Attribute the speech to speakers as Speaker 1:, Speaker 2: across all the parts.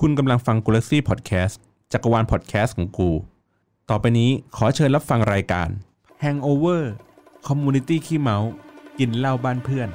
Speaker 1: คุณกำลังฟัง g ู l ล็กซี่พอดแคสต์จักรวาลพอดแคสต์ของกู ต่อไปนี้ขอเชิญรับฟังรายการ Hangover Community ขี้เมา กินเหล้าบ้านเพื่อน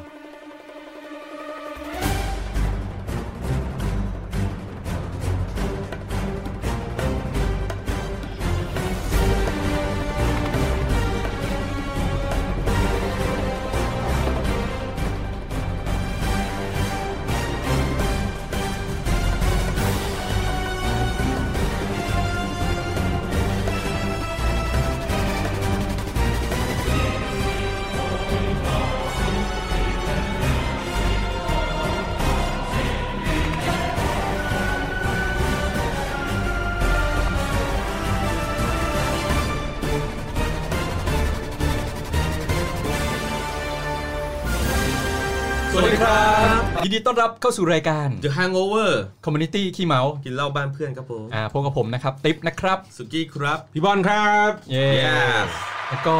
Speaker 2: สวัสดีครับยินดีต้อนรับเข้าสู่รายการ
Speaker 3: The Hangover
Speaker 2: Community ขี้เมาส์
Speaker 3: กินเหล้าบ้านเพื่อนครับผม
Speaker 2: อ่าพบกับผมนะครับ ติ๊บนะครับ
Speaker 3: สุกี้ครับ
Speaker 1: พี่บอลครับ
Speaker 2: เย้
Speaker 3: Yes
Speaker 2: แล้วก็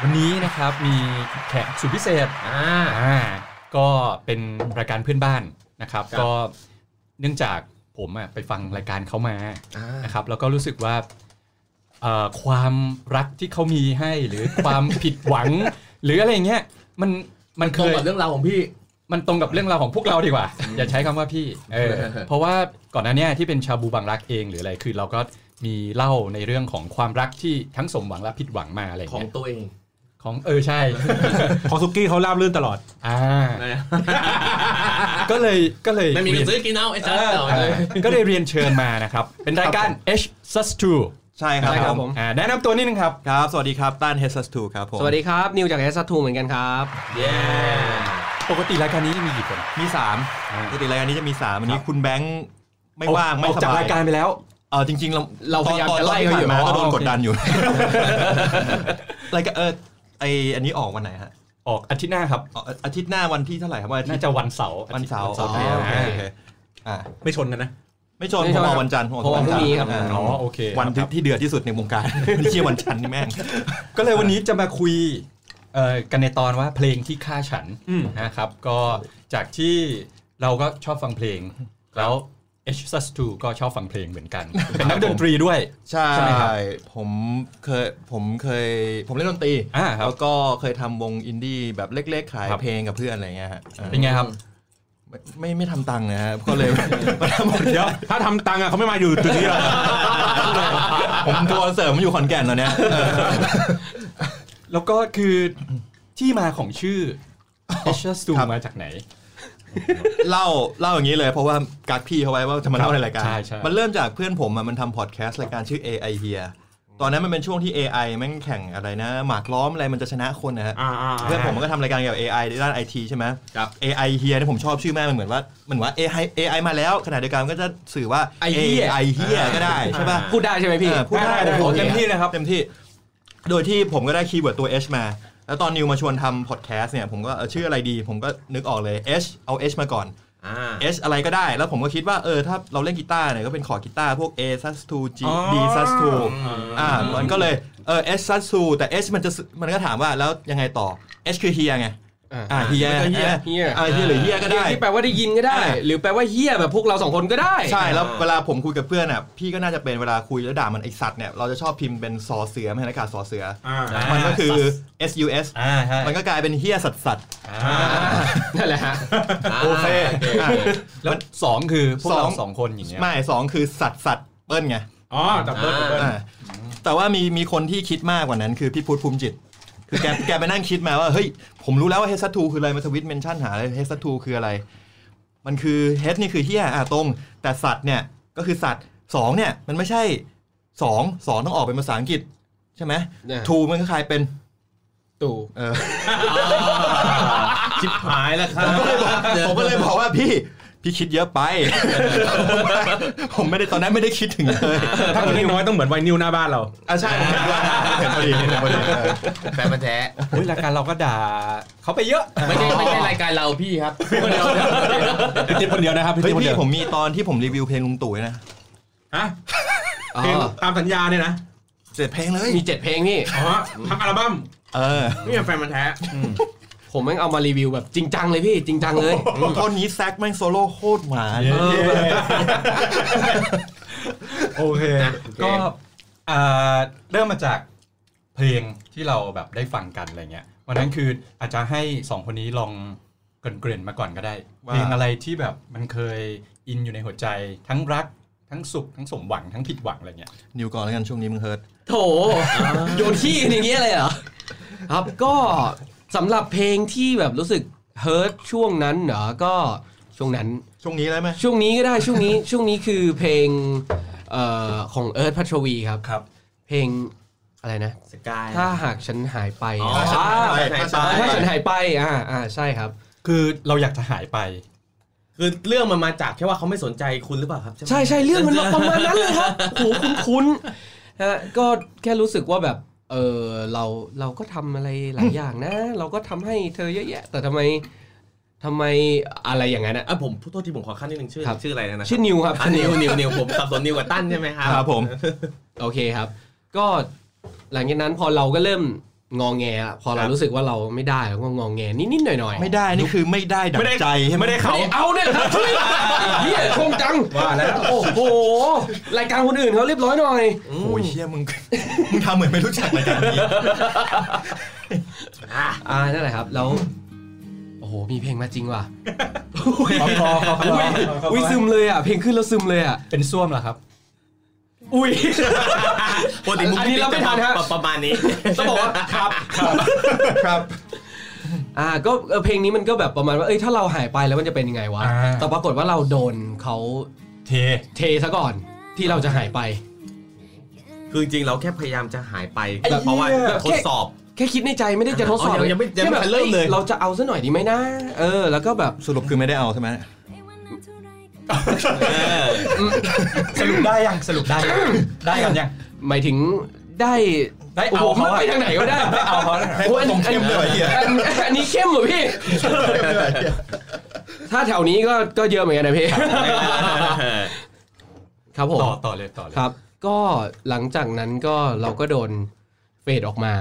Speaker 2: วันนี้นะครับมีแขกสุดพิเศษ
Speaker 3: อ่า
Speaker 2: อ่าก็เป็นรายการเพื่อนบ้านนะครับ
Speaker 3: ครับ
Speaker 2: ก็เนื่องจากผมอ่ะไปฟังรายการเขามา
Speaker 3: อ่า
Speaker 2: นะครับแล้วก็รู้สึกว่าเอ่อความรักที่เขามีให้หรือความผิดหวัง หรืออะไรอย่างเงี้ยมันมันเค
Speaker 3: ตรง
Speaker 2: ย
Speaker 3: กับเรื่องราวของพี่
Speaker 2: มันตรงกับเรื่องราวของพวกเราดีกว่า อย่าใช้คำว่าพี่เออ เพราะว่าก่อนหน้าเนี้ที่เป็นชาบูบางรักเองหรืออะไรคือเราก็มีเล่าในเรื่องของความรักที่ทั้งสมหวังและผิดหวังมาอะไร
Speaker 3: ของ
Speaker 2: เงี้ย
Speaker 3: ตัวเอง
Speaker 2: ของเออ ใช่
Speaker 1: ของสุกี้เขาราบรื่นตลอด
Speaker 2: อ่า ก็เลยก็เลย
Speaker 3: ไม่มีเงิ
Speaker 2: เรีย
Speaker 3: น
Speaker 2: น
Speaker 3: ซื้อกินเอา ไอ้จ้า
Speaker 2: เออ
Speaker 3: เต่าเลย
Speaker 2: ก็เลยเรียนเชิญมานะครับ เป็นรายการ H s u s 2
Speaker 4: ใช่ครับครับผม
Speaker 2: อ่าแนะนำตัวนิดนึงครับ
Speaker 4: ครับ สวัสดีครับต้าน h e s u s 2ครับผม
Speaker 5: สวัสดีครับ นิวจากเอสทูเหมือนกันครับ
Speaker 3: เย้
Speaker 2: ปกติรายการนี้มีกี่คน
Speaker 4: มี
Speaker 2: อ่า
Speaker 4: 3ปกติรายการนี้จะมี3วันนี้คุณแบงค์ไม่ว่าง
Speaker 2: อ
Speaker 4: ไม่
Speaker 2: อก
Speaker 4: ส
Speaker 2: จาก
Speaker 4: บาย
Speaker 2: รายการไปแล้ว
Speaker 4: เออจริงๆ เรา
Speaker 5: เราพยายาม
Speaker 4: ตน
Speaker 5: จะไล่
Speaker 4: ตน
Speaker 5: เขาอยู่
Speaker 4: ที่ผ่นมาก็โด
Speaker 2: อ๋
Speaker 4: น
Speaker 2: อ
Speaker 4: กดดันอยู่ รายการเออไออันนี้ออกวันไหนฮะ
Speaker 2: ออกอาทิตย์หน้าครับ
Speaker 4: ออกอาทิตย์หน้าวันที่เท่าไหร่ครับวันอาทิ
Speaker 2: น่า
Speaker 4: ตย์
Speaker 2: จะวันเสาร์
Speaker 4: วันเสาร์
Speaker 2: อทิตย์
Speaker 4: โอเคโอเค
Speaker 2: อ่า
Speaker 4: โอเคอ่า
Speaker 1: ไม่ชนกันนะ
Speaker 4: ไม่ชน
Speaker 5: ไม่
Speaker 4: ผ
Speaker 5: ชน
Speaker 4: มออกวันจันทร์ผมออก
Speaker 5: ผมออก
Speaker 4: วัน
Speaker 5: พ
Speaker 4: จันท
Speaker 5: รุ่งนี้
Speaker 4: ร์
Speaker 5: ครับ
Speaker 4: อ่า
Speaker 2: อ๋อโอเค
Speaker 4: วันที่ที่เดือดที่สุดในวงการ ไม่ใช่วันจันทร์นี่แม่ง
Speaker 2: ก็เลยวันนี้จะมาคุยเอ่อกันในตอนว่าเพลงที่ฆ่าฉันนะครับ ก็จากที่เราก็ชอบฟังเพลง แล้ว H s u s 2ก็ชอบฟังเพลงเหมือนกัน เป็นนักดนตรีด้วย
Speaker 4: ใช่
Speaker 2: ใช่ไหมครับ
Speaker 4: ผมเคยผมเคยผมเล่นดนตรี
Speaker 2: อ่าครับ
Speaker 4: แล้วก็เคยทำวงอินดี้แบบเล็กๆ ขาย
Speaker 2: ครับ
Speaker 4: เพลงกับเพื่อนอะไรเงี้ยฮะเออ
Speaker 2: เป็นไงครับ
Speaker 4: ไม่ไม่ไม่ทำตังค์นะฮะก็เลย มาทำคนเดี
Speaker 1: เดี๋
Speaker 4: ย
Speaker 1: ยว ว ถ้าทำตังค์อะเขาไม่มาอยู่จุดนี้หรอก
Speaker 4: ผมทัวร์เสริมอยู่ขอนแก่นตอนเนี้ยเออ
Speaker 2: แล้วก็คือที่มาของชื่อ H s u s 2มาจากไหน
Speaker 4: เล่าเล่าอย่างนี้เลยเพราะว่ากักพี่เขาไว้ว่าจะมา
Speaker 2: ครับ
Speaker 4: เล่าในรายการ
Speaker 2: ใช่ใช่
Speaker 4: มันเริ่มจากเพื่อนผมอะมันทำพอดแคสต์รายการชื่อ AI here ตอนนั้นมันเป็นช่วงที่ AI แม่งแข่งอะไรนะ หมากล้อมอะไรมันจะชนะคนนะฮะ
Speaker 1: อ่าอ่า
Speaker 4: เพื่อนผมมันก็ทำรายการเกี่ยวกับ AI ด้านไอทีใช่ไหมครับ AI เฮียเนี่ยผมชอบชื่อแม่มันเหมือนว่าเหมือนว่า AI AI มาแล้ว ขณะเดียวกันมันก็จะสื่อว่า
Speaker 5: ไอ้เหี้ย
Speaker 4: AI เฮียก็ได้ใช่ป่ะ
Speaker 5: พูดได้ใช่ไหมพี่
Speaker 4: เออพูดได้
Speaker 2: ได้ได้
Speaker 4: โอ้โห
Speaker 2: เต็มที่นะครับ
Speaker 4: เต็มที่ โดยที่ผมก็ได้คีย์เวิร์ดตัว H มา แล้วตอนนิวมาชวนทำพอดแคสต์เนี่ยผมก็เออชื่ออะไรดี ผมก็นึกออกเลย H เอา H มาก่อน
Speaker 3: อ่า
Speaker 4: H อะไรก็ได้ แล้วผมก็คิดว่าเออถ้าเราเล่นกีตาร์เนี่ยก็เป็นขอร์ดกีตาร์พวก A sus 2 G D sus 2 อ่ามันก็เลยเออเอสซัตซูแต่เอสมันจะสมันก็ถามว่าแล้วยังไงต่อเอสคือเฮียไง
Speaker 5: อ่า
Speaker 4: อ่าเฮีย
Speaker 5: มันก็เหี้ยเหี้ย
Speaker 4: อ่าเฮียหรือเฮียก็ได้
Speaker 5: ที่แปลว่าได้ยินก็ได้
Speaker 4: อ่า
Speaker 5: หรือแปลว่าเฮี้ยแบบพวกเราสองคนก็ได้
Speaker 4: ใช่แล้วเวลาผมคุยกับเพื่อนอ่ะพี่ก็น่าจะเป็นเวลาคุยแล้วด่ามันไอสัตว์เนี่ยเราจะชอบพิมพ์เป็นซอเสือไม่ใช่นะกาซอเสือ
Speaker 1: อ่า
Speaker 4: อมันก็คือ S U S
Speaker 2: อ่าใช่
Speaker 4: มันก็กลายเป็นเฮียสัตว์สัตว์
Speaker 2: อ่า
Speaker 5: นั่นแหละฮะ
Speaker 4: โอเคอ่ะ
Speaker 2: แล้วสองคือพวกเรา
Speaker 4: สอง
Speaker 2: สองคนอย่างเงี้ย
Speaker 4: ไม่สองคือสัตว์สัตว์เปิ้ลไง
Speaker 1: อ๋อจับเบิ้ลจับเบิ้ล
Speaker 4: อ่าแต่ว่ามีมีคนที่คิดมากกว่านั้นคือพี่พุทธภูมิจิต คือแกแกไปนั่งคิดมาว่า เฮ้ย ผมรู้แล้วว่าเฮสัตทูคืออะไรมาทวิตเมนชั่นหาเลยเฮสัตทูคืออะไร มันคือเฮสนี่คือเฮียอ่ะตรง แต่สัตว์เนี่ย ก็คือสัตว์สองเนี่ย มันไม่ใช่สองสองต้องออกเป็นภาษาอังกฤษ ใช่ไหม
Speaker 5: เนี่ย
Speaker 4: ทูมันก็คลายเป็น
Speaker 5: ตู่
Speaker 4: เออ
Speaker 3: ชิบหายแล้วครับ
Speaker 4: ผมก็เลยบอกว่าพี่ พี่คิดเยอะไป ผมไม่ได้ตอนนั้นไม่ได้คิดถึงเลย
Speaker 1: ถ้าคนน้อยๆต้องเหมือนไวนิวหน้าบ้านเรา
Speaker 4: อ่ะใช่ผมเห็นด้วยนะเห็นพอดีเห็นพอดีเออ
Speaker 3: แฟนมันธุ์แท้
Speaker 2: โอ้ยรายการเราก็ด่าเขาไปเยอะ
Speaker 3: ไม่ใช่ไม่ใช่รายการเราพี่ครับพี่คนเดียว
Speaker 1: พี่ติ๊บคนเดียวนะครับพี่
Speaker 4: เฮ้ย
Speaker 1: ติ๊บคนเดี
Speaker 4: พี่
Speaker 1: ยว
Speaker 4: ผมมีตอนที่ผมรีวิวเพลงลุงตู่ด้วยนะ
Speaker 1: ฮะ
Speaker 5: อ๋อ
Speaker 1: เพลงตามสัญญาเนี่ยนะ
Speaker 4: เจ็ดเพลงเลย
Speaker 5: มีเจ็ดเพลงพี่
Speaker 1: อ๋อทั้งอัลบั้ม
Speaker 4: เออ
Speaker 1: นี่แฟนมันธุ์แท้
Speaker 5: ผมแม่งเอามารีวิวแบบจริงจังเลยพี่จริงจังเลย
Speaker 4: ตอนนี้แซกแม่งโซโล่โคตรหวาน
Speaker 5: เออ
Speaker 6: โอเค ก็อ่าเริ่มมาจากเพลงที่เราแบบได้ฟังกันอะไรเงี้ยวันนั้นคืออาจจะให้สองคนนี้ลองเกริ่นๆมาก่อนก็ได้ เพลงอะไรที่แบบมันเคยอินอยู่ในหัวใจทั้งรักทั้งสุขทั้งสมหวังทั้งผิดหวังอะไรเงี้ย
Speaker 4: นิวก่อนแล้วกันช่วงนี้มึงเฮิร์ต
Speaker 5: โถโยนขี้กันอย่างเงี้ยเลยเหรอ ครับก็สำหรับเพลงที่แบบรู้สึกเฮิร์ตช่วงนั้นเหรอก็ช่วงนั้น
Speaker 4: ช่วงนี้ได้ไหม
Speaker 5: ช่วงนี้ก็ได้ช่วงนี้ช่วงนี้คือเพลงเอ่อของเอิร์ธพัชวีครับ
Speaker 6: ครับ
Speaker 5: เพลงอะไรนะ
Speaker 3: สกาย
Speaker 5: ถ้าหากฉันหายไป
Speaker 3: อ๋อ
Speaker 5: อ่า
Speaker 4: ถ
Speaker 5: ถ้า
Speaker 4: ้าฉันหาย
Speaker 5: ฉัน
Speaker 4: ไป
Speaker 5: หายไปอ่าอ่าใช่ครับ
Speaker 6: คือเราอยากจะหายไป
Speaker 3: คือเรื่องมันมาจากแค่ว่าเขาไม่สนใจคุณหรือเปล่าครับไหม
Speaker 5: ใช่ใช่เรื่องมัน ประมาณนั้นเลยครับโหคุ้นคุ้นๆฮะก็แค่รู้สึกว่าแบบเออเราเราก็ทำอะไรหลายอย่างนะ เราก็ทำให้เธอเยอะแยะ แต่ทำไมทำไมอะไรอย่างนั้นอะ
Speaker 3: อ่ะผมพูดโทษทีผมขอขั้นนิดนึงชื่อ
Speaker 5: ครับ
Speaker 3: ชื่ออะไรนะนะ
Speaker 5: ชื่อนิว ครับ
Speaker 3: อ่ะนิวนิวนิวผมสับสนนิวกับตั้นใช่ไหมครับ
Speaker 4: ครับผม
Speaker 5: โอเคครับ ก็หลังจากนั้นพอเราก็เริ่มงองแงละพอ
Speaker 3: ค
Speaker 5: เรา
Speaker 3: รับ
Speaker 5: รู้สึกว่าเราไม่ได้เราก็งองแงนิดๆหน่อยๆ
Speaker 4: ไม่ได้นี่คือไม่ได้ดั
Speaker 6: ไม่
Speaker 4: ง
Speaker 6: ได้
Speaker 4: ใจใช่ไหม
Speaker 6: ไม่ได้เขา
Speaker 5: เอาเนี่ย ครับเฮ้ยเฮียชมจังว่าแล้วโอ้โหรายการคนอื่นเขาเรียบร้อยหน่อย
Speaker 3: อืม
Speaker 4: โอ้ยเชี่ยมึง มึงทำเหมือนไม่รู้จักรายการนี้
Speaker 3: อ่ะ
Speaker 5: อ่านั่นแหละครับแล้วโอ้โหมีเพลงมาจริงว่ะ
Speaker 6: ขอขอขอขอขอ
Speaker 5: อุ้ยซึมเลยอ่ะเพลงขึ้นแล้วซึมเลยอ่ะ
Speaker 6: เป็นส้วมเหรอครับ
Speaker 5: อุ้ย
Speaker 3: ปกติมุก
Speaker 5: อันนี้เราไม่ทันฮะ
Speaker 3: ประมาณนี้
Speaker 5: ต้องบอกว่า ครับ
Speaker 4: ครับ
Speaker 5: อ่าก็เออเพลงนี้มันก็แบบประมาณว่าเอ้ยถ้าเราหายไปแล้วมันจะเป็นยังไงวะ
Speaker 6: อ่า
Speaker 5: แต่ปรากฏว่าเราโดนเขา
Speaker 6: เท
Speaker 5: เทซะก่อนที่เราจะหายไป
Speaker 3: คือจริงๆเราแค่พยายามจะหายไป
Speaker 5: ไอ้เหี้ย
Speaker 3: เพราะว่าทดสอบ
Speaker 5: แค่คิดในใจไม่ได้จะทดสอบ
Speaker 3: อ๋อยังยังไม่ยังไม่
Speaker 5: แค่แบบ
Speaker 3: ทันเริ่มเลย
Speaker 5: อ้เราจะเอาซะหน่อยดีไหมนะเออ แล้วก็แบบ
Speaker 4: สรุปคือไม่ได้เอาใช่ไหม
Speaker 6: สรุปได้ยังสรุปได้ยังได้กันยัง
Speaker 5: หมายถึงได้
Speaker 6: ได้เอา
Speaker 5: โโห
Speaker 6: เขาอะ
Speaker 5: มันไปทางไหนก็ได้ได้เอาเขา
Speaker 4: ให้มันตรงเข้มเลยว่ะเหี้ย
Speaker 5: อันนี้เข้มเหรอพี่ ถ้าแถวนี้ก็ก็เยอะเหมือนกันนะพี่ ครับผม
Speaker 6: ต่อต่อเลยต่อเลย
Speaker 5: ครับ ก็หลังจากนั้นก็เราก็โดนเฟดออกมา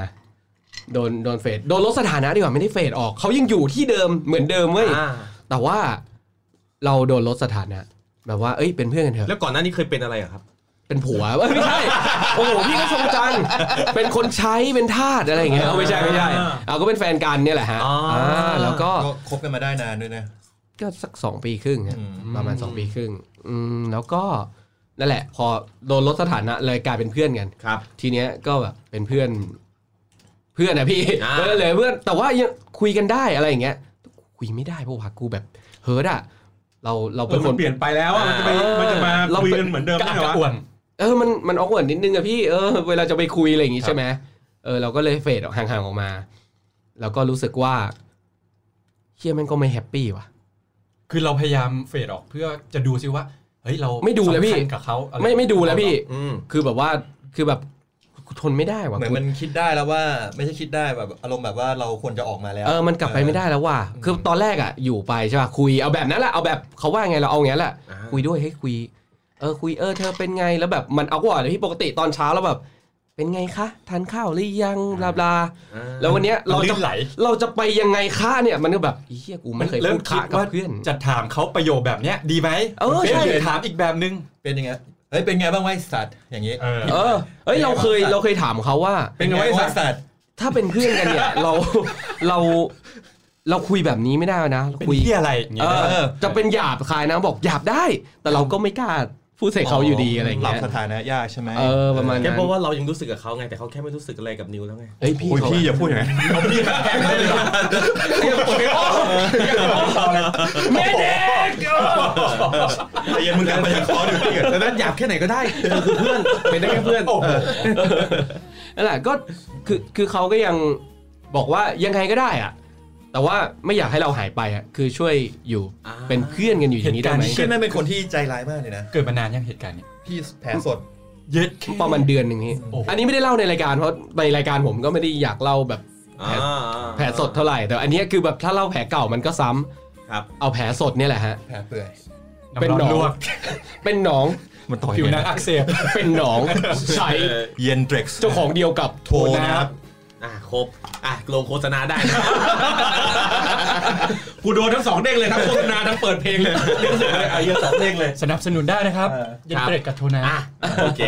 Speaker 5: โดนโดนเฟดโดนลดสถานะดีกว่าไม่ได้เฟดออกเขายังอยู่ที่เดิมเหมือนเดิมเว้ย
Speaker 3: อ่า
Speaker 5: แต่ว่าเราโดนลดสถานะแบบว่าเอ้ยเป็นเพื่อนกันเถอะ
Speaker 3: แล้วก่อนหน้านี้เคยเป็นอะไรเหรอครับ
Speaker 5: เป็นผัวเอ้ยไม่ใช่โอ้โหพี่ก็ชงจังเป็นคนใช้เป็นทาสอะไรอย่างเงี้ยเอาไม่ใช่ไม่ใช่เอาก็เป็นแฟนกันเนี่ยแหละฮะ
Speaker 3: อ๋ออ่
Speaker 5: าแล้วก็
Speaker 4: ก็คบกันมาได้นานด้วยนะ
Speaker 5: ก็สักสองปีครึ่งฮะ
Speaker 4: อืม
Speaker 5: ประมาณสองปีครึ่ง อืมแล้วก็นั่นแหละ พอโดนลดสถานะเลยกลายเป็นเพื่อนกัน
Speaker 3: ครับ
Speaker 5: ทีเนี้ยก็แบบเป็นเพื่อน เพื่อนนะพี่
Speaker 3: อ่า
Speaker 5: เออเลยเพื่อนแต่ว่ายังคุยกันได้อะไรอย่างเงี้ยคุยไม่ได้เพราะว่ากูแบบเฮิร์ตอะเราเราเป็น
Speaker 2: เออ
Speaker 5: ค
Speaker 2: มัน
Speaker 5: น
Speaker 2: เปลี่ยนไปแล้วอะมันจะไป
Speaker 5: เออ
Speaker 2: มันจะมา
Speaker 5: เรา
Speaker 2: คุย
Speaker 5: เป็น
Speaker 2: กันเหมือนเดิม
Speaker 6: กระ
Speaker 2: ได้
Speaker 6: อัก
Speaker 2: ไง
Speaker 6: ก
Speaker 2: วะ
Speaker 6: ระอ่วน
Speaker 5: เออมันมันออกเวิร์ดนิดนึงอะพี่เออเวลาจะไปคุยอะไรอย่างงี้ใช่ไหมเออเราก็เลยเฟดออกห่างๆออกมา แล้วก็รู้สึกว่าเฮียแมันก็ไม่แฮปปี้ว่ะ
Speaker 6: คือเราพยายามเฟดออกเพื่อจะดูซิว่า เฮ้ยเรา
Speaker 5: ไม่ดูแล้วพี่
Speaker 6: สำคัญกับเขาอะร
Speaker 5: ไม่ไม่ดูแล้วพี่
Speaker 3: อืม
Speaker 5: คือแบบว่าคือแบบทนไม่ได้ว่ะ
Speaker 4: เหมือน
Speaker 5: กู
Speaker 4: มันคิดได้แล้วว่าไม่ใช่คิดได้แบบอารมณ์แบบว่าเราควรจะออกมาแล้ว
Speaker 5: เออมันกลับไปไม่ได้แล้วว่ะคือตอนแรกอ่ะอยู่ไปใช่ป่ะคุยเอาแบบนั้นแหละเอาแบบเขาว่าไงเราเอาอย่างนั้นแหละ
Speaker 3: อ่า
Speaker 5: คุยด้วยให้ยคุย เออคุยเออเธอเป็นไงแล้วแบบมันเอาก่อนเลยพี่ปกติตอนเช้าแล้วแบบ เป็นไงคะทานข้าวหรือยังบลาบลา
Speaker 3: อ่า
Speaker 5: แล้ววันเนี้ย
Speaker 6: เรา
Speaker 5: เรา
Speaker 6: จะ
Speaker 5: จะ
Speaker 6: ไหล
Speaker 5: เราจะไปยังไงคะเนี่ยมันก็แบบเฮียกูไม่เคย
Speaker 6: ริ่
Speaker 5: พูด
Speaker 6: คิ
Speaker 5: คะกับเพื่อน
Speaker 6: จะถามเขาประโยคแบบเนี้ยดีไหม
Speaker 5: เออใช่
Speaker 6: ดี๋ยวถามอีกแบบนึง
Speaker 4: เป็นยังไง เฮ้ย เป็นไงบ้างไวะไอ้สัตว์ อย่างนี้
Speaker 6: เออ
Speaker 5: เออเอ้ยเราเคยเราเคยถามเขาว่า
Speaker 4: เป็นไงบ้างไอ้สัตว์
Speaker 5: ถ้าเป็นเพื่อนกันเนี่ย เรา เราเราคุยแบบนี้ไม่ได้นะ
Speaker 6: เป็น
Speaker 5: คุย
Speaker 6: เที่ยอะไรอย่างเงี้
Speaker 5: เอย
Speaker 6: นะ
Speaker 5: อจะเป็นหยาบคายนะบอกหยาบได้ แต่เราก็ไม่กล้าพูดใส่เขาอยู่ดีอะไรอย่าง
Speaker 4: ปรับ
Speaker 5: เงี้ย
Speaker 4: สถานะยากใช่ไหม
Speaker 5: เออประมาณ
Speaker 3: แค่
Speaker 5: นั้น
Speaker 3: เพราะว่าเรายังรู้สึกกับเขาไง แต่เขาแค่ไม่รู้สึกอะไรกับนิวแล้วไง
Speaker 5: เอ้ยพี่
Speaker 4: โอ้ย
Speaker 5: เขา
Speaker 4: พี่อย่าพูดอย่างนั้น
Speaker 5: ไม่เด็ก
Speaker 4: ใจเย็นมึงกลับมาจากคอร์ดพี่
Speaker 3: แต่นั้นหยาบแค่ไหนก็ได้เธอคือเพื่อน เป็นได้แค่เพื่อน
Speaker 5: นั่นแหละก็คือคือเขาก็ยังบอกว่ายังไงก็ได้อะแต่ว่าไม่อยากให้เราหายไปอะคือช่วยอยู่เป็นเพื่อนกันอยู่อย่างนี้ได้ไหม
Speaker 4: เช่นนั่นเป็นคนที่ใจร้ายมากเลยนะ
Speaker 6: เกิดมานานยังเหตุการณ์เนี้ย
Speaker 4: พี่แผลสด
Speaker 6: เย็ด
Speaker 5: ประมาณเดือนหนึ่งนี้
Speaker 6: โอ้โห
Speaker 5: อันนี้ไม่ได้เล่าในรายการเพราะในรายการผมก็ไม่ได้อยากเล่าแบบ
Speaker 3: อ่า
Speaker 5: แผลสดเท่าไหร่แต่อันเนี้ยคือแบบถ้าเล่าแผลเก่ามันก็ซ้ำ
Speaker 3: ครับ
Speaker 5: เอาแผลสดเนี่ยแหละฮะ
Speaker 4: แผลเปื่อย
Speaker 5: เป็นหนอง
Speaker 6: ลวก
Speaker 5: เป็นหนอง
Speaker 4: มันต่อย
Speaker 6: ผิวหนังอักเสบ
Speaker 5: เป็นหนองใส
Speaker 4: เย็นเดร็กซ์
Speaker 5: เจ้าของเดียวกับ
Speaker 4: โทนะ
Speaker 3: อ่าโค
Speaker 2: ครบ อ่ะลงโฆษณาได้นะ กูโดนทั้งสองเด้งเลยทั้งโฆษณาทั้งเปิดเพลงเลยเรื่องเสือเลยไอ้เหี้ยสองเด้งเลย
Speaker 6: สนับสนุนได้นะครับ
Speaker 2: เออ
Speaker 6: เย็นเกรดกับโทนา
Speaker 2: อ่ะโอเค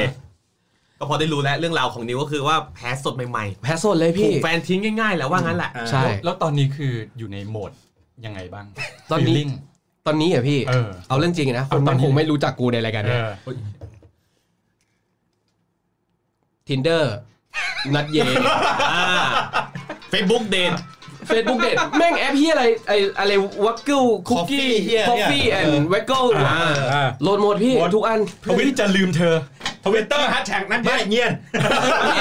Speaker 2: ก็พอได้รู้แล้วเรื่องราวของนิวก็คือว่าแพ้สดใหม่
Speaker 5: แพ้สดเลย
Speaker 2: ๆถู
Speaker 5: พี่
Speaker 2: กแฟนทิ้งง่ายๆแหล้วว่างั้นแหละ
Speaker 5: ใช่
Speaker 6: แล้วตอนนี้คืออยู่ในโหมดยังไงบ้าง
Speaker 5: ตอนนี้
Speaker 6: Feeling
Speaker 5: ตอนนี้อ่ะพี่
Speaker 6: เออ
Speaker 5: เอาเรื่องจริงนะค
Speaker 6: เอา
Speaker 5: น
Speaker 6: ตอ
Speaker 5: มันน
Speaker 6: นี้
Speaker 5: คงไม่รู้จักกูในรายการ
Speaker 6: เอ
Speaker 5: เนี้
Speaker 6: อ
Speaker 5: ทินเดอร์นัดเย่
Speaker 2: เฟซบุ๊กเดท
Speaker 5: เฟซบุ๊กเด็ดแม่งแอปเฮียอะไรไออะไรวักเกิลคุกกี้
Speaker 4: Coffee เหี้ยเนี่
Speaker 5: คอ
Speaker 4: ย
Speaker 5: ฟฟี่แอนด์วักเกิล
Speaker 2: อ่า
Speaker 5: โหลดหมดพี่
Speaker 4: หมด
Speaker 5: ทุกอัน
Speaker 4: ทวิตจะลืมเธอ
Speaker 2: ทวิตเตอร์แฮชแท็กนั้น
Speaker 4: ไม่เงียนไม่เ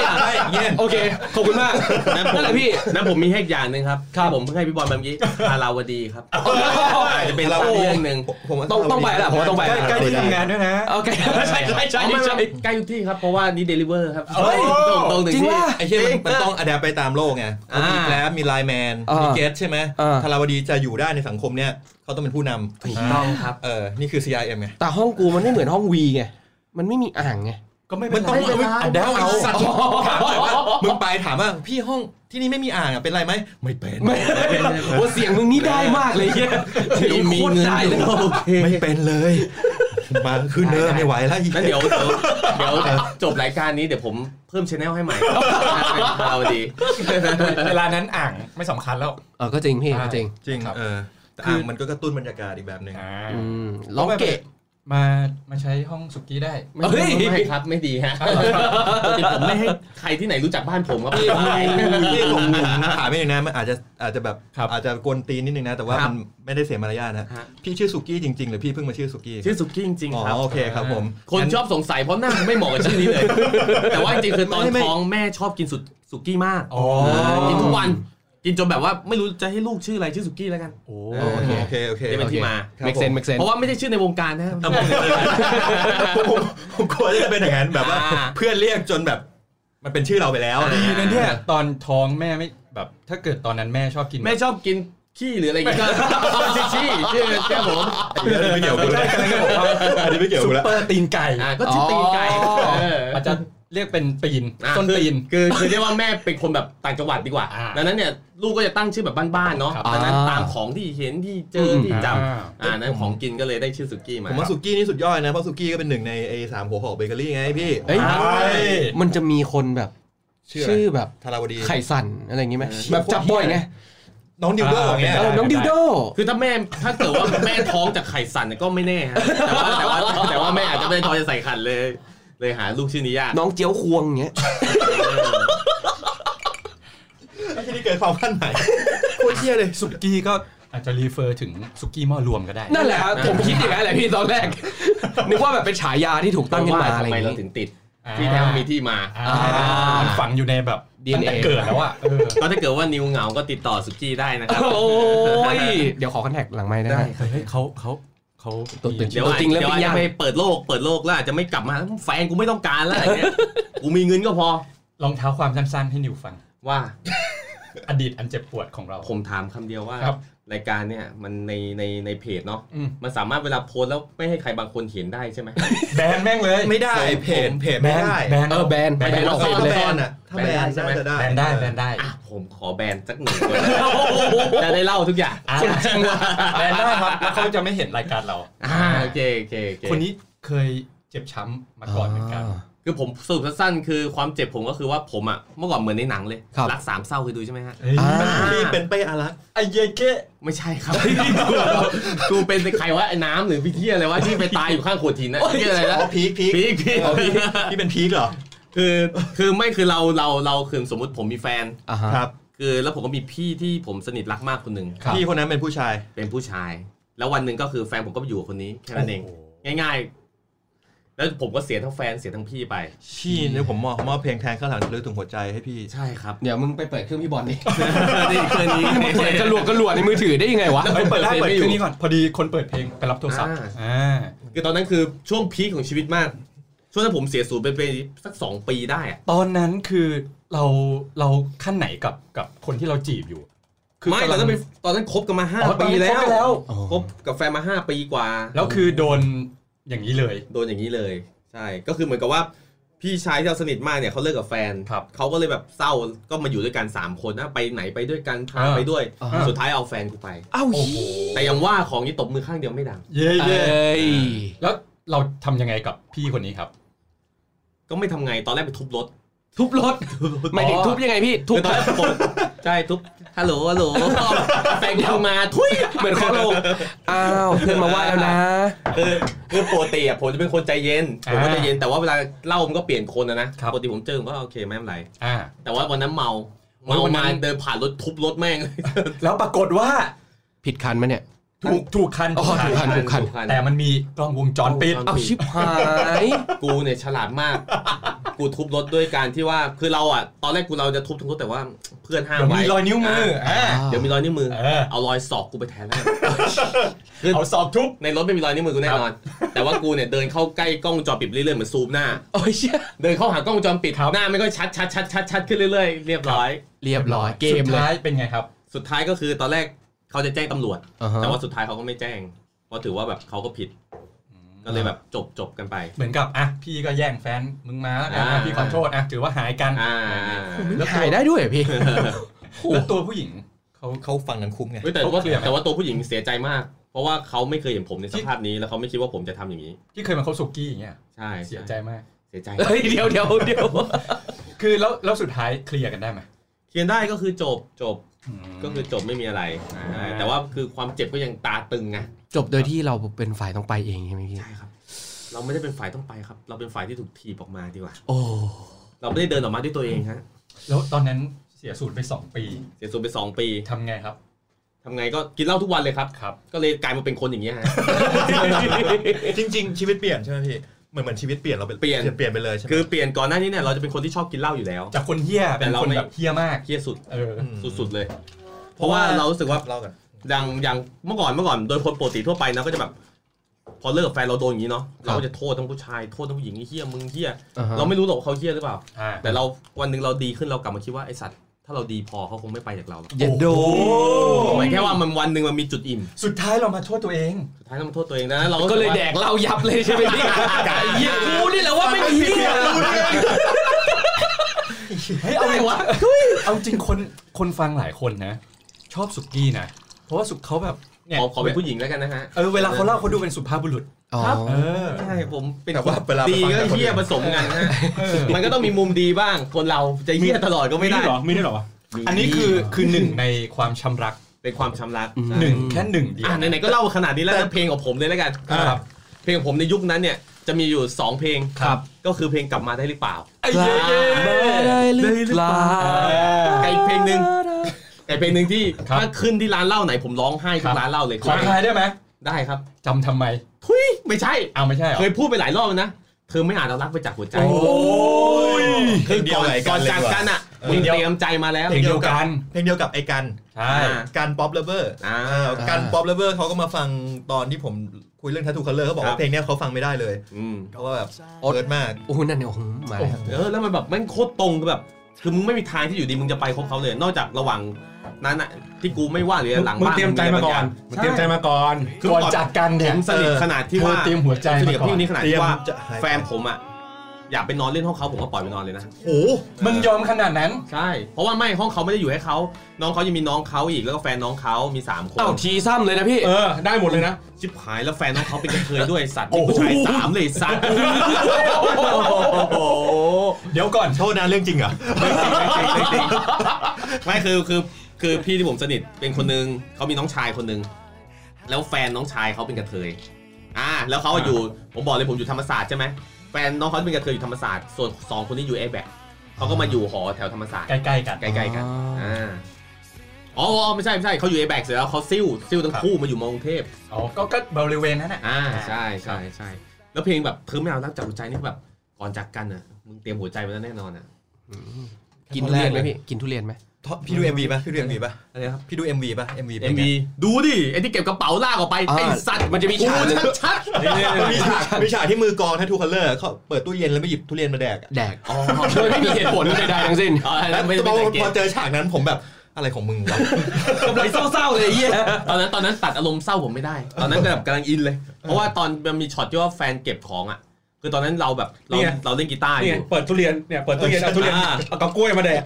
Speaker 4: งียน
Speaker 5: โอเค ขอบคุณมาก
Speaker 2: นั่นผม
Speaker 5: นั่นแหละพี่
Speaker 2: นั่นผมมีให้อีกอย่างหนึ่งครับที่ผมเพิ่งให้พี่บอลไปเมื่อกี้คาราวดีครับอาจจะเป็นสักเรื่องหนึ่ง
Speaker 4: ผมว่า
Speaker 5: ต้องต้องไปละผมว่าต้องไปละ
Speaker 4: ใกล้ที่ทำงานด้วยนะ
Speaker 5: โอเค
Speaker 2: ใช่ใช่ใช่ใกล้ทุกที่ครับ เพราะว่านี่เดลิเวอร์ครับ
Speaker 4: เฮ้ย
Speaker 2: ตรงตรงถึง
Speaker 5: จริง
Speaker 2: ที่
Speaker 5: ปะ
Speaker 4: ไอ้เชี่ยมันมันต้องอัดแอปไปตามโลกไง
Speaker 2: อ่ามี
Speaker 4: มีแกลบมีไลแมน
Speaker 5: อ่ามี
Speaker 4: มีเกสใช่ไหม
Speaker 5: อ่า
Speaker 4: ธาราวดีจะอยู่ได้ในสังคมเนี่ยเขาต้องเป็นผู้นำ
Speaker 2: ถูกต้องครับ
Speaker 4: เออ นี่คือ CRM ไง
Speaker 5: แต่ห้องกูมันไม่เหมือนห้องวีไง มันไม่มีอ่างไง
Speaker 6: ก็ไม่
Speaker 4: มั
Speaker 6: เป็นน
Speaker 4: ต้อง
Speaker 6: ไร
Speaker 4: เอาอัดแอปเอาสัตว์ถามหน่อยว่ามึงไปถามว่าพี่ห้องที่นี่ไม่มีอ่างอะเป็นไรไหม ไม่เป็น
Speaker 5: ไม่โอ้เสียงมึงนี่ได้มากเลยเฮียเสียงมึงโคตรได้เลย
Speaker 2: โอเค
Speaker 4: ไม่เป็นเลย มาขึ้นเนอไม่ไหวแล้วอีก
Speaker 2: งั้นเดี๋ยวเดี๋ยวเดี๋ยวจบรายการนี้เดี๋ยวผมเพิ่มชแนลให้ใหม่คาราวดี
Speaker 6: เวลานั้นอ่างไม่สำคัญแล้ว
Speaker 5: เออก็จริงพี่ก็จริง
Speaker 4: จริง
Speaker 6: ครับ
Speaker 4: เออแต่อ่างมันก็กระตุ้นบรรยากาศอีกแบบหนึ่ง
Speaker 6: อ่า
Speaker 5: อืมล็อกเกะ
Speaker 6: มามาใช้ห้องสุกี้ได้
Speaker 2: ไม่
Speaker 5: เฮ้ย
Speaker 2: ไม่ครับไม่ดีฮะปกติผมไม่ให้ใครที่ไหนรู้จักบ้านผมครับ
Speaker 4: นี่ผมถามไม่ได้นะมันอาจจะอาจจะแบบ
Speaker 6: ครับ
Speaker 4: อาจจะกวนตีนนิดนึงนะ แต่ว่า
Speaker 2: ครับ
Speaker 4: มันไม่ได้เสียมารยาทนะ
Speaker 2: ฮะ
Speaker 4: พี่ชื่อสุกี้จริงๆหรือพี่เพิ่งมาชื่อสุกี้
Speaker 2: ชื่อสุกี้จริง
Speaker 4: อ๋อ
Speaker 2: ๆครับ
Speaker 4: โอเคครับผม
Speaker 2: คน
Speaker 4: งั้
Speaker 2: ชอบสงสัยเพราะหน้าผมไม่เหมาะกับชื่อนี้เลย แต่ว่าจริงๆคือตอน
Speaker 4: ไม่ไม่
Speaker 2: ท้องแม่ชอบกินสุสุกี้มาก
Speaker 6: อ๋อ
Speaker 2: กินทุกวัน กินจนแบบว่าไม่รู้จะให้ลูกชื่ออะไรชื่อสุกี้แล้วกัน
Speaker 6: โอ้
Speaker 4: โอเคโอเคโอเค
Speaker 2: นี่เป็นที่มา
Speaker 4: ครับ
Speaker 5: เมกเซน
Speaker 4: ผ
Speaker 5: เมกเซน
Speaker 2: เพราะว่าไม่ได้ชื่อในวงการนะ
Speaker 4: ผมผมผมกลัวจะเป็นอย่างนั้นแบบว่า
Speaker 2: อ่า
Speaker 4: เพื่อนเรียกจนแบบมันเป็นชื่อเราไปแล้ว
Speaker 6: ดีนะเนี่ยตอนท้องแม่ไม่แบบถ้าเกิดตอนนั้นแม่ชอบกิน
Speaker 2: แม่ชอบกินขี้หรืออะไรอย่างเงี้ยชื่อชี้ชื่อแก้ผม
Speaker 4: อันนี้ไม่เกี่ยวกับกูเลยอันนี้ไม่เกี่ยวกับ
Speaker 6: ซุ
Speaker 4: กู
Speaker 6: ป
Speaker 4: แล้ว
Speaker 6: เปอร์ตีนไก่
Speaker 2: อ่าก็ชื่อตีนไก่เออ
Speaker 6: อาจจะเรียกเป็นตีน
Speaker 2: อ่ะ
Speaker 6: ต้นตีน
Speaker 2: คือคือคือเรียกว่าแม่เป็นคนแบบต่างจังหวัดดีกว่า
Speaker 6: อ่า
Speaker 2: ดังนั้นเนี่ยลูกก็จะตั้งชื่อแบบบ้านๆเนาะ
Speaker 6: ครับ
Speaker 2: ดังนั้นตามของที่เห็นที่เจออที่จำอ่านั้นของกินก็เลยได้ชื่อสุกี้มา
Speaker 4: ผมว่าสุกี้นี่สุดยอดนะเพราะสุกี้ก็เป็นหนึ่งในไอ้สามหัวหอกเบเกอรี่ไงพี่
Speaker 5: เอ้ย
Speaker 2: อ่า
Speaker 6: ใช่
Speaker 5: มันจะมีคนแบบ
Speaker 4: ชื่ออะไร
Speaker 5: ชื่อแบบ
Speaker 4: ธาราวดี
Speaker 5: ไข่สั่นอะไรอย่างงี้ไหมแบบจับบ่อยไง
Speaker 4: น้องดิวโด้อย่างเงี้ย
Speaker 5: เออน้องดิวโด
Speaker 2: คือถ้าแม่ถ้าเกิดว่า แม่ท้องจากไข่สันเนี่ยก็ไม่แน่ฮะแต่ว่าแต่ว่าแต่ว่าแม่อาจจะไม่ได้ท้องจะใส่ขันเลย เลยหาลูกชื่อนี้ยาก
Speaker 5: น้องเจียวควงอย่างเงี้ย
Speaker 4: ไม่ใช่ที่เกินความคาดหมายโคตรเชี่ยเลย
Speaker 6: สุกี้ก็อาจจะรีเฟอร์ถึงสุกี้หม้อรวมก็ได้
Speaker 5: นั่นแหละครับผมคิดอย่างนั้นแหละพี่ตอนแรก นึกว่าแบบเป็นฉายาที่ถูกตั้งขึ้นมา
Speaker 2: ว่า
Speaker 5: อะไรอ
Speaker 2: ทำไม
Speaker 5: ย่าง
Speaker 2: เรา
Speaker 5: งี้
Speaker 2: ถึงติด
Speaker 6: อ่า
Speaker 2: ที่แท้มันมีที่มา
Speaker 6: อ่า
Speaker 5: อ่ามั
Speaker 6: มันฝังอยู่ในแบบ
Speaker 5: DNA
Speaker 6: ตั้งแต่เกิดแล้วอ่ะเออ
Speaker 2: ก็ถ้าเกิดว่านิวเหงาก็ติดต่อสุกี้ได้นะครับ
Speaker 5: โอ้ย เดี๋ยวขอคอนแทคหลังไม้ได้ไหม
Speaker 6: เฮ้ยเขาเขาเขา
Speaker 5: ตัวตึง
Speaker 2: เดี๋ยว
Speaker 5: จริงแล้ว
Speaker 2: เดี๋ยว
Speaker 5: เป็นยัง
Speaker 2: อาจจะไปเปิดโลกเปิดโลกแล้วอาจจะไม่กลับมาแฟนกูไม่ต้องการแล้วอะไรเงี้ยกูมีเงินก็พอ
Speaker 6: ลองเท้าความสั้นๆให้นิวฟัง
Speaker 2: ว่า
Speaker 6: อดีตอันเจ็บปวดของเรา
Speaker 2: ผมถามคำเดียวว่า
Speaker 6: ครับ
Speaker 2: รายการเนี่ยมันในในในเพจเนาะ
Speaker 6: อืม
Speaker 2: มันสามารถเวลาโพสต์แล้วไม่ให้ใครบางคนเห็นได้ใช่ไหม
Speaker 6: แบนแม่งเลย
Speaker 4: ไม่ได้เพจเพจไม่ได้
Speaker 6: แบน
Speaker 5: เออแบน
Speaker 2: แบน
Speaker 5: แบนออ
Speaker 4: เรา
Speaker 5: ก
Speaker 4: เข้า
Speaker 5: เสร็จเลย
Speaker 4: ถ้าแบนอ่ะถ้าแบนน่าจะได้
Speaker 6: แบนได้แบนได้
Speaker 2: อ่ะผมขอแบนสักหนึ่งคนจะได้เล่าทุกอย่าง
Speaker 6: อ่ะจริงว่ะแบนได้ครับแล้วเขาจะไม่เห็นรายการเรา
Speaker 2: อ่าโอเคโอเคโอเค
Speaker 6: คนนี้เคยเจ็บช้ำมาก่อนเหมือนกัน
Speaker 5: อ่า
Speaker 2: คือผมสรุปสั้นๆคือความเจ็บผมก็คือว่าผมอ่ะเมื่อก่อนเหมือนในหนังเลย
Speaker 5: ครับ
Speaker 2: รักสามเศร้าเคยดูใช่ไหมฮะ
Speaker 6: เฮ้ย
Speaker 5: อ่า
Speaker 4: ที่เป็นเป้อารักษ์
Speaker 6: ไอเยเก้
Speaker 2: ไม่ใช่ครับ กูเป็นใครวะไอ้น้ำหรือพี่เที่ยอะไรวะที่ไปตายอยู่ข้างโขดหินนะไอ้เที่ยอะไรนะ
Speaker 4: อ๋อพีคพีค
Speaker 2: พีคพีค
Speaker 4: อ๋อคที่เป็นพีคเหรอ
Speaker 2: คือคือไม่คือเราเราเราคือสมมติผมมีแฟน
Speaker 5: อ่าฮะ
Speaker 4: ครับ
Speaker 2: คือแล้วผมก็มีพี่ที่ผมสนิทรักมากคนหนึ่ง
Speaker 5: ครับ
Speaker 4: พี่คนนั้นเป็นผู้ชาย
Speaker 2: เป็นผู้ชาย แล้ววันหนึ่งก็คือแฟนผมก็ไปอยู่กับคนนี้แค่นั้นเอง
Speaker 6: โโห
Speaker 2: ง่าย ๆ แล้วผมก็เสียทั้งแฟนเสียทั้งพี่ไป
Speaker 4: ชี่เดี๋ยวผมมอบมอบเพลงแทนข้างหลังลึกถึงหัวใจให้พี่
Speaker 2: ใช่ครับ
Speaker 5: เดี๋ยวมึงไปเปิดเครื่องพี่บอลดิ
Speaker 2: นี่คืนนี้
Speaker 5: มึงเปิดกระหลวกกระหลวกในมือถือได้ยังไงวะ
Speaker 6: เฮ้ยเปิดได้เปิด
Speaker 2: ไม่อ
Speaker 6: เครื่
Speaker 2: ยู่
Speaker 6: องนี้ก่อน พอดีคนเปิดเพลงไปรับโทรศัพท์
Speaker 2: อ่า
Speaker 6: อ่า
Speaker 2: คือตอนนั้นคือช่วงพีคของชีวิตมาก ช่วงนั้นผมเสียศูนย์ไปเป็นสักสองปีได้อะ
Speaker 6: ตอนนั้นคือเราเราขั้นไหนกับกับคนที่เราจีบอยู่ คื
Speaker 2: ไม่ต
Speaker 6: กำ
Speaker 2: อ
Speaker 6: ลั
Speaker 2: น
Speaker 6: ง
Speaker 2: นั้นเป็นตอนนั้นคบกันมาห้า
Speaker 6: อ๋อตอน
Speaker 2: ปี
Speaker 6: นั้น
Speaker 2: แล้ว
Speaker 6: คบกันแล้ว
Speaker 2: คบกับแฟนมาห้าปีกว่า
Speaker 6: แล้วคือโดนอย่างนี้เลย
Speaker 2: โดนอย่างนี้เลย ใช่ก็คือเหมือนกับว่า พี่ชายที่เราสนิทมากเนี่ยเขาเลิกกับแฟน
Speaker 6: ครับ
Speaker 2: เขาก็เลยแบบเศร้าก็มาอยู่ด้วยกันสามคนนะไปไหนไปด้วยกันพา
Speaker 6: อ่า
Speaker 2: ไปด้วย
Speaker 5: อ่า
Speaker 2: สุดท้ายเอาแฟนกูไป
Speaker 5: อ้าว
Speaker 2: แต่ยังว่าของนี้ตบมือข้างเดียวไม่ดัง
Speaker 6: เย้
Speaker 5: เอ้ย
Speaker 6: แล้วเราทำยังไงกับพี่คนนี้ครับ
Speaker 2: ก็ไม่ทำไงตอนแรกไปทุบรถ
Speaker 5: ทุบรถหมายถึงทุบยังไงพี่ทุบ
Speaker 2: คือตอนแรกผมใช่ทุบฮัลโหลฮัลโหลแฟนกูมาทุย
Speaker 5: เหมือนเคาะลงอ้าวเพื่อนมาไหว้แล้วนะ
Speaker 2: คือคือปกติอ่ะผมจะเป็นคนใจเย็นผมก็
Speaker 6: อ่า
Speaker 2: ใจเย็นแต่ว่าเวลาเล่ามันก็เปลี่ยนคนนะนะครับ ปกติผมเจอผมก็โอเคไม่เป็นไร
Speaker 6: อ่า
Speaker 2: แต่ว่าวันนั้นเมา
Speaker 6: โอ้ย
Speaker 2: เมา
Speaker 6: วันนั้
Speaker 2: มาน เดินผ่านรถทุบรถแม่งเลย
Speaker 6: แล้วปรากฏว่า
Speaker 5: ผิดคันไหมเนี่ย
Speaker 6: ถูกถูกคัน
Speaker 5: อ๋อถูกคัน
Speaker 6: แต่มันมีกล้องวงจรปิด
Speaker 5: เอาชิบหาย
Speaker 2: กูเนี่ยฉลาดมาก กูทุบรถด้วยการที่ว่าคือเราอ่ะตอนแรกกูเราจะทุบทุบรถแต่ว่าเพื่อนห้าม
Speaker 6: เดี๋ยว
Speaker 2: ไว้
Speaker 6: มีรอยนิ้วมืออ่า
Speaker 2: เดี๋ยวมีรอยนิ้วมือ
Speaker 6: เออ
Speaker 2: เอารอยศอกกูไปแทนแล้ว
Speaker 6: เอาสอบทุบ
Speaker 2: ในรถไม่มีรอยนิ้วมือกูแน่นอน แต่ว่ากูเนี่ยเดินเข้าใกล้กล้องวงจอปิดเรื่อยๆเหมือนซูมหน้า
Speaker 5: โอ้ยเชี่ย
Speaker 2: เดินเข้าหากล้องวงจอปิดหน้าไม่ก็ชัดชัดชัดชัดชัดขึ้นเรื่อยๆ เรียบร้อย
Speaker 5: เรียบร้อยเก
Speaker 6: สุ
Speaker 5: ม
Speaker 6: ด
Speaker 5: เล
Speaker 6: ท้าย
Speaker 5: ย
Speaker 6: เป็นไงครับ
Speaker 2: สุดท้ายก็คือตอนแรกเขาจะแจ้งตำรวจ
Speaker 5: อ่าฮะ
Speaker 2: แต่ว่าสุดท้ายเขาก็ไม่แจ้งเพราะถือว่าแบบเขาก็ผิด ก็เลยแบบจบจบกันไป
Speaker 6: เหมือนกับอ่ะพี่ก็แย่งแฟนมึงมาแล้วกัน
Speaker 2: อ่า
Speaker 6: อ่ะพี่ขอโทษอ่ะถือว่าหายกัน
Speaker 2: อ่า
Speaker 5: มันหายได้ด้วยเหรอพี่
Speaker 6: แล้วตัวผู้หญิง
Speaker 4: เขาเขาฟังกันคุ้มไง
Speaker 2: เฮ้ยแต่
Speaker 6: เขา
Speaker 2: ว่า
Speaker 6: เคลียร์ไหม
Speaker 2: แต่ว่าตัวผู้หญิงเสียใจมาก เพราะว่าเขาไม่เคยเห็นผมในสภาพนี้แล้วเขาไม่คิดว่าผมจะทำอย่างนี้
Speaker 6: ที่เคยมาเขาสุกี้อย่างเงี้ย
Speaker 2: ใช่
Speaker 6: เสียใจมาก
Speaker 2: เสียใจ
Speaker 5: เฮ้ยเดี๋ยวเดี๋ยวเดี๋ยว
Speaker 6: คือแล้วแล้วสุดท้ายเคลียร์กันได้ไหม
Speaker 2: เขียนได้ก็คือจบจบก็
Speaker 6: ก็
Speaker 2: คือจบไม่มีอะไรใช่แต่ว่าคือความเจ็บก็ยังตาตึงไง
Speaker 5: จบโดยที่เราเป็นฝ่ายต้องไปเองใช่ไหมพี่
Speaker 2: ใช่ครับ เราไม่ได้เป็นฝ่ายต้องไปครับ เราเป็นฝ่ายที่ถูกถีบออกมาดีกว่า
Speaker 5: โอ้
Speaker 2: เราไม่ได้เดินออกมาด้วยตัวเองฮะ
Speaker 6: แล้วตอนนั้นเสียศูนย์ไป 2 ปี
Speaker 2: เสียสูญไปสองปี
Speaker 6: ทำไงครับ
Speaker 2: ทำไงก็กินเหล้าทุกวันเลยครับ
Speaker 6: ครับ
Speaker 2: ก็เลยกลายมาเป็นคนอย่างเงี้ยฮะ
Speaker 4: จริง ๆ ชีวิตเปลี่ยนใช่ไหมพี่เหมือนเหมือนชีวิตเปลี่ยนเรา
Speaker 2: เปลี่ยน
Speaker 4: เปลี่ยนไปเลยใช่ไหม
Speaker 2: คือเปลี่ยนก่อนหน้านี้เนี่ยเราจะเป็นคนที่ชอบกินเหล้าอยู่แล้ว
Speaker 6: จากคนเฮี้ยเป็นคนแบบเฮี้ยมาก
Speaker 2: เครียดสุด
Speaker 6: เออ
Speaker 4: อืม
Speaker 2: สุดๆเลย เพราะว่าเรารู้สึกว่า
Speaker 4: เล่ากัน
Speaker 2: อย่างอย่างเมื่อก่อนเมื่อก่อนโดยคนปกติทั่วไปนะก็จะแบบ พอเลิกกับแฟนเราโดนอย่างนี้เนาะ
Speaker 5: ครับ
Speaker 2: เราก็จะโทษทั้งผู้ชายโทษทั้งผู้หญิงไอ้เฮี้ยมึงเฮี้ย
Speaker 5: อ่าฮะ
Speaker 2: เราไม่รู้หรอกว่าเขาเฮี้ยหรือเปล่า
Speaker 6: อ่า
Speaker 2: แต่เราวันหนึ่งเราดีขึ้นเรากลับมาคิดว่าไอสัตว์ถ้าเราดีพอเขาคงไม่ไปจากเราหรอก
Speaker 5: อย่าโดน
Speaker 2: หมายแค่ว่ามันวันหนึ่งมันมีจุดอิ่ม
Speaker 6: สุดท้ายเรามาโทษตัวเอง
Speaker 2: สุดท้ายต้องมาโทษตัวเองนะเรารู้
Speaker 5: ก็
Speaker 2: สึ
Speaker 5: เลย
Speaker 2: ว่า
Speaker 5: แดกเหล้ายับเลยใช่ไหมพี่เหี้ยกูนี่แหละว่าไม่มีเหี้ย
Speaker 6: เฮ้ยเอาไงวะเอาจริงคนคนฟังหลายคนนะ ชอบสุกี้นะ เพราะว่าสุกเขาแบบเนี่ย
Speaker 2: ขอขอเป็นผู้หญิงแล้วกันนะฮะ
Speaker 6: เออเวลาเขาเล่าเขาดูเป็นสุภาพบุรุษ
Speaker 5: อ๋อ
Speaker 6: เออ
Speaker 2: ใช่ผมเป็น
Speaker 4: แต่ว่าเวลา
Speaker 2: ดีก็เฮี้ยผสมกันนะฮะ
Speaker 6: เออ
Speaker 2: มันก็ต้องมีมุมดีบ้าง คนเราจะเฮี้ยตลอดก็ไม่
Speaker 7: มี
Speaker 2: ได้
Speaker 7: ด้วยเหรอมีด้วยเหรอวะ
Speaker 6: อันนี้คือคือหนึ่งในความชำรัก
Speaker 2: เป็นความชำรัก
Speaker 5: อืม
Speaker 2: ใช่
Speaker 6: หนึ่งแค่หนึ่งเดียว
Speaker 2: อ่ะไหนๆก็เล่าขนาดนี้แล้วนะเพลงของผมเลยแล้วกัน
Speaker 6: ครับ
Speaker 2: เพลงของผมในยุคนั้นเนี่ยจะมีอยู่ 2 เพลง
Speaker 6: ครับ
Speaker 2: ก็คือเพลงกลับมาได้หรือเปล่า
Speaker 5: กลับมาได้หรือเปล่า
Speaker 2: ไก่เพลงหนึ่งไก่เพลงหนึ่งที่
Speaker 6: ครับ
Speaker 2: ถ้าขึ้นที่ร้านเหล้าไหนผมร้องไห้
Speaker 6: ครั
Speaker 2: ทุ
Speaker 6: บ
Speaker 2: กร้านเหล้าเลย
Speaker 6: ขอทายได้ไหม
Speaker 2: ได้ครับ
Speaker 6: จำทำไม
Speaker 2: ทุยไม่ใช่
Speaker 6: เอาไม่ใช่เหรอ
Speaker 2: เคยพูดไปหลายรอบแล้วนะเธอไม่อาจเอารักไปจากหัวใจ
Speaker 4: ย
Speaker 2: คือ
Speaker 4: เดีย
Speaker 2: ก่
Speaker 4: ว
Speaker 2: อน
Speaker 4: ไหน
Speaker 2: ก่
Speaker 4: กั
Speaker 2: อน น
Speaker 4: เลย
Speaker 2: จาก
Speaker 4: ดีว่า
Speaker 2: กันอ่ะมึงเตรียมใจมาแล้ว
Speaker 6: เพลงเดียวกัน
Speaker 4: เพลงเดียวกับไอ้กัน
Speaker 6: ใช่
Speaker 2: อ่า
Speaker 4: การป๊อปเลเวอร์
Speaker 2: อ่า
Speaker 4: การป๊อปเลเวอร์เขาก็มาฟังตอนที่ผมคุยเรื่องทัตูคัลเลอร์เขาบอก
Speaker 2: ครั
Speaker 4: ว่า
Speaker 2: บ
Speaker 4: เพลงเนี้ยเขาฟังไม่ได้เลย
Speaker 2: อืม
Speaker 4: เขาว่าแบบเปิดมาก
Speaker 5: โอ้โหนั่นเนี่ยโอ้โหมาแล้ว
Speaker 2: เออแล้วมันแบบแมันโคตรตรงกับแบบคือมึงไม่มีทางที่อยู่ดีมึงจะไปคบเขาเลย นอกจากระหว่างนั้นอะที่กูไม่ว่าหรือหลัง
Speaker 7: มึง
Speaker 2: บ้าน
Speaker 7: เตรียมใจมาก่อนมึงเตรียมใจมาก่อน
Speaker 2: คือ
Speaker 6: ก่อน
Speaker 2: ก่อน
Speaker 6: จากกัน
Speaker 2: ผ
Speaker 6: เนี่ย
Speaker 2: มสนิทขนาดที่
Speaker 6: เธอ
Speaker 2: ว่า
Speaker 6: เตรียมหัวใจ
Speaker 2: ผสนิทกับ
Speaker 6: มาก่อน
Speaker 2: พี่คนนี้ขนาด
Speaker 4: เตรีย
Speaker 2: ที่
Speaker 4: ม
Speaker 2: ว่า
Speaker 4: จะหาย
Speaker 2: แฟนผมอ่ะอยากไปนอนเล่นห้องเขาผมก็ปล่อยไปนอนเลยนะ
Speaker 4: โอ้โห
Speaker 6: มึงยอมขนาดนั้น
Speaker 2: ใช่เพราะว่าไม่ห้องเขาไม่ได้อยู่ให้เขาน้องเขายังมีน้องเขาอีกแล้วก็แฟนน้องเขามีสามคน
Speaker 5: เอ้าทีซ้ำเลยนะพี่
Speaker 7: เออ ได้หมดเลยนะ
Speaker 2: ชิบหายแล้วแฟนน้องเขาเป็นกระเทยด้วยสัตว์มีผู้ชายสามเลยสัตว์โอ้โห
Speaker 6: เดี๋ยวก่อน
Speaker 4: โทษนะเรื่องจริงเหรอ
Speaker 2: ไม่คือคือคือพี่ที่ผมสนิทเป็นคนนึงเขามีน้องชายคนนึงแล้วแฟนน้องชายเขาเป็นกระเทยอ่าแล้วเขาอะอยู่ผมบอกเลยผมอยู่ธรรมศาสตร์ใช่ไหมแฟนน้องเขาเป็นกระเทยอยู่ธรรมศาสตร์ส่วนสองคนนี้อยู่เอแบ เขาก็มาอยู่หอแถวธรรมศาสตร์
Speaker 6: ใกล้ๆกัน
Speaker 2: ใกล้ๆกัน
Speaker 5: อ๋ออ่
Speaker 2: าอ๋ออ๋อไม่ใช่ไม่ใช่เขาอยู่ a อแบกเสร็จแล้วเขาซิ่วซิ่วทั้งคู่มาอยู่มากรุงเทพ
Speaker 6: อ๋อ ก็ก็บริเวณนั้นน่ะ
Speaker 2: อ่าใช่ใช่ใช่แล้วเพลงแบบเธอไม่เอารักจากหัวใจนี่แบบก่อนจากกันอ่ะมึงเตรียมหัวใจไว้แล้วแน่นอนอ่ะ
Speaker 5: กินทุเรียนไหมพี่ กินทุเรียนไหม
Speaker 4: พี่ดู MV ป่ะพี่ดู MV ป่ะ
Speaker 2: อะไรครับ
Speaker 4: พี่ดู MV ป่ะ MV เพลง
Speaker 2: MV
Speaker 4: เนี้ย
Speaker 2: ดูดิไอ้ที่เก็บกระเป๋าลากออกไป
Speaker 5: อ่า
Speaker 2: ไอ้สัตว์
Speaker 5: มันจะมีฉาก
Speaker 2: กูชัด
Speaker 4: มันมีฉากมีฉากที่มือกองทัตูคัลเลอร์เขาเปิดตู้เย็นแล้วไปหยิบทุเรียนมาแดกอะ
Speaker 5: แดก
Speaker 2: ๆอ๋อ
Speaker 5: โดยไม่มีเหตุผลใดๆทั้งสิ้น
Speaker 2: อ๋อ
Speaker 4: แล้
Speaker 2: แล้ววไม่ไม่
Speaker 4: พอ
Speaker 2: ได้เก
Speaker 4: พอ
Speaker 2: ม
Speaker 4: เจอฉากนั้นผมแบบอะไรของมึงวะ
Speaker 5: กำลังเศร้าๆเลยไอ้เหี้ย
Speaker 2: ตอนนั้นตอนนั้นตัดอารมณ์เศร้าผมไม่ได้ ตอนนั้นแบบกำลังอินเลย เพราะว่าตอนมันมีช็อตที่ว่าแฟนเก็บของอ่ะ คือตอนนั้นเราแบบเรา
Speaker 1: เนี่ย
Speaker 2: เราเล่นกีตาร์อ
Speaker 1: นี่ไง
Speaker 2: ยู่
Speaker 1: เปิดทุเรียนเนี่ยเปิดทุเรียนเอาทุเรียน
Speaker 2: อ่า
Speaker 1: เอากับกล้วยมาแดก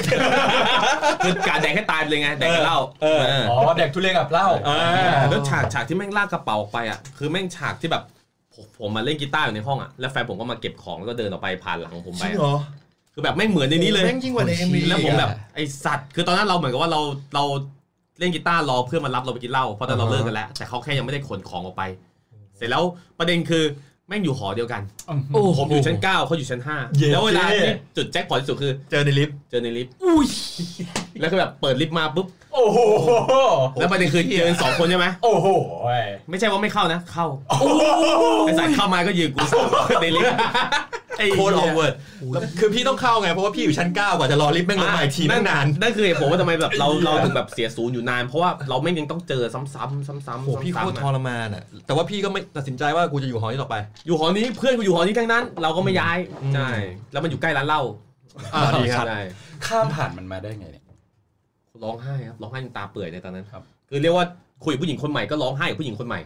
Speaker 2: คือการแดกให้ตายไปเลยไงแดกกับเหล้า
Speaker 1: เออ
Speaker 2: เออ
Speaker 6: อ๋อแดกทุเรียนกับเหล้า
Speaker 2: เออแล้วฉากฉากที่แม่งลากกระเป๋าออกไปอ่ะคือแม่งฉากที่แบบผมผมมาเล่นกีตาร์อยู่ในห้องอ่ะแล้วแฟนผมก็มาเก็บของแล้วก็เดินออกไปผ่านหลังผม
Speaker 4: จ
Speaker 2: ไป
Speaker 4: ริง
Speaker 2: อะ
Speaker 4: เหรอ
Speaker 2: คือแบบแม่งเหมือนในนี้เลย
Speaker 4: แม่งยิ่งกว่าในเอ็มวี
Speaker 2: แล้วผมแบบไอสัตว์คือตอนนั้นเราเหมือนกับว่าเราเราเล่นกีตาร์รอเพื่อนมารับเราไปกินเหล้าเพราะตอนเราเลิกกันแล้วแต่เขาแค่ยังไม่ได้ขนของออกไป เสร็จแล้วประเด็นคือแม่งอยู่หอเดียวกันผมอยู่ชั้นเก้าเขาอยู่ชั้นห้า
Speaker 6: เย้
Speaker 2: แล้วเวลาที่จุดแจ็คพอตที่สุดคือ
Speaker 4: เจอในลิฟต์
Speaker 2: เจอในลิฟต์แล้วก็แบบเปิดลิฟต์มาปุ๊บ
Speaker 6: โอ้โห
Speaker 2: แล้วประเด็นคือเจอกันสองคนใช่ไหม
Speaker 6: โอ้โห
Speaker 2: ไม่ใช่ว่าไม่เข้านะ เข้าไอสายเข้ามาก็ยืนกูสองคนในลิฟต์
Speaker 4: โคตรออกเวิร์ดคือพี่ต้องเข้าไงเพราะว่าพี่อยู่ชั้น9กว่าจะรอลิฟต์แม่งลงมาอีกทีแม่งนาน
Speaker 2: นั่นคือเหตุผลว่าทำไมแบบเราเราถึงแบบเสียศูนย์อยู่นาน เพราะว่าเราไม่งยังต้องเจอซ้ำๆซ้ำๆซ้ำ
Speaker 4: โอ้โหพี่โคตรทรมานอ่ะ แต่ว่าพี่ก็ไม่ตัดสินใจว่ากูจะอยู่หอนี้ต่อไป
Speaker 2: ๆอยู่หอนี้เพื่อนกูอยู่หอนี้ทั้งนั้น เราก็ไม่ย้ายใช่แล้วมันอยู่ใกล้ร้านเหล้า
Speaker 4: อ่าดีครับ
Speaker 2: ใช่
Speaker 6: ข้ามผ่านมันมาได้ไงเนี่ย
Speaker 2: ร้องไห้ครับร้องไห้จนตาเปื่อยในตอนนั้น
Speaker 6: ครับ
Speaker 2: คือเรียกว่าคุยกับผู้หญิงคนใหม่ก็ร้องไห้กับผู้หญิงคนใหม่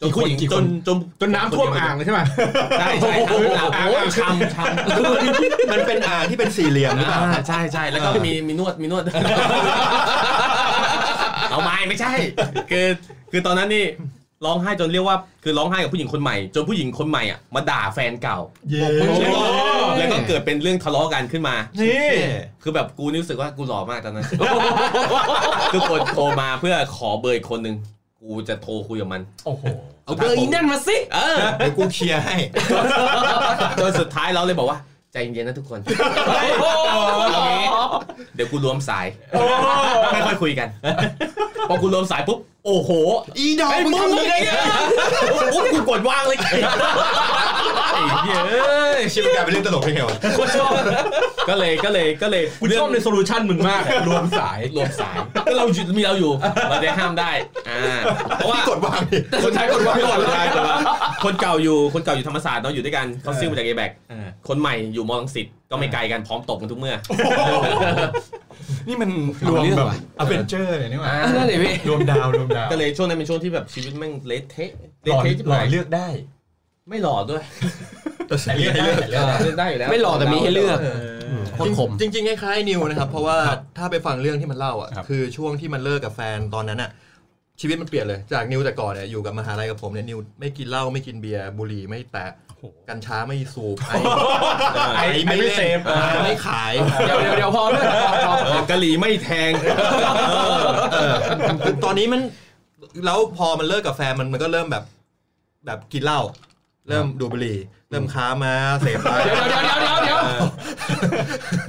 Speaker 2: จน
Speaker 6: กี่คน
Speaker 2: ผู้หญิง
Speaker 6: กี่
Speaker 2: จ
Speaker 6: คน
Speaker 2: นจน
Speaker 1: จนน้ำท่วมอ่างเลยใช่ไหม
Speaker 2: ใช่ใช่
Speaker 1: โอ้โห
Speaker 2: น้ำท่วมอ่างอ่างช้ำช้ำ
Speaker 4: มันเป็นอ่างที่เป็นสี่เหลี่ยมหรือเปล่า
Speaker 2: อ่าใช่ใช่แล้วก็มีมีนวดมีนวด เอาไม่ไม่ใช่คือคือตอนนั้นนี่ร้องไห้จนเรียกว่าคือร้องไห้กับผู้หญิงคนใหม่ จนผู้หญิงคนใหม่อ่ะมาด่าแฟนเก่า
Speaker 4: เย้
Speaker 2: แล้วก็แล้วก็เกิดเป็นเรื่องทะเลาะกันขึ้นมา
Speaker 4: นี่
Speaker 2: คือแบบกูนี่รู้สึกว่ากูหล่อมากตอน นั้น คือกดโทรมาเพื่อขอเบอร์อีกคนนึงกูจะโทรคุยกับมัน
Speaker 6: โอ้โห
Speaker 5: เอาเบอร์อีนั่นมาสิ
Speaker 2: เออ
Speaker 4: เดี๋ยวกูเคลียร์ให้
Speaker 2: จนสุดท้ายเราเลยบอกว่า ใจเย็นๆนะทุกคน เอางี้เดี๋ยวกูรวมสายไม่ค่อยคุยกัน พอกูรวมสายปุ๊บ โอ้โห
Speaker 4: อีดอก
Speaker 2: ไอ้
Speaker 4: มึ
Speaker 2: มึ
Speaker 4: ง
Speaker 2: งทำ
Speaker 4: ทำได้
Speaker 2: ได้
Speaker 4: ไง
Speaker 2: ไงโอ้ยกูกดว่างเลยไอ้เหี้ยเอ้ย
Speaker 4: ชิบกลายเป็นเรื่องตลกไปเหรอ
Speaker 2: กูชอบก็เลยก็เลยก็เลย
Speaker 1: กูชอบในโซลูชันมึงมากรวมสาย
Speaker 2: รวมสายก็เราอยู่มีเราอยู่เราได้ห้ามได้อ่าเพราะว่า
Speaker 4: พี่กดวางดิ
Speaker 2: คนไทยคนว่าคนไทยคนว่าคนเก่าอยู่คนเก่าอยู่ธรรมศาสตร์เนาะอยู่ด้วยกันเขาซิ่วมาจากเอแบกคนใหม่อยู่มอลังสิตก็ไม่ไกลกันพร้อมตบกันทุกเมื่อ
Speaker 6: นี่มัน
Speaker 5: รวมแบบ
Speaker 6: อเวนเจอร์เลยนี่หว่า
Speaker 5: อ่ะนั่นเลยพี่
Speaker 6: รวมดาวรวมดาว
Speaker 2: ก็เลยช่วงนั้นเป็นช่วงที่แบบชีวิตแม่งเละเทะ
Speaker 6: หล่
Speaker 2: เละ
Speaker 6: อ
Speaker 2: เทะที่
Speaker 6: หล่อ
Speaker 2: ไหน
Speaker 6: เลือกได้
Speaker 2: ไม่หล่อด้วย
Speaker 6: แต่เลือกได้แต่เลือก
Speaker 2: เลือก
Speaker 6: ได้
Speaker 2: ได้อยู่แล้ว
Speaker 5: ไม่หล่อแต่มีให้เลือก โคตรขม
Speaker 4: จริงจริงๆคล้ายๆนิวนะครับ เพราะว่าถ้าไปฟังเรื่องที่มันเล่าอ่ะ
Speaker 6: ครับ
Speaker 4: คือช่วงที่มันเลิกกับแฟนตอนนั้นอ่ะชีวิตมันเปลี่ยนเลยจากนิวแต่ก่อนเนี่ยอยู่กับมหาลัยกับผมเนี่ยนิวไม่กินเหล้าไม่กินเบียร์บุหรี่ไม่แตะกัญชาไม่สูบไอ้
Speaker 2: ไอ้
Speaker 4: ไอ้ไม่
Speaker 1: ไม่
Speaker 4: เล่น
Speaker 1: เสพ
Speaker 4: ไอ้ไม่ขาย
Speaker 5: เดี๋ยวเดี๋ยวเดี๋ยวพอด้วยพอพอ
Speaker 2: เออกะหรี่ไม่แทง
Speaker 4: เออตอนนี้มันแล้วพอมันเลิกกับแฟนมันมันก็เริ่มแบบ แบบกินเหล้าเริ่มดูดบุหรี่ เริ่มค้ามาเสพไป
Speaker 5: เดี๋ยวเดี๋ยวเดี๋ยวเดี๋ยวเดี๋ยว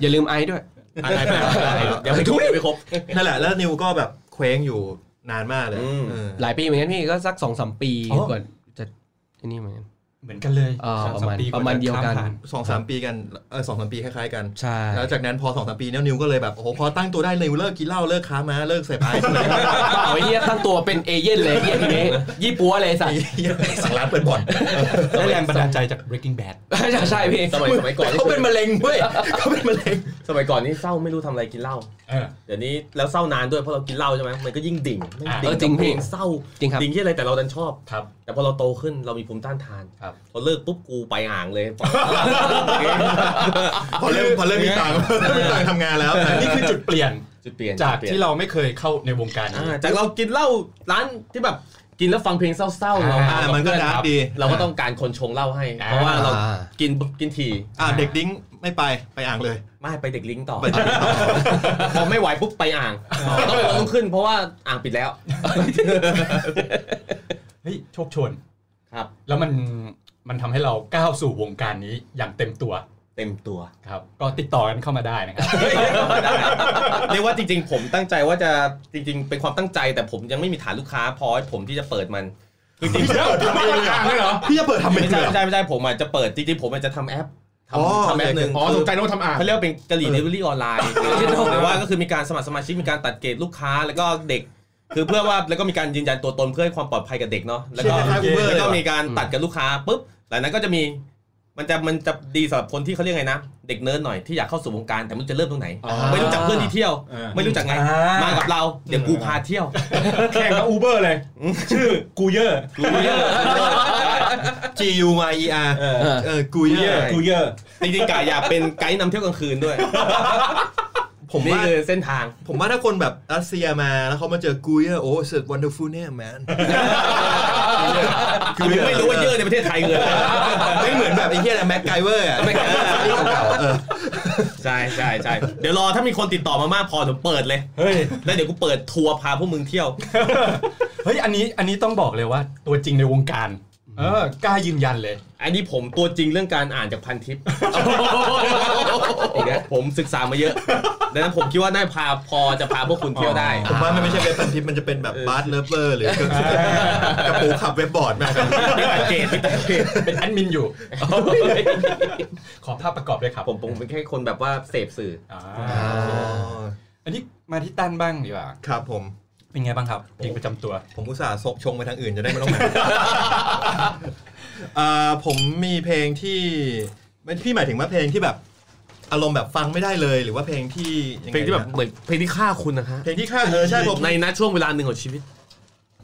Speaker 5: อย่าลืมไอซ์ด้วย
Speaker 4: อะไรแบบ
Speaker 2: เดี๋ยวไปทุบเดี๋ยวไปครบ
Speaker 4: นั่นแหละ แล้วนิวก็แบบเคว้งอยู่นานมากเลย
Speaker 2: อืม
Speaker 4: เออ
Speaker 5: หลายปีเหมือนกันพี่ก็สักสองสามปี
Speaker 6: อ๋อ
Speaker 5: ก่อนจะอันนี้เหมือนกัน
Speaker 6: เหมือนกันเลย
Speaker 5: อ่าประมาณ
Speaker 6: ส
Speaker 5: ประมาณเดียวกัน
Speaker 6: ข้ผ่า
Speaker 4: สองสามปีกันเออสองสามปีคล้ายๆกัน
Speaker 5: ใช่
Speaker 4: แล้วจากนั้นพอสองสามปีเนี่ยนิวก็เลยแบบโอ้โหพอตั้งตัวได้นิวเลิกกินเหล้าเลิกค้ามาเลิกเสพไอซ์เลย
Speaker 5: เปล่าไอ้เหี้ยตั้งตัวเป็นเอเย่นเลยไอ้เหี้ยทีนี้ยี่ปัวเลยสัตว์
Speaker 4: สังร้านเปิดบ่อน
Speaker 6: ได้แรงบันดาลใจจาก breaking bad
Speaker 5: ใช่ใช่พี่
Speaker 2: สมัยสมัยก่อน
Speaker 4: เขาเป็นมะเร็งเว้ยเขาเป็นมะเร็ง
Speaker 2: สมัยก่อนนี่เศร้าไม่รู้ทำอะไรกินเหล้าเดี๋ยวนี้แล้วเศร้านานด้วยเพราะเรากินเหล้าใช่ไหมมันก็ยิ่งดิ่งแม่
Speaker 6: อ่า
Speaker 5: เอ
Speaker 2: ดิ่
Speaker 5: อจริง
Speaker 2: เพล
Speaker 5: พี่
Speaker 2: งเศร้า
Speaker 5: จริงครับ
Speaker 2: ดิ่งที่อะไรแต่เราดันชอบ
Speaker 6: ครับ
Speaker 2: แต่พอเราโตขึ้นเรามีภูมิต้านทาน
Speaker 6: ครับ
Speaker 2: พอเลิกปุ๊บกูไปห่างเลย
Speaker 4: พอเริ่มพอเริ่มมีตังค์เริ่มมีตังค์ทำงานแล้ว
Speaker 6: นี่คือจุดเปลี่ยน
Speaker 2: จุดเปลี่ยน
Speaker 6: จาก
Speaker 2: จุดเปลี่ยน
Speaker 6: ที่เราไม่เคยเข้าในวงการนี้
Speaker 2: อ่าจากเรากินเหล้าร้านที่แบบกินแล้วฟังเพลงเศร้าๆเรา
Speaker 4: อ่า
Speaker 2: อ่า
Speaker 4: มันก็ดาร์กดี
Speaker 2: เราก็ต้องการคนชงเหล้าให้ เพราะว่าเรากินกินที
Speaker 4: อ่าเด็กดิ้งไม่ไปไปอ่างเลย
Speaker 2: ไม่ไปเด็กลิงก์ต่อ
Speaker 4: ไปเด็กลิงก์ต่อ
Speaker 2: พอไม่ไหวปุ๊บไปอ่างต้องไปวันรุ่งขึ้นเพราะว่าอ่างปิดแล้ว
Speaker 6: เฮ้ยโชคชน
Speaker 2: ครับ
Speaker 6: แล้วมันมันทำให้เราก้าวสู่วงการนี้อย่างเต็มตัว
Speaker 2: เต็มตัว
Speaker 6: ครับ ก็ติดต่อกันเข้ามาได้นะครับ
Speaker 2: เรียกว่าจริง ๆ ผมตั้งใจว่าจะจริง ๆ เป็นความตั้งใจแต่ผมยังไม่มีฐานลูกค้าพอให้ผมที่จะเปิดมันคือจริงๆ
Speaker 4: พี่จะเปิดทำเป็น
Speaker 2: ไม่
Speaker 4: เล
Speaker 2: ใช่
Speaker 4: ยเหร
Speaker 2: ไม่
Speaker 4: อ
Speaker 2: ใช่ไม่ใช่ผมอาจจะเปิดจริงๆผมอาจจะทำแอป
Speaker 4: อ๋อ
Speaker 2: ทำทำแอปหนึ่ง
Speaker 1: อ๋อสนใจน้องทำอ่าง
Speaker 2: เขาเรียกว่าเป็นกะหรี่เดลิเวอรี่ออนไลน์หรือว่าก็คือมีการสมัครสมาชิกมีการตัดเกรดลูกค้าแล้วก็เด็ก คือเพื่อว่าแล้วก็มีการยืนยันตัวตนเพื่อให้ความปลอดภัยกับเด็กเนาะแล้วก็
Speaker 4: ใช่คล้ายๆ Uber
Speaker 2: แล้วก็
Speaker 4: เลยเหรอ
Speaker 2: มีการตัดกับลูกค้าปุ๊บหลังนั้นก็จะมีมันจะมันจะดีสำหรับคนที่เขาเรียกไงนะ เด็กเนิร์ดหน่อยที่อยากเข้าสู่วงการแต่ไม่รู้จะเริ่มตรงไหน ไม่รู้จักเพื่อนที่เที่ยว ไม่รู้จักไง
Speaker 6: อ่าม
Speaker 2: มากับเราเดี๋ยวกูพาเที่ยว
Speaker 1: แข่งกับอูเบอร์เลย ชื่อกูเยอร์
Speaker 2: กูเยอะ
Speaker 4: G U Y E R
Speaker 2: เออ
Speaker 4: เออกูเย
Speaker 2: กูเย่
Speaker 4: อะ
Speaker 1: กูเยอะ
Speaker 2: จริงๆกะอยากเป็นไกด์นำเที่ยวกลางคืน ด้วย
Speaker 4: ผม
Speaker 2: นี่
Speaker 4: ว่า
Speaker 2: คือเส้นทาง
Speaker 4: ผมว่าถ้าคนแบบรัสเซียมาแล้วเขามาเจอกูเยอะโอ้สุดวันเดอร์ฟูลเนี่ยแมน
Speaker 2: คือไม่รู้ว่าเยอะในประเทศไทยเงินอะ ไร
Speaker 4: ไม่เหมือนแบบไอ้เหี้ยแม็กไกเวอร์อะ
Speaker 2: ไม่เออ
Speaker 4: ที่เก่าๆอะเออ
Speaker 2: ใช่ใช่ใช่ เดี๋ยวรอถ้ามีคนติดต่อมามากพอผมเปิดเลย
Speaker 6: เฮ้ย
Speaker 2: แล้วเดี๋ยวกูเปิดทัวร์พาพวกมึงเที่ยว
Speaker 6: เฮ้ย อันนี้อันนี้ต้องบอกเลยว่าตัวจริงในวงการ เออกล้ายืนยันเลย
Speaker 2: อันนี้ผมตัวจริงเรื่องการอ่านจากพัน ทิปอีกแล้วผมศึกษามาเยอะดังนั้นผมคิดว่าน่าพาพอจะพาพวกคุณเที่ยวได้
Speaker 4: ผมว่ามันไม่ใช่เว็บพันทิปมันจะเป็นแบบบาร์เลเวอร์หรือกระปูขับเว็บบอร์ดมากกัน
Speaker 2: ไม่ตัดเกตไม่ตัดเกต
Speaker 6: เป็นแอดมินอยู่ ขอภาพประกอบด้วยครับ
Speaker 2: ผมผมเป็นแค่คนแบบว่าเสพสื่อ
Speaker 6: อ่า
Speaker 4: อ๋อ
Speaker 6: อันนี้มาที่ตันบ้างดีกว่า
Speaker 4: ครับผม
Speaker 6: เป็นไงบ้างครับเพลงประจำตัว
Speaker 4: ผมอุตส่าห์ซกชงไปทางอื่นจะได้ไม่ต้องมา เอ่อผมมีเพลงที่ไม่พี่หมายถึงว่าเพลงที่แบบ อารมณ์แบบฟังไม่ได้เลยหรือว่าเพลงที่ยังไงนะ
Speaker 2: เพลงที่แบบเหมือนเพลงที่ฆ่าคุณนะฮะ
Speaker 4: เพลงที่ค่าเออใช่ผม
Speaker 2: ในณช่วงเวลาหนึ่งของชีวิต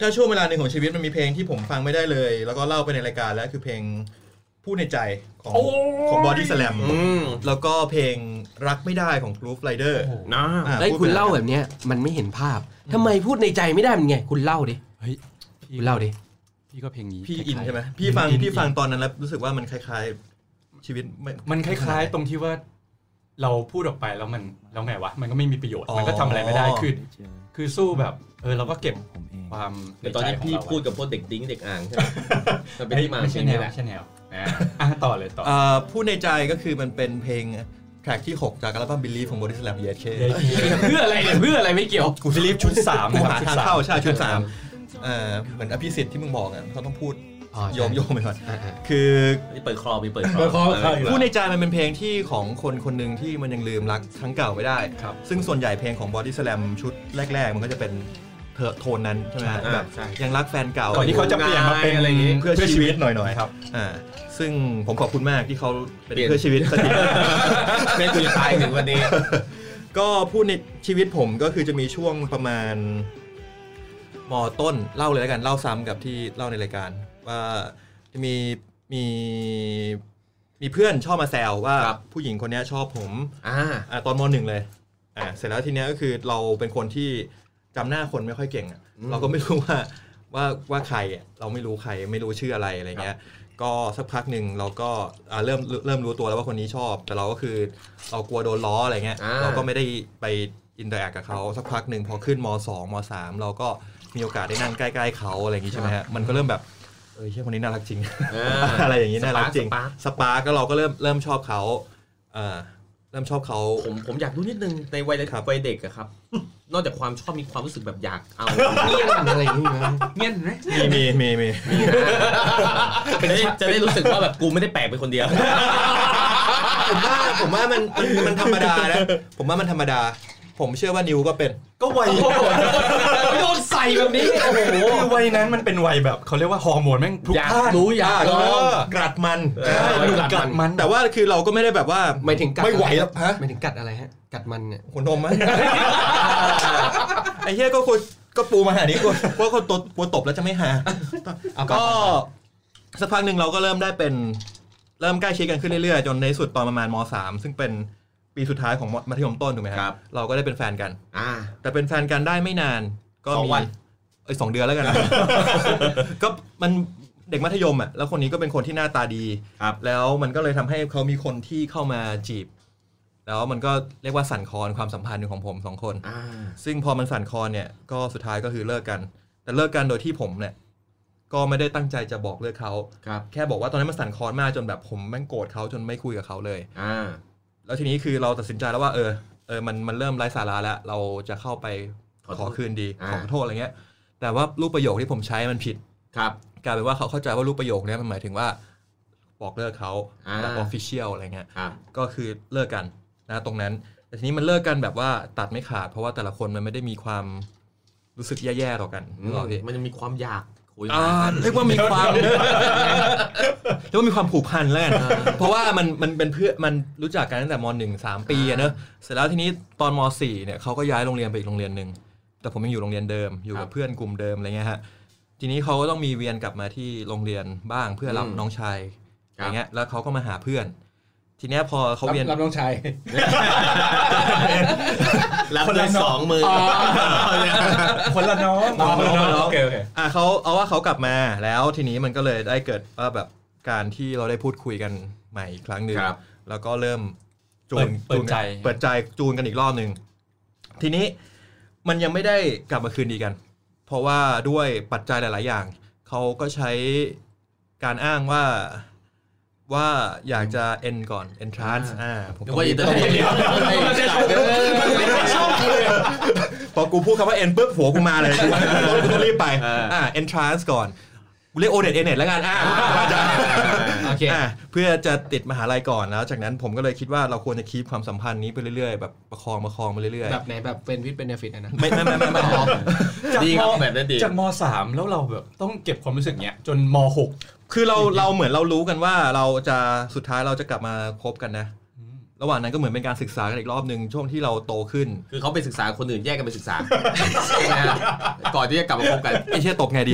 Speaker 4: ถ้าช่วงเวลาหนึ่งของชีวิตมันมีเพลงที่ผมฟังไม่ได้เลย แล้วก็เล่าไปในรายการแล้วคือเพลงพูดในใจของของบอดี้สแลม
Speaker 2: อืม
Speaker 4: แล้วก็เพลงรักไม่ได้ของกรูฟไรเดอร์
Speaker 2: นะ
Speaker 5: ได้คุณเล่าแบบเนี้ยมันไม่เห็นภาพทำไมพูดในใจไม่ได้มันไง คุณเล่าดิ
Speaker 6: เฮ้ย
Speaker 5: คุณเล่าดิ
Speaker 6: พี่ก็เพลงนี้
Speaker 4: พี่
Speaker 6: คล้ายๆ
Speaker 4: อินใช่ไหมพี่ฟัง
Speaker 6: อิน
Speaker 4: พี่ฟัง
Speaker 6: อิ
Speaker 4: ตอนนั้นแล้วรู้สึกว่ามันคล้ายๆ ชีวิตไม่
Speaker 6: นมันคล้าย ๆ ตรงที่ว่า เราพูดออกไปแล้วมันแล้วไงวะ มันก็ไม่มีประโยชน์ มันก็ทำอะไรไม่ได้ คือ คือสู้แบบ เออเราก็เก็บความใ
Speaker 2: แต่ตอนนี้
Speaker 6: ใจขง
Speaker 2: พี่
Speaker 6: เราไว้
Speaker 2: พูดกับพวกเด็กดิ้งเด็กอ่างใช่ไหม มันเป็น
Speaker 6: เฮ้ย
Speaker 2: ที่มา
Speaker 6: ไม่
Speaker 2: เพล
Speaker 6: ใช่
Speaker 2: ง
Speaker 6: แน
Speaker 2: นี้
Speaker 6: ว
Speaker 2: แหละ
Speaker 6: ไม่ใช่แนวอ่ะอ่ะต่อเลยต่อ
Speaker 4: เอ่อพูดในใจก็คือมันเป็นเพลงแทร็กที่ 6 จากอัลบั้มบิลลี่ของบริสแลมเยสเค
Speaker 5: เพื่ออะไรเนี่ยเพื่ออะไรไม่เกี่ยว
Speaker 6: กูจะรีบชุดสาม
Speaker 4: กู
Speaker 6: นะครับ
Speaker 4: หาทาง
Speaker 6: ชุดสาม
Speaker 4: เข้าใช่ชุดสามเอ่อเหมือนอภิสิทธิ์ที่มึงบอกอ่ะเขาต้องพูด
Speaker 5: อ๋อใช่
Speaker 4: โยมโยมไปก่อนคือ
Speaker 2: นี่เปิดคลอมีเปิดคลอ
Speaker 1: เปิดคอร์สเข้าอีก
Speaker 4: พูด
Speaker 1: แล้ว
Speaker 4: ในใจมันเป็นเพลงที่ของคนคนหนึ่งที่มันยังลืมรักครั้งเก่าไม่ได้
Speaker 6: ครับ
Speaker 4: ซึ่งส่วนใหญ่เพลงของบอดี้สแลมชุดแรก ๆ มันก็จะเป็นเถอะโทนนั้นใช่ไหมฮะ
Speaker 2: อ่า
Speaker 4: แบบ
Speaker 2: ใช่
Speaker 4: ยังรักแฟนเก่า
Speaker 6: ก่อนที่เขาจะเปลี่ยนมาเป็น
Speaker 2: อะไรอย่างงี้
Speaker 4: เพื่อชีวิตหน่อยๆ
Speaker 6: ครับ
Speaker 4: อ่า ซึ่งผมขอบคุณมากที่เขาเป็น
Speaker 2: เปลี่ยน
Speaker 4: เพื่อชีวิตสัก ที
Speaker 2: แม่กูจะตายถึงวันนี้
Speaker 4: ก็พูดในชีวิตผมก็คือจะมีช่วงประมาณมต้นเล่าเลยแล้วกันเล่าซ้ำกับที่เล่าในรายการ ว่าจะมีมีมีเพื่อนชอบมาแซวว่า
Speaker 2: ครับ
Speaker 4: ผู้หญิงคนเนี้ยชอบผม
Speaker 2: อ่า
Speaker 4: อ่ะตอนมหนึ่งเลยอ่ะเสร็จแล้วทีเนี้ยก็คือเราเป็นคนที่จำหน้าคนไม่ค่อยเก่งอ่ะ
Speaker 2: อืม
Speaker 4: เราก็ไม่รู้ว่า ว่าว่าใครอ่ะเราไม่รู้ใครไม่รู้ชื่ออะไรอะไรเงี้ย ก็สักพักหนึ่งเราก็อ่ะเริ่มเริ่มรู้ตัวแล้วว่าคนนี้ชอบ แต่เราก็คือเรากลัวโดนล้ออะไรเงี้ย
Speaker 2: อ่า
Speaker 4: เราก็ไม่ได้ไปอินเตอร์แอคกับเขาสักพักหนึ่งพอขึ้นมสองมสามเราก็มีโอกาสได้นั่งใกล้ๆเขาอะไรอย่างงี้ใช่ไหมฮะมันก็เริ่มแบบเออเชื่อคนนี้น่ารักจริง
Speaker 2: อ่า
Speaker 4: อะไรอย่างงี้น่ารักจริง
Speaker 2: สปาร์ค
Speaker 4: สปาร์คก็เราก็เริ่มเริ่มชอบเขาอ่าเริ่มชอบเขา
Speaker 2: ผมผมอยากรู้นิดนึงในวัยเด็ก
Speaker 4: ครับ
Speaker 2: วัยเด็กอะครับ นอกจากความชอบมีความรู้สึกแบบอยากเอา
Speaker 5: เงียบอะไรอย่างงี้นะ
Speaker 1: เงี้ยไหม
Speaker 4: มีมีมีมี
Speaker 2: จะได้จะได้รู้สึกว่าแบบกูไม่ได้แปลกไปคนเดียว
Speaker 4: ผมว่าผมว่ามันมันมันธรรมดานะ ผมว่ามันธรรมดา ผมเชื่อว่านิวก็เป็น
Speaker 6: ก็วัย
Speaker 5: โดนใส่แบบนี้ โอ้โห
Speaker 6: คือวัยนั้นมันเป็นวัยแบบเขาเรียกว่าฮอร์โมนแม่งพลุก
Speaker 2: อยาก
Speaker 6: พล่าน
Speaker 2: รู้อยากลอง
Speaker 4: กรัดมัน
Speaker 2: เออ
Speaker 4: หนุ่ม
Speaker 6: กัดมัน
Speaker 4: แต่ว่าคือเราก็ไม่ได้แบบว่า
Speaker 5: ไม่ถึงกัด
Speaker 4: ไม่ไหวแล้วฮะ
Speaker 5: ไม่ถึงกัดอะไรฮะ กัดมันเนี่ย
Speaker 4: หัวนมมั้ยไอ้เหี้ยก็คนก็ปูมาหานี้กูว่าคนตบกูตบแล้วจะไม่หา ก็สักพักหนึ่งเราก็เริ่มได้เป็น เริ่มใกล้ชิดกันขึ้นเรื่อยๆ จนในสุดตอนประมาณมสามซึ่งเป็นปีสุดท้ายของมัธยมต้นถูกไหม
Speaker 2: ครับ
Speaker 4: เราก็ได้เป็นแฟนกัน
Speaker 2: อ่า
Speaker 4: แต่เป็นแฟนกันได้ไม่นานก็
Speaker 2: สอง
Speaker 4: มี
Speaker 2: วัน
Speaker 4: เอ้ยสองเดือ นแล้วกันนะ ก็มันเด็กมัธยมอ่ะแล้วคนนี้ก็เป็นคนที่หน้าตาดี
Speaker 2: ครับ
Speaker 4: แล้วมันก็เลยทำให้เขามีคนที่เข้ามาจีบ แล้วมันก็เรียกว่าสั่นคลอนความสัมพันธ์ของผมสองคน
Speaker 2: อ่า
Speaker 4: ซึ่งพอมันสั่นคลอนเนี่ยก็สุดท้ายก็คือเลิกกัน แต่เลิกกันโดยที่ผมเนี่ยก็ไม่ได้ตั้งใจจะบอกเลิกเขา
Speaker 2: ครับ
Speaker 4: แค่บอกว่าตอนนั้นมันสั่นคลอนมากจนแบบผมแม่งโกรธเขาจนไม่คุยกับเขาเลย
Speaker 2: อ่า
Speaker 4: แล้วทีนี้คือเราตัดสินใจแล้วว่าเออเออมันมันเริ่มไร้สาระแล้ว เราจะเข้าไป
Speaker 2: ขอโทษ
Speaker 4: ขอคืนดี
Speaker 2: อ่า
Speaker 4: ขอโทษอะไรเงี้ย แต่ว่ารูปประโยคที่ผมใช้มันผิด
Speaker 2: ครับ
Speaker 4: กลายเป็นว่าเขาเข้าใจว่ารูปประโยคเนี้ยมันหมายถึงว่าบอกเลิกเขา
Speaker 2: อ่า
Speaker 4: แบบออฟฟิเชียลอะไรเงี้ย
Speaker 2: ครับ
Speaker 4: ก็คือเลิกกันนะตรงนั้น แต่ทีนี้มันเลิกกันแบบว่าตัดไม่ขาด เพราะว่าแต่ละคนมันไม่ได้มีความรู้สึกแย่ๆต่อกันนึกออกพี่
Speaker 2: มันยังมีความอยากคุย
Speaker 4: อ่าเรียกว่ามีความ เรียกว่ามีความผูกพันแล้วกัน เพราะว่ามันมันเป็นเพื่อนมันรู้จักกันตั้งแต่มหนึ่งสามปีอะเนอะเสร็จแล้วทีนี้ตอนมสี่เนี่ยเขาก็ย้ายโรงเรียนไปอีกโรงเรียนหนึ่งแต่ผมยังอยู่โรงเรียนเดิมอยู่กับเพื่อนกลุ่มเดิมอะไรเงี้ยฮะ ทีนี้เขาก็ต้องมีเวียนกลับมาที่โรงเรียนบ้างเพื่อรับ
Speaker 2: อืม
Speaker 4: น้องชาย
Speaker 2: ครั
Speaker 4: อ
Speaker 2: บ
Speaker 4: ย่างเงี้ยแล้วเขาก็มาหาเพื่อน ทีเนี้ยพอเขา
Speaker 1: รับ
Speaker 4: เวียน
Speaker 1: รับน้องชาย
Speaker 2: รับด้วยสองมืออ
Speaker 1: คนละน้อง
Speaker 4: อ๋อน้องน้อง
Speaker 1: โอเคโอเค
Speaker 4: อ่ะเขาเอาว่าเขากลับมาแล้วทีนี้มันก็เลยได้เกิดว่าแบบการที่เราได้พูดคุยกันใหม่อีกครั้งหนึ่ง
Speaker 2: ครับ
Speaker 4: แล้วก็เริ่มจูน
Speaker 6: เปิดเปิดใจ
Speaker 4: เปิดใจจูนกันอีกรอบหนึ่งทีนี้มันยังไม่ได้กลับมาคืนดีกัน เพราะว่าด้วยปัจจัยหลาย ๆ อย่างเขาก็ใช้การอ้างว่าว่าอยากจะ end ก่อน entrance อ่าผม
Speaker 2: นึกว่าอินเตอร์เน็ต
Speaker 4: พอกูพูดคำว่า end ปุ๊บหัวกูมาเลยกูต้องรีบไป
Speaker 2: เอออ่
Speaker 4: อ่า entrance ก่อนกูเรียก o d e t n e t แล้วกันอ่า
Speaker 5: โอเค
Speaker 4: อ่ะเพื่อจะติดมหาลัยก่อนแล้ว จากนั้นผมก็เลยคิดว่าเราควรจะคีบความสัมพันธ์นี้ไปเรื่อยๆแบบประคองประคองไปเรื่อย
Speaker 5: แบบไหนแบบเป็นวิทย์เป็นเนฟิตอะนะ
Speaker 4: ๆไม่ไม่ไม่ไม่ไม่ ไม่
Speaker 2: ดีครับ
Speaker 6: ม
Speaker 2: แบบนั้นดี
Speaker 6: จากมสามแล้วเราแบบต้องเก็บความรู้สึกเนี้ยจนมหก
Speaker 4: คือเราเราเหมือนเรารู้กันว่าเราจะสุดท้ายเราจะกลับมาคบกันนะ ระหว่างนั้นก็เหมือนเป็นการศึกษากันอีกรอบหนึ่งช่วงที่เราโตขึ้น
Speaker 2: คือเขาไปศึกษาคนอื่นแยกกันไปศึกษา นะฮะก่อนที่จะกลับมาพบกัน
Speaker 4: ไอ้เชี่ยตบไงดี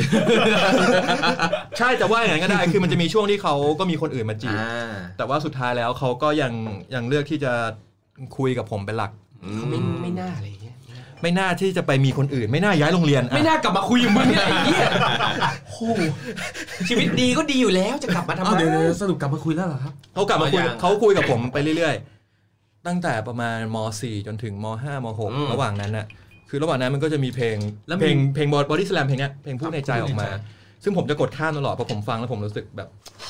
Speaker 4: ใช่จะว่าอย่างนั้นก็ได้คือมันจะมีช่วงที่เขาก็มีคนอื่นมาจีบ
Speaker 2: อ่า
Speaker 4: แต่ว่าสุดท้ายแล้วเขาก็ยังยังเลือกที่จะคุยกับผมเป็นหลัก
Speaker 5: ไม่ไม่น่าอะไรอย่างเงี้ย
Speaker 4: ไม่น่าที่จะไปมีคนอื่น ไม่น่าย้ายโรงเรียนอ่ะ
Speaker 5: ไม่น่ากลับมาคุยกับมึงเนี่ยไอ้เหี้ยโอ้โหชีวิตดีก็ดีอยู่แล้วจะกลับมาทำไม
Speaker 2: เดี๋ยวสรุปกลับมาคุยแล้วเหรอครับ
Speaker 4: เขากลับมาคุย
Speaker 2: อ๋อยัง
Speaker 4: เขาคุยกับผมไปเรื่อยๆ ตั้งแต่ประมาณม .4 จนถึงม .5 ม
Speaker 2: อืม
Speaker 4: .6 ระหว่างนั้นน่ะ คือระหว่างนั้นมันก็จะมีเพลง
Speaker 6: แล้วมี
Speaker 4: เพลงเพลงบอดี้สแลมเพลงเนี้ยเพลงพูดในใจออกมา ซึ่งผมจะกดข้ามตลอดเพราะผมฟังแล้วผมรู้สึกแบบ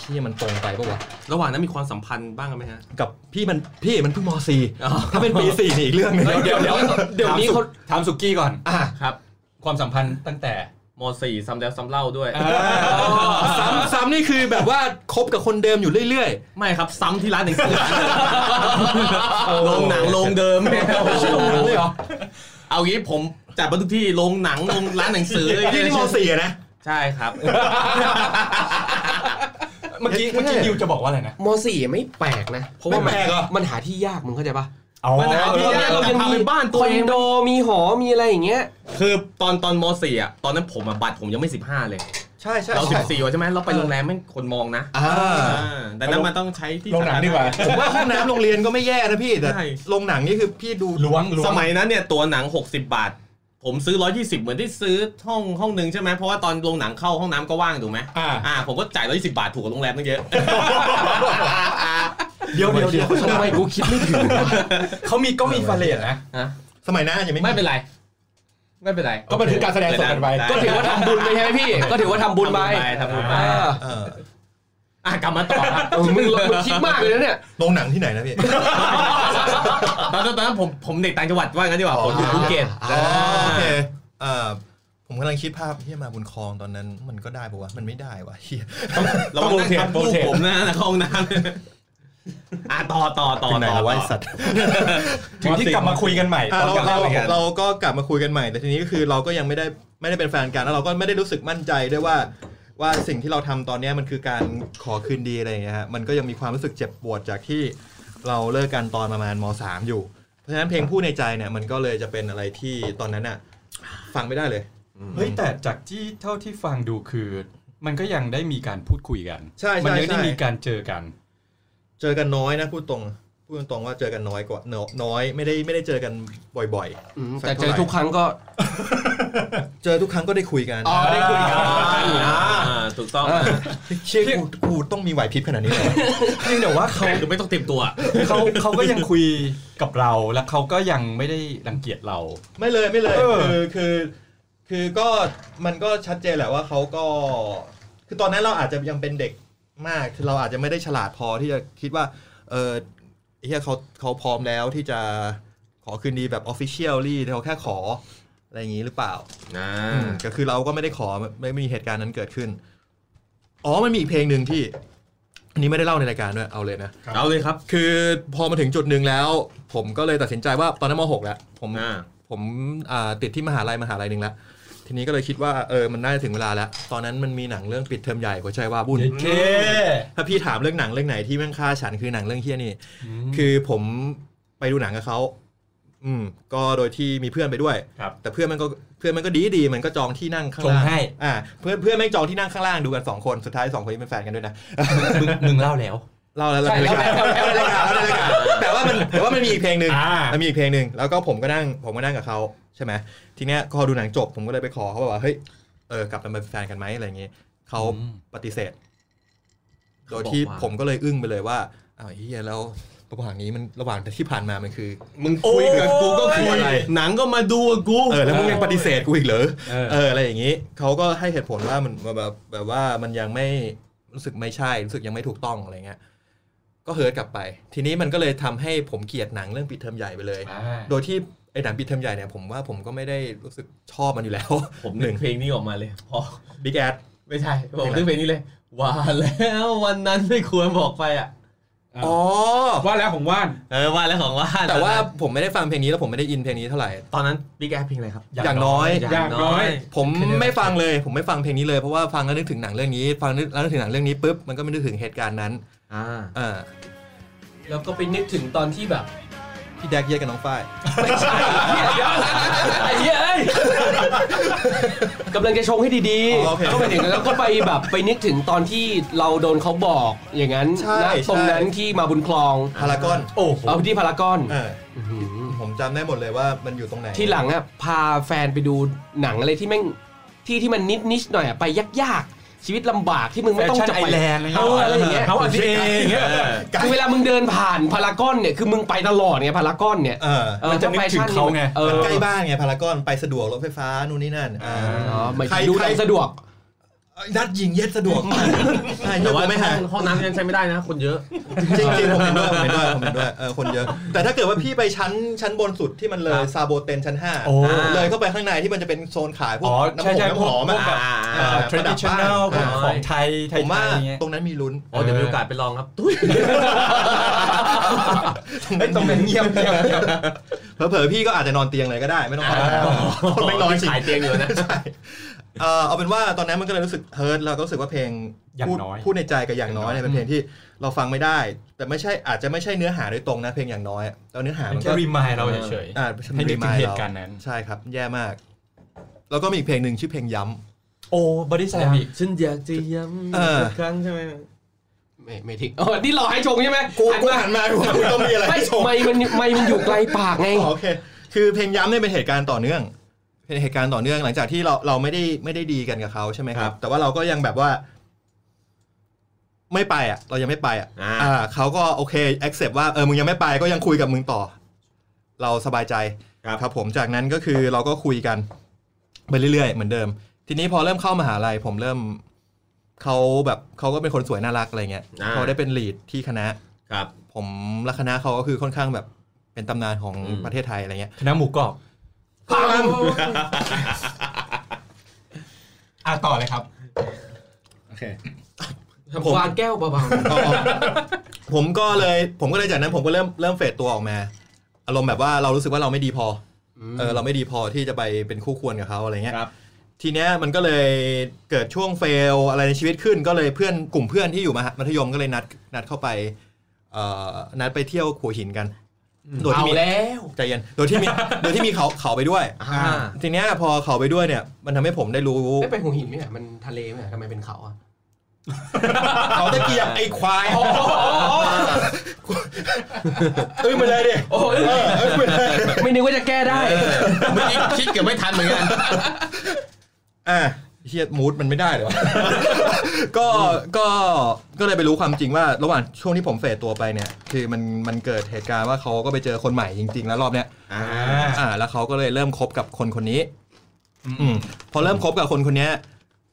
Speaker 4: พี่มันตรงไปปะวะ
Speaker 2: ระหว่างนั้นมีความสัมพันธ์บ้างไหมฮะ
Speaker 4: กับพี่มันพี่มันเพิ่งม
Speaker 2: อ๋อ
Speaker 4: .4 ถ้าเป็นปี 4 นี่อีกเรื่องหนึง
Speaker 6: เดี๋ยวเดี๋ยว
Speaker 5: เดี๋ยวนี้เขา
Speaker 6: ถามสุกี้ก่อน
Speaker 4: อ่ะ
Speaker 2: ครับ
Speaker 6: ความสัมพันธ์ตั้งแต่
Speaker 2: มสี่ซ้ำแล้วซ้ำเล่าด้วย
Speaker 4: ซ้ำซ้ำนี่คือแบบว่าคบกับคนเดิมอยู่เรื่อย
Speaker 2: ไม่ครับซ้ำที่ร้านหนังสือ โรงหนังโรงเดิม
Speaker 4: ๆชื่อโรงหนังเลยเหรอ
Speaker 2: เอางี้ผมจัดบันทุกที่โรงหนังโรงร้านหนังสือเลย
Speaker 4: พี่นี่ม .4 อะนะ
Speaker 2: ใช่ครับ
Speaker 6: เมื่อกี้เมื่อกี้ดิวจะบอกว่าอะไรนะ
Speaker 5: มสี่ไม่แปลกนะ เพราะว่า
Speaker 4: ไม่
Speaker 5: มัน
Speaker 4: แปลกเหรอ
Speaker 5: มันหาที่ยากมึงเข้าใจปะ
Speaker 6: ปัญหา
Speaker 2: เอ
Speaker 6: ที่
Speaker 2: อ
Speaker 6: แรก
Speaker 2: เรายังมี
Speaker 5: คอนโดมีหอมีอะไรอย่างเงี้ย
Speaker 2: คือตอนตอนมสี่อ่ะตอนนั้นผมอะบัตรผมยังไม่ 15 เลย
Speaker 4: ใช่ใช่
Speaker 2: เรา
Speaker 4: ใช่
Speaker 2: 14อยู่ใช่ไหมเราไปโรงแรมแม่งคนมองนะ
Speaker 4: อ่า
Speaker 2: อ่าดังนั้นมันต้องใช้ที่
Speaker 1: ลงหนังดีกว่า
Speaker 4: ผมว่าห้องน้ำโรงเรียนก็ไม่แย่นะพี่แต่
Speaker 2: ใช่
Speaker 4: โรงหนังนี่คือพี่ดู
Speaker 6: ล้วงล้ว
Speaker 2: ส
Speaker 6: ง
Speaker 2: มัยนั้นเนี่ยตัวหนัง 60 บาท ผมซื้อ 120 เหมือนที่ซื้อห้องห้องหนึ่งใช่ไหมเพราะว่าตอนโรงหนังเข้าห้องน้ำก็ว่างถูกไหม
Speaker 1: อ่า
Speaker 2: อ่า ผมก็จ่าย 120 บาทถูกกว่าโรงแรมตั้งเยอะ
Speaker 4: เดี๋ยวเดี๋ยวเดี๋ยว
Speaker 5: ทำไมกูคิดไม่ถึงวะ
Speaker 6: เขามีกล้องอินฟราเรดนะ
Speaker 4: สมัยนั้นยังไม่
Speaker 2: ไม่เป็นไร ไม่เป็นไร
Speaker 1: ก็บันทึกการแสดงสดกันไว้
Speaker 5: ก็ถือว่าทำบุญไปใช่ไหมพี่ ก็ถือว่าทำบุญไป
Speaker 2: ทำบุญไป
Speaker 5: อ่า
Speaker 4: เออ
Speaker 2: อ่ะกลับมาต่อครับ
Speaker 5: เออมึงมึงคิดมากเลยนะเนี่ย
Speaker 4: โรงหนังที่ไหนนะพี่
Speaker 2: ตอนนั้นตอนนั้นผมผมเด็กต่างจังหวัดว่างั้นดีกว่า ผมอยู่ภูเก็ต
Speaker 4: อ๋อโอเคเอ่อผมกำลังคิดภาพที่มาบุญคลองตอนนั้นมันก็ได้ปะวะมันไม่ได้วะเฮีย
Speaker 2: เรา
Speaker 1: ต้องโรเทต
Speaker 2: นั่งทับ
Speaker 1: โร
Speaker 2: ลูก
Speaker 1: เทต
Speaker 2: ผมนะนะเข้าห้องน้ำอ่ะต่อต่อต่อ
Speaker 4: ถึงไหน
Speaker 2: ต่อ
Speaker 4: แล้ววะไอ้
Speaker 2: ต่อ
Speaker 4: สัตว์
Speaker 6: ถึงที่กลับมาคุยกันใหม่
Speaker 4: อ่ะ
Speaker 6: ตอน
Speaker 4: เรา
Speaker 6: กลับ
Speaker 4: เรา
Speaker 6: มาคุยกัน
Speaker 4: เราก็กลับมาคุยกันใหม่ แต่ทีนี้ก็คือเราก็ยังไม่ได้ไม่ได้เป็นแฟนกันแล้วเราก็ไม่ได้รู้สึกมั่นใจด้วยว่า ว่าสิ่งที่เราทำตอนเนี้ยมันคือการขอคืนดีอะไรอย่างเงี้ยฮะมันก็ยังมีความรู้สึกเจ็บปวดจากที่เราเลิกกันตอนประมาณมสามอยู่ เพราะฉะนั้นเพลงพูดในใจเนี่ยมันก็เลยจะเป็นอะไรที่ตอนนั้นอ่ะฟังไม่ได้เลย
Speaker 6: เฮ้ยแต่จากที่เท่าที่ฟังดูคือ มันก็ยังได้มีการพูดคุยกัน
Speaker 4: ใช่ใช่
Speaker 6: มัยังได้
Speaker 4: ใช่
Speaker 6: มีการเจอกัน
Speaker 4: เจอกันน้อยนะพูดตรงพูดตรงๆว่าเจอกันน้อยกว่าน้อยน้อยไม่ได้ไม่ได้เจอกันบ่อย
Speaker 5: อืม
Speaker 4: ๆสั
Speaker 5: แต่
Speaker 4: ท่าไหร่
Speaker 5: เจอทุกครั้งก็
Speaker 4: เจอทุกครั้งก็ได้คุยกัน
Speaker 5: อ๋อได้คุยกัน
Speaker 2: อ่าถูกต้อง
Speaker 4: เชื่อกูกูต้องมีไหวพริบขนาดนี้เลย
Speaker 6: เพียงแต่ว่าเขา
Speaker 2: คือไม่ต้องเตรียมตัว
Speaker 6: เขาเขาก็ยังคุยกับเราแล้วเขาก็ยังไม่ได้รังเกียจเรา
Speaker 4: ไม่เลยไม่เลย
Speaker 6: เออ
Speaker 4: คือคือคือก็มันก็ชัดเจนแหละว่าเขาก็ คือตอนนั้นเราอาจจะยังเป็นเด็กมากคือเราอาจจะไม่ได้ฉลาดพอที่จะคิดว่า เออไอ้เฮียเขาเขาพร้อมแล้วที่จะขอคืนดีแบบออฟฟิเชียลลี่เขาแค่ขออะไรอย่างนี้หรือเปล่า
Speaker 2: อ่า
Speaker 4: ก็คือเราก็ไม่ได้ขอไม่มีเหตุการณ์นั้นเกิดขึ้น อ๋อมันมีอีกเพลงหนึ่งที่อันนี้ไม่ได้เล่าในรายการด้วยเอาเลยนะ
Speaker 2: เอาเลยครับ
Speaker 4: คือพอมาถึงจุดหนึ่งแล้ว ผมก็เลยตัดสินใจว่าตอนนั้นมหกแล้ว ผม
Speaker 2: อ่า
Speaker 4: ผมอ่าติดที่มหาลัยมหาลัยหนึ่งแล้ว ทีนี้ก็เลยคิดว่าเออมันน่าจะถึงเวลาแล้ว ตอนนั้นมันมีหนังเรื่องปิดเทอมใหญ่หัวใจว่าบุญ
Speaker 6: โอเค
Speaker 4: ถ้าพี่ถามเรื่องหนังเรื่องไหนที่แม่งฆ่าฉันคือหนังเรื่องเฮี้ยนี่ คือผมไปดูหนังกับเขา อืมก็โดยที่มีเพื่อนไปด้วย
Speaker 6: ครับ
Speaker 4: แต่เพื่อนมันก็เพื่อนมันก็ดีดีมันก็จองที่นั่งข้าง
Speaker 6: ช
Speaker 4: ล่าง
Speaker 6: งให้
Speaker 4: อ่าเพื่อนเพื่อนไม่งจองที่นั่งข้างล่างดูกันสองคนสุดท้ายสองคนนี้เป็นแฟนกันด้วยนะ
Speaker 6: มึงมึงเล่าแล้ว
Speaker 4: เล่าแล้วเรา
Speaker 5: ใช่
Speaker 4: ในรายการ
Speaker 5: แล้ว
Speaker 4: เล่าในรายการเล่าในรายการแต่ว่ามันแต่ว่ามันมีอีกเพลงหนึ่ง
Speaker 6: อ่ามั
Speaker 4: มันมีอีกเพลงหนึ่งแล้วก็ผมก็นั่งผมก็นั่งกับเขาใช่ไหมทีเนี้ยพอดูหนังจบผมก็เลยไปขอเขาว่าเฮ้ยเออกลับมาเป็นแฟนกันไหมอะไรอย่างงี้เขาปฏิเสธ โดยที่
Speaker 3: เขาบอกว่า
Speaker 4: ผมก็เลยอึ้งไปเลยว่าอ้าวเฮียแล้วระหว่างนี้มันระหว่างที่ผ่านมามันคือ
Speaker 2: มึงคุยกับกูก็คุย
Speaker 4: อะไร
Speaker 2: หนังก็มาดูกับกู
Speaker 4: เออแล้วมึงยังปฏิเสธกูอีกเหรอ
Speaker 6: เออ
Speaker 4: เอออะไรอย่างนี้เขาก็ให้เหตุผลว่ามันแบบแบบว่ามันยังไม่รู้สึกไม่ใช่รู้สึกยังไม่ถูกต้องอะไรเงี้ยก็เฮิร์ตกลับไป ทีนี้มันก็เลยทำให้ผมเกลียดหนังเรื่องปิดเทอมใหญ่ไปเลย
Speaker 6: อ่า
Speaker 4: โดยที่ไอ้หนังปิดเทอมใหญ่เนี่ยผมว่าผมก็ไม่ได้รู้สึกชอบมันอยู่แล้ว
Speaker 2: ผม
Speaker 4: ห
Speaker 2: นึ
Speaker 4: นึ่
Speaker 2: ก
Speaker 4: ง
Speaker 2: เพลงนี้ออกมาเลยพอ
Speaker 4: บิ๊กแอด
Speaker 2: ไม่ใช่ ผม
Speaker 4: เพลงอะไร
Speaker 2: นึกเพลงนี้เลย ว่าแล้ววันนั้นไม่ควรบอกไปอ่ะ
Speaker 1: อ๋
Speaker 4: อ๋
Speaker 1: อ
Speaker 4: อ
Speaker 1: ว่าแล้วของว่าน
Speaker 2: เออว่าแล้วของว่า
Speaker 4: แต่ว่าผมไม่ได้ฟังเพลงนี้แล้วผมไม่ได้อินเพลงนี้เท่าไหร่
Speaker 2: ตอนนั้นบิ๊กแอเพลงอะไรครับ
Speaker 4: อย่างน้อย
Speaker 1: อย่างน้อย
Speaker 4: ผมไม่ฟังเลย ผมไม่ฟังเพลงนี้เลยเพราะว่าฟังแล้วนึกถึงหนังเรื่องนี้ ฟังนึกแล้วนึกถึงหนังเรื่องนี้ปุ๊บมันก็ไม่นึกถึงเหตุการณ์นั้น
Speaker 2: อ่า
Speaker 4: อ่า
Speaker 5: แล้วก็ไปนึกถึงตอนที่แบบ
Speaker 4: พี่แดกเยียกับน้องฝ้าย
Speaker 5: ไอ้เหี้ยเอ้ยกำลังจะชงให้ดี
Speaker 4: อ๋อโอเค
Speaker 5: ๆก็ไปถึงแล้วก็ไปแบบไปนึกถึงตอนที่เราโดนเขาบอกอย่างนั้น
Speaker 4: ใช่
Speaker 5: ณตรง
Speaker 4: ใช่
Speaker 5: นั้นที่มาบุญคลอง
Speaker 4: พารากอน
Speaker 6: โอ้โห
Speaker 5: เอาที่พารากอน
Speaker 4: เออผมจำได้หมดเลยว่ามันอยู่ตรงไหน
Speaker 5: ที่หลังอ่ะพาแฟนไปดูหนังอะไรที่แม่งที่ที่มันนิดนิดหน่อยอะไปยากๆชีวิตลำบากที่มึงไม่ต้องจะไป
Speaker 6: Fashion Island อะไรเงี้ย
Speaker 5: เอออะไรอย่างเงี้ย
Speaker 6: เขาอันเองเงี้ย
Speaker 5: คือเวลามึงเดินผ่านพารากอนเนี่ยคือมึงไปตลอดไงพารากอนเนี่ย
Speaker 4: เออ
Speaker 5: เออ
Speaker 6: มันจะนึกถึงเขาไง
Speaker 5: เอ
Speaker 4: มัน
Speaker 5: อ
Speaker 4: ใกล้บ้านไงพารากอนไปสะดวกรถไฟฟ้านู่นนี่นั่นอ่า
Speaker 5: อ๋อหมาย
Speaker 4: ใคร
Speaker 5: ถึงดูห
Speaker 4: ใคร
Speaker 5: นังสะดวก
Speaker 4: นัดยิงเย็ดสะดวกใช่
Speaker 2: แต่
Speaker 4: แต่
Speaker 2: ว่า
Speaker 4: ว่า
Speaker 2: ไม่
Speaker 4: ไม่หา
Speaker 2: ห้องน้ำยังใช้ไม่ได้นะ คนเยอะ
Speaker 4: จริงจริงๆผมเห็นด้วยผมเห็นด้วยผมเห็นด้วยเออคนเยอะ แต่ถ้าเกิดว่าพี่ไปชั้นชั้นบนสุดที่มันเลยซาโบเตนชั้น
Speaker 6: โอ้
Speaker 4: 5 เลยเข้าไปข้างในที่มันจะเป็นโซนขายพวก
Speaker 6: อ๋อ
Speaker 4: น้ำ
Speaker 6: ใช่
Speaker 4: หอมน้ำหอม
Speaker 6: ใช่พวกพวก
Speaker 4: อ่ะ
Speaker 6: แบบ
Speaker 4: เออ
Speaker 6: traditional
Speaker 4: ประดับบ้าน
Speaker 6: ของไทยไทย
Speaker 4: ผมว่า
Speaker 6: ไทยเงี้ย
Speaker 4: ตรงนั้นมีลุ้น
Speaker 2: อ๋อเดี๋ยวมีโอกาสไปลองครับตุ้ย
Speaker 6: เอ้ยตรงนั้นเงียบเงียบเงียบ
Speaker 4: เผลอๆพี่ก็อาจจะนอนเตียงเลยก็ได้ไม่ต้องเข้าไปคนไม่นอนจริง
Speaker 2: ขายเตียงอยู่นะ
Speaker 4: เออเอาเป็นว่าตอนนั้นมันก็เลยรู้สึกเฮิร์ตเราก็รู้สึกว่าเพลง
Speaker 6: อย่าง
Speaker 4: พูด
Speaker 6: น้อย
Speaker 4: พูดในใจกับอย่างน้อยเนี่ยเป็นเพลงที่เราฟังไม่ได้ แต่ไม่ใช่อาจจะไม่ใช่เนื้อหาโดยตรงนะเพลงอย่างน้อยแต่เนื้อหา
Speaker 6: ัน
Speaker 4: มัน
Speaker 6: แค่
Speaker 4: ก็
Speaker 6: รีมายเราเฉย
Speaker 4: อ่า
Speaker 6: ให้นึกถึง
Speaker 4: ย
Speaker 6: เหตุการณ์นั้น
Speaker 4: ใช่ครับ แย่มาก แล้วก็มีอีกเพลงหนึ่งชื่อเพลงย้ำ
Speaker 6: ๆโอ้บอดี้สแลมอีก
Speaker 2: ฉันอยากจะย้ำ
Speaker 4: เออ
Speaker 2: สักครั้งใช่ไหม
Speaker 5: ไม่ไม่ทิ้งอ๋อนี่รอให้ชงใช่ไหม
Speaker 4: กู
Speaker 5: หัน
Speaker 4: กู
Speaker 5: มา
Speaker 4: หันมากูต้องมีอะไร
Speaker 5: ไม่
Speaker 4: ให้ชม
Speaker 5: ไม่มันไม่มันอยู่ไกลปากไง
Speaker 4: อ๋อโอเค คือเพลงย้ำเนี่ยเป็นเหตุการณ์ต่อเนื่อง เป็นเหตุการณ์ต่อเนื่องหลังจากที่เราเราไม่ได้ไม่ได้ดีกันกับเขาใช่ไหมครับ แต่ว่าเราก็ยังแบบว่า ไม่ไปอ่ะ เรายังไม่ไปอ่ะ
Speaker 2: อ่า
Speaker 4: อ่าเขาก็โอเค accept ว่าเออมึงยังไม่ไปก็ยังคุยกับมึงต่อ เราสบายใจ
Speaker 2: ครับ
Speaker 4: ครับ ผมจากนั้นก็คือเราก็คุยกันไปเรื่อยๆเหมือนเดิม ทีนี้พอเริ่มเข้ามหาลัยผมเริ่มเขาแบบเขาก็เป็นคนสวยน่ารักอะไรเงี้ย
Speaker 2: อ่า
Speaker 4: เขาได้เป็นลีดที่คณะ
Speaker 2: ครับ
Speaker 4: ผมและคณะเขาก็คือค่อนข้างแบบเป็นตำนานของ
Speaker 2: อืม
Speaker 4: ประเทศไทยอะไรเงี้ย
Speaker 6: คณะหมูกรอบ
Speaker 4: พัง
Speaker 6: อ่ะต่อเลยครับ
Speaker 4: ผม
Speaker 5: วางแก้วเบา
Speaker 4: อ๋อผมก็เลยผมก็เลยจากนั้นผมก็เริ่มเริ่มเฟดตัวออกมา อารมณ์แบบว่าเรารู้สึกว่าเราไม่ดีพออเออเราไม่ดีพอที่จะไปเป็นคู่ควรกับเขาอะไรเงี้ย
Speaker 2: ครับ
Speaker 4: ทีเนี้ยมันก็เลยเกิดช่วงเฟลอะไรในชีวิตขึ้น ก็เลยเพื่อนกลุ่มเพื่อนที่อยู่มหามัธยมก็เลยนัดนัดเข้าไปเอ่อนัดไปเที่ยวขัวหินกัน โดย
Speaker 5: ๆเอา
Speaker 4: ที่มี
Speaker 5: แล้ว
Speaker 4: ใจเย็นโดยที่มีโดยที่มีเขาเขาไปด้วย
Speaker 2: อ่า
Speaker 4: ทีเนี้ยพอเขาไปด้วยเนี่ย มันทำให้ผมได้รู้
Speaker 5: ไม่ไปหัวหินไหมอ่ะมันทะเลไหมอ่ะทำไมเป็นเขาอ่ะ
Speaker 4: เขาตะเกียบไอ้ควายเอ้ยมาเลยดิ
Speaker 5: โอ้ยไม่นึกว่าจะแก้ได้
Speaker 2: เมื่อกี้คิดเกือบไม่ทันเหมือนกัน
Speaker 4: อ่ะเฮียมูดมันไม่ได้เหรอ ก็ก็ก็เลยไปรู้ความจริงว่า ระหว่างช่วงที่ผมเฟดตัวไปเนี่ย คือมันมันเกิดเหตุการณ์ว่าเขาก็ไปเจอคนใหม่จริง ๆ แล้วรอบเนี้ย
Speaker 2: อ่า
Speaker 4: อ่าแล้วเขาก็เลยเริ่มคบกับคนคนนี้ อืมพอเริ่มคบกับคนคนเนี้ย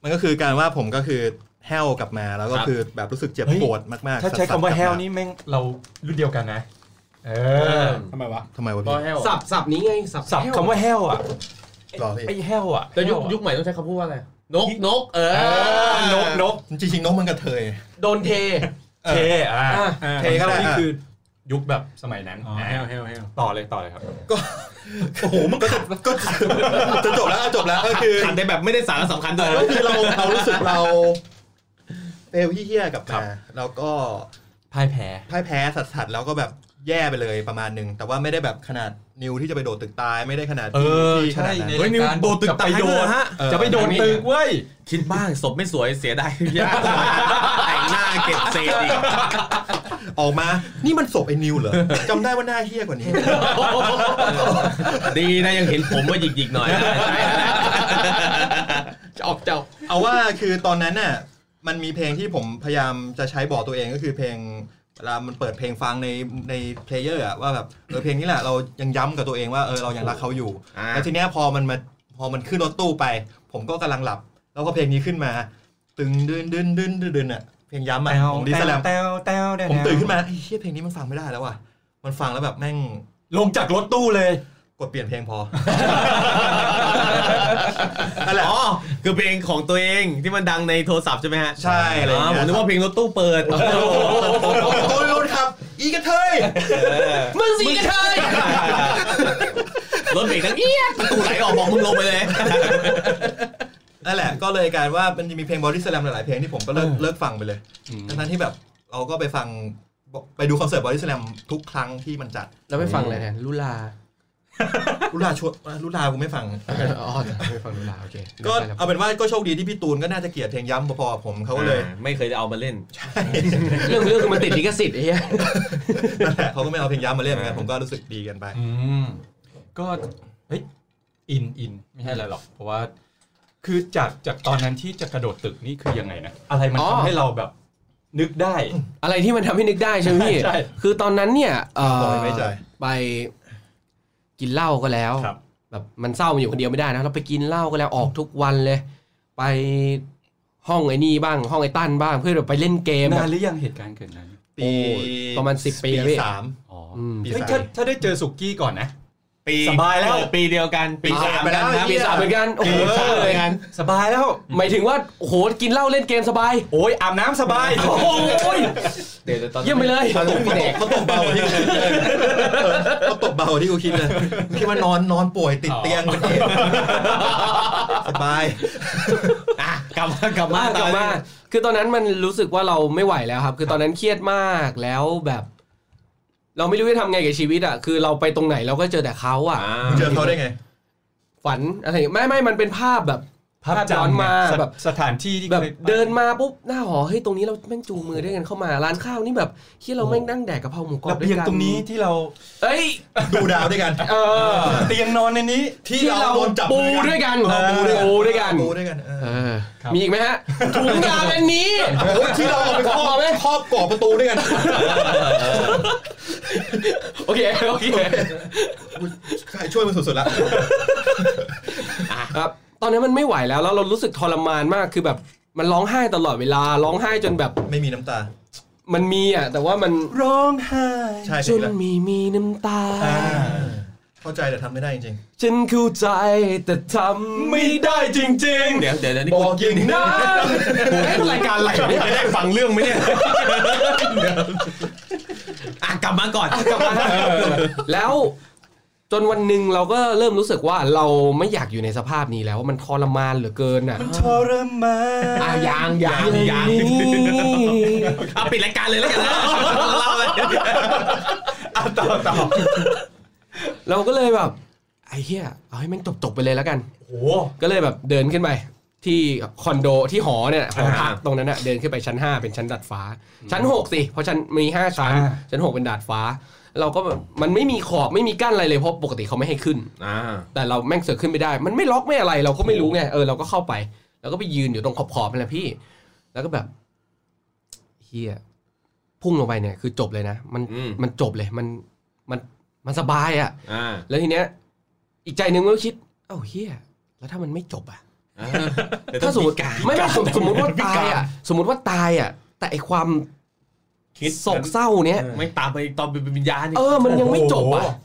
Speaker 4: มันก็คือการว่าผมก็คือแห้วกลับมาแล้วก็
Speaker 2: ครับ
Speaker 4: คือแบบรู้สึกเจ็บ
Speaker 6: เฮ้ย
Speaker 4: ปวดมากๆ
Speaker 6: ถ้าใช้
Speaker 4: สัสๆ
Speaker 6: คำว่าก
Speaker 4: ลับม
Speaker 6: แฮลนี่แม่งเรารุ่นเดียวกันนะ เออ
Speaker 1: ทำไมวะ
Speaker 4: ทำไมวะ
Speaker 2: ก็
Speaker 4: พี่
Speaker 2: แห้ว
Speaker 5: สับสับนี้ไงสับ
Speaker 6: สับคำว่าแฮลอ่ะ
Speaker 4: รอพี่
Speaker 6: ไอ้แฮลอ่ะ
Speaker 2: แต่ยุคยุคใหม่ต้องใช้คำพูดว่าอะไร นก นก เออ
Speaker 6: เออนกนก
Speaker 4: จริงๆน้องมันกระเทย
Speaker 5: โดนเท
Speaker 6: เทอ่ะ
Speaker 5: อ่ะ
Speaker 6: อ่ะ
Speaker 4: เทก็ได้
Speaker 6: นี่
Speaker 4: อ่ะ
Speaker 6: คือยุคแบบสมัยนั้นนะ
Speaker 1: เฮลเฮลเฮล
Speaker 6: ต่อเลยต่อเลยครับ
Speaker 4: โอ้โห มันก็จะก็จะจะจบแล้วอ่ะจบแล้วก็คือ
Speaker 2: ขันได้แบบไม่ได้สาระสำคัญด้วย
Speaker 4: ก็คือเราเรารู้สึกเราเปลวที่เหี้ยๆกลับมาแล้วก็
Speaker 6: พ่ายแพ้
Speaker 4: พ่ายแพ้สัสๆแล้วก็แบบ แย่ไปเลยประมาณหนึ่งแต่ว่าไม่ได้แบบขนาดนิวที่จะไปโดดตึกตายไม่ได้ขนาด
Speaker 6: เออ
Speaker 4: ที่ข
Speaker 6: ใช่
Speaker 4: นาดนั้น
Speaker 6: ใน
Speaker 2: เฮ้ยนี่
Speaker 6: รายการ
Speaker 2: โดดตึก
Speaker 6: จะไป
Speaker 2: ตาย
Speaker 6: โด
Speaker 2: เลย
Speaker 6: ด
Speaker 2: นะฮะ
Speaker 6: จะไปโดดตึกเว้ย
Speaker 2: คิดบ้างศพไม่สวยเสียดายยากแต่งหน้าเก็บเศษอีก
Speaker 4: ออกมา นี่มันศพไอ้นิวเหรอ จำได้ว่าหน้าเฮี้ยกว่านี้
Speaker 2: ดีนะยังเห็นผมว่าหยิกๆหน่อยนะใช่นะจะออกเจ้า
Speaker 4: เอาว่าคือตอนนั้นน่ะ มันมีเพลงที่ผมพยายามจะใช้บอกตัวเองก็คือเพลงเวลามันเปิดเพลงฟังในในเพลเยอร์อะว่าแบบเออเพลงนี้แหละเรายังย้ำกับตัวเองว่าเออเรายังรักเขาอยู่
Speaker 2: อ่า
Speaker 4: แล้วทีเนี้ยพอมันมาพอมันขึ้นรถตู้ไป ผมก็กำลังหลับ แล้วก็เพลงนี้ขึ้นมา ตึงดึนดึนดึนดึนดึนอะเพลงย้ำอะของดิสแลม
Speaker 1: แต้วแต้วแต้ว
Speaker 4: ผมตื่นขึ้นมาเฮี้ยเพลงนี้มันฟังไม่ได้แล้วว่ะมันฟังแล้วแบบแม่ง
Speaker 6: ลงจากรถตู้เลย
Speaker 4: กดเปลี่ยนเพลงพอ นั่นแหละ
Speaker 2: อ๋อคือเพลงของตัวเองที่มันดังในโทรศัพท์ใช่ไหมฮะ
Speaker 4: ใช่อะไรอย่าง
Speaker 2: อ๋อผ
Speaker 4: เงี้ย
Speaker 2: มนึกว่าเพลงรถตู้เปิด
Speaker 4: โกนรุ่นครับ อีกระเทย
Speaker 5: มึงสีกระเทย
Speaker 2: รถเบรกดังเอี๊ยดประตูไหลออกบอกมึงลงไปเลย
Speaker 4: นั่นแหละก็เลยกลารว่ามันจะมีเพลงบอดี้สแลมหลายๆเพลงที่ผมก็เลิกเลิกฟังไปเลย
Speaker 6: อืม
Speaker 4: ทั้งๆที่แบบเราก็ไปฟังไปดูคอนเสิร์ตบอดี้สแลมทุกครั้งที่มันจัด
Speaker 5: แล้วไปฟังอะไรแทนลุลา
Speaker 4: ลุลาชวนลุลากูไม่ฟัง
Speaker 5: อ๋อไปฟังลุลาโอเค
Speaker 4: ก็เอาเป็นว่าก็โชคดีที่พี่ตูนก็น่าจะเกลียดเพลงย้ำพอๆกับผมเขาก็เลย
Speaker 2: ไม่เคยจะเอามาเล่น
Speaker 5: เรื่องเรื่องคือมันติดลิขสิทธิ์ไอ้เหี้ย
Speaker 4: นั่นแหละเขาก็ไม่เอาเพลงย้ำมาเล่นเหมือนกันผมก็รู้สึกดีกันไป
Speaker 6: อืมก็เฮ้ยอินอินไม่ใช่อะไรหรอก เพราะว่าคือจากจากตอนนั้นที่จะกระโดดตึกนี่คือยังไงนะ อะไรมัน
Speaker 5: อ๋อ
Speaker 6: ทำให้เราแบบ นึกได้
Speaker 5: อะไรที่มันทำให้นึกได้ใช่ไหมพี่
Speaker 6: ใช่
Speaker 5: คือตอนนั้นเนี่ยเอ่อ
Speaker 4: บอกไม่ใจ
Speaker 5: ไปกินเหล้าก็แล้ว
Speaker 6: ครับ
Speaker 5: แบบมันเศร้ามันอยู่คนเดียวไม่ได้นะเราไปกินเหล้าก็แล้วออกทุกวันเลย ไปห้องไอ้นี่บ้าง ห้องไอ้ตั้นบ้างเพื่อแบบไปเล่นเกมแบ
Speaker 6: นา
Speaker 5: บ
Speaker 6: นหรือยังเหตุการณ์เกิดนั้น
Speaker 5: โอ้
Speaker 4: ปี
Speaker 5: ประมาณ10ปีอะพี่
Speaker 4: สาม
Speaker 6: อ๋อ
Speaker 5: อืม
Speaker 4: ปี
Speaker 6: เฮ้ย
Speaker 4: สา
Speaker 6: ถ้าม ถ้าได้เจอสุกี้ก่อนนะ
Speaker 2: ปี
Speaker 6: สบายแล้ว
Speaker 2: เปิดปีเดียวกัน ปีสาม
Speaker 4: ไปแล้ว
Speaker 2: ครับ
Speaker 4: ปี
Speaker 5: ปีสามเหมือนกันโอ้โห
Speaker 2: ปีสามเลยกัน
Speaker 6: สบายแล้ว
Speaker 5: หมายถึงว่าโอ้โหกินเหล้าเล่นเกมสบาย
Speaker 6: โอ้ยอาบน้ำสบาย
Speaker 5: โอ้ย
Speaker 2: เดี๋ยวตอน
Speaker 5: เยี่ยมไปเลย
Speaker 4: เขาตกเขาตกเขาตกเบาที่กูคิดเลยเขาตกเบาที่กูคิดเลยคิดว่านอนนอนป่วยติดเตียงเป็นเองสบาย
Speaker 2: อ่ะกลับมากลับมาม
Speaker 5: าก
Speaker 2: ต
Speaker 5: ก
Speaker 2: อบ
Speaker 5: ลั
Speaker 2: น
Speaker 5: มา
Speaker 2: นี้
Speaker 5: คือตอนนั้นมันรู้สึกว่าเราไม่ไหวแล้วครับ คือตอนนั้นเครียดมากแล้วแบบ เราไม่รู้จะทำไงกับชีวิตอ่ะคือเราไปตรงไหนเราก็เจอแต่เขาอ่ะ
Speaker 2: อ่า
Speaker 4: เจอเขาได้ไง
Speaker 5: ฝันอะไรอย่างเงี้ยไม่ไม่มันเป็นภาพแบบ
Speaker 6: ภาพ
Speaker 5: ย้อน
Speaker 6: จำ
Speaker 5: มา
Speaker 6: สถ
Speaker 5: แบบ
Speaker 6: สถานที่ที่
Speaker 5: แบบ
Speaker 6: คยไป
Speaker 5: เดินมาปุ๊บหน้าหอเฮ้ยตรงนี้เราแม่งจูงมือด้วยกันเข้ามาร้านข้าวนี่แบบเฮียเราแม่งนั่งแดกกะเพราหมูกรอบ
Speaker 6: ระ
Speaker 5: ด้วย
Speaker 6: เบียง
Speaker 5: กัน
Speaker 6: ตรงนี้ที่เรา
Speaker 5: เอ้ย
Speaker 4: ดูดาวด้วยกัน
Speaker 5: เออ
Speaker 6: เตียงนอนในนี้
Speaker 4: ที่เราโดนจับ
Speaker 5: ปู
Speaker 4: มือ
Speaker 5: ด้วยกัน
Speaker 4: เออปูด้วยกัน
Speaker 5: ปูด้วยกัน
Speaker 4: ปูด้วยกันเออ
Speaker 5: เออ
Speaker 6: ครับ
Speaker 5: มีอีกไหมฮะถุงยางอันนี้
Speaker 4: เฮ้ยที่เราเอาไปครอบครอบกรอบประตูด้วยกัน
Speaker 5: โอเคโอเค
Speaker 4: ใครช่วยมันสุดๆละ
Speaker 5: ครับ ตอนนั้นมันไม่ไหวแล้วแล้วเรารู้สึกทรมานมากคือแบบมันร้องไห้ตลอดเวลาร้องไห้จนแบบ
Speaker 4: ไม่มีน้ำตา
Speaker 5: มันมีอ่ะแต่ว่ามัน
Speaker 6: ร้องไห้
Speaker 4: ใช่
Speaker 5: จ
Speaker 4: ใช่
Speaker 5: น
Speaker 4: แล้ว
Speaker 5: มีมีน้ำตา
Speaker 4: เข้าใจแต่ทำไม่ได้จริง
Speaker 5: ฉันเข้าใจแต่ทำไม่ได้จริง
Speaker 2: เดี๋ยวเดี๋ยวเดี๋ยว
Speaker 4: ๆ
Speaker 2: นี่
Speaker 4: บอกยิง
Speaker 5: ๆนะ
Speaker 2: รายการอะไรเนี่ยได้ฟังเรื่องไหมเนี่ยอ่ะกลับมาก่อนกลับมา
Speaker 5: แล้วจนวันหนึ่งเราก็เริ่มรู้สึกว่าเราไม่อยากอยู่ในสภาพนี้แล้วว่ามันทรมานเหลือเกินอ่ะ
Speaker 6: ทรมาน
Speaker 5: อ่ะยางยางยาง
Speaker 2: เอาปิดรายการเลยแล้วกันนะเล่าเลย
Speaker 6: อ่ะต่อต่อ
Speaker 5: เราก็เลยแบบไอ้เหี้ยเอาให้แม่งจบๆไปเลยแล้วกัน
Speaker 6: โอ้โห
Speaker 5: ก็เลยแบบเดินขึ้นไปที่คอนโดที่หอเนี่ยหอพักตรงนั้นน่ะเดินขึ้นไปชั้น 5 เป็นชั้นดาดฟ้า ชั้น 6 สิ เพราะชั้นมี 5 ชั้น
Speaker 6: อ่า
Speaker 5: ชั้น 6 เป็นดาดฟ้า เราก็แบบมันไม่มีขอบไม่มีกั้นอะไรเลยเพราะปกติเขาไม่ให้ขึ้น
Speaker 2: อ่า
Speaker 5: แต่เราแม่งเสือกขึ้นไม่ได้ มันไม่ล็อกไม่อะไร เราก็ไม่รู้ไงเออเราก็เข้าไป แล้วก็ไปยืนอยู่ตรงขอบขอบๆนั่นแหละพี่ แล้วก็แบบเฮียพุ่งลงไปเนี่ยคือจบเลยนะ มัน
Speaker 2: อืม
Speaker 5: มันจบเลยมันมันมันสบายอ่ะ
Speaker 2: อ่า
Speaker 5: แล้วทีเนี้ยอีกใจหนึ่งก็คิดเอ้าเฮียแล้วถ้ามันไม่จบอ่ะ
Speaker 2: อ่าเดี๋ยว
Speaker 5: ถ้า
Speaker 2: ถ้า
Speaker 5: ส
Speaker 2: ส
Speaker 5: ม
Speaker 2: ม
Speaker 5: ม
Speaker 2: ม
Speaker 5: ติ
Speaker 2: ติ
Speaker 5: ไม่ไม่สมสมมติว่าตายอ่ะสมมติว่าตายอ่ะ แต่ไอความ
Speaker 2: คิด
Speaker 5: โศกเศร้าเนี้ย
Speaker 2: ไม่ตามไปตอนเป็นวิญญาณนี่
Speaker 5: เออมันยังไม่จบอ่ะ
Speaker 6: โอ้โห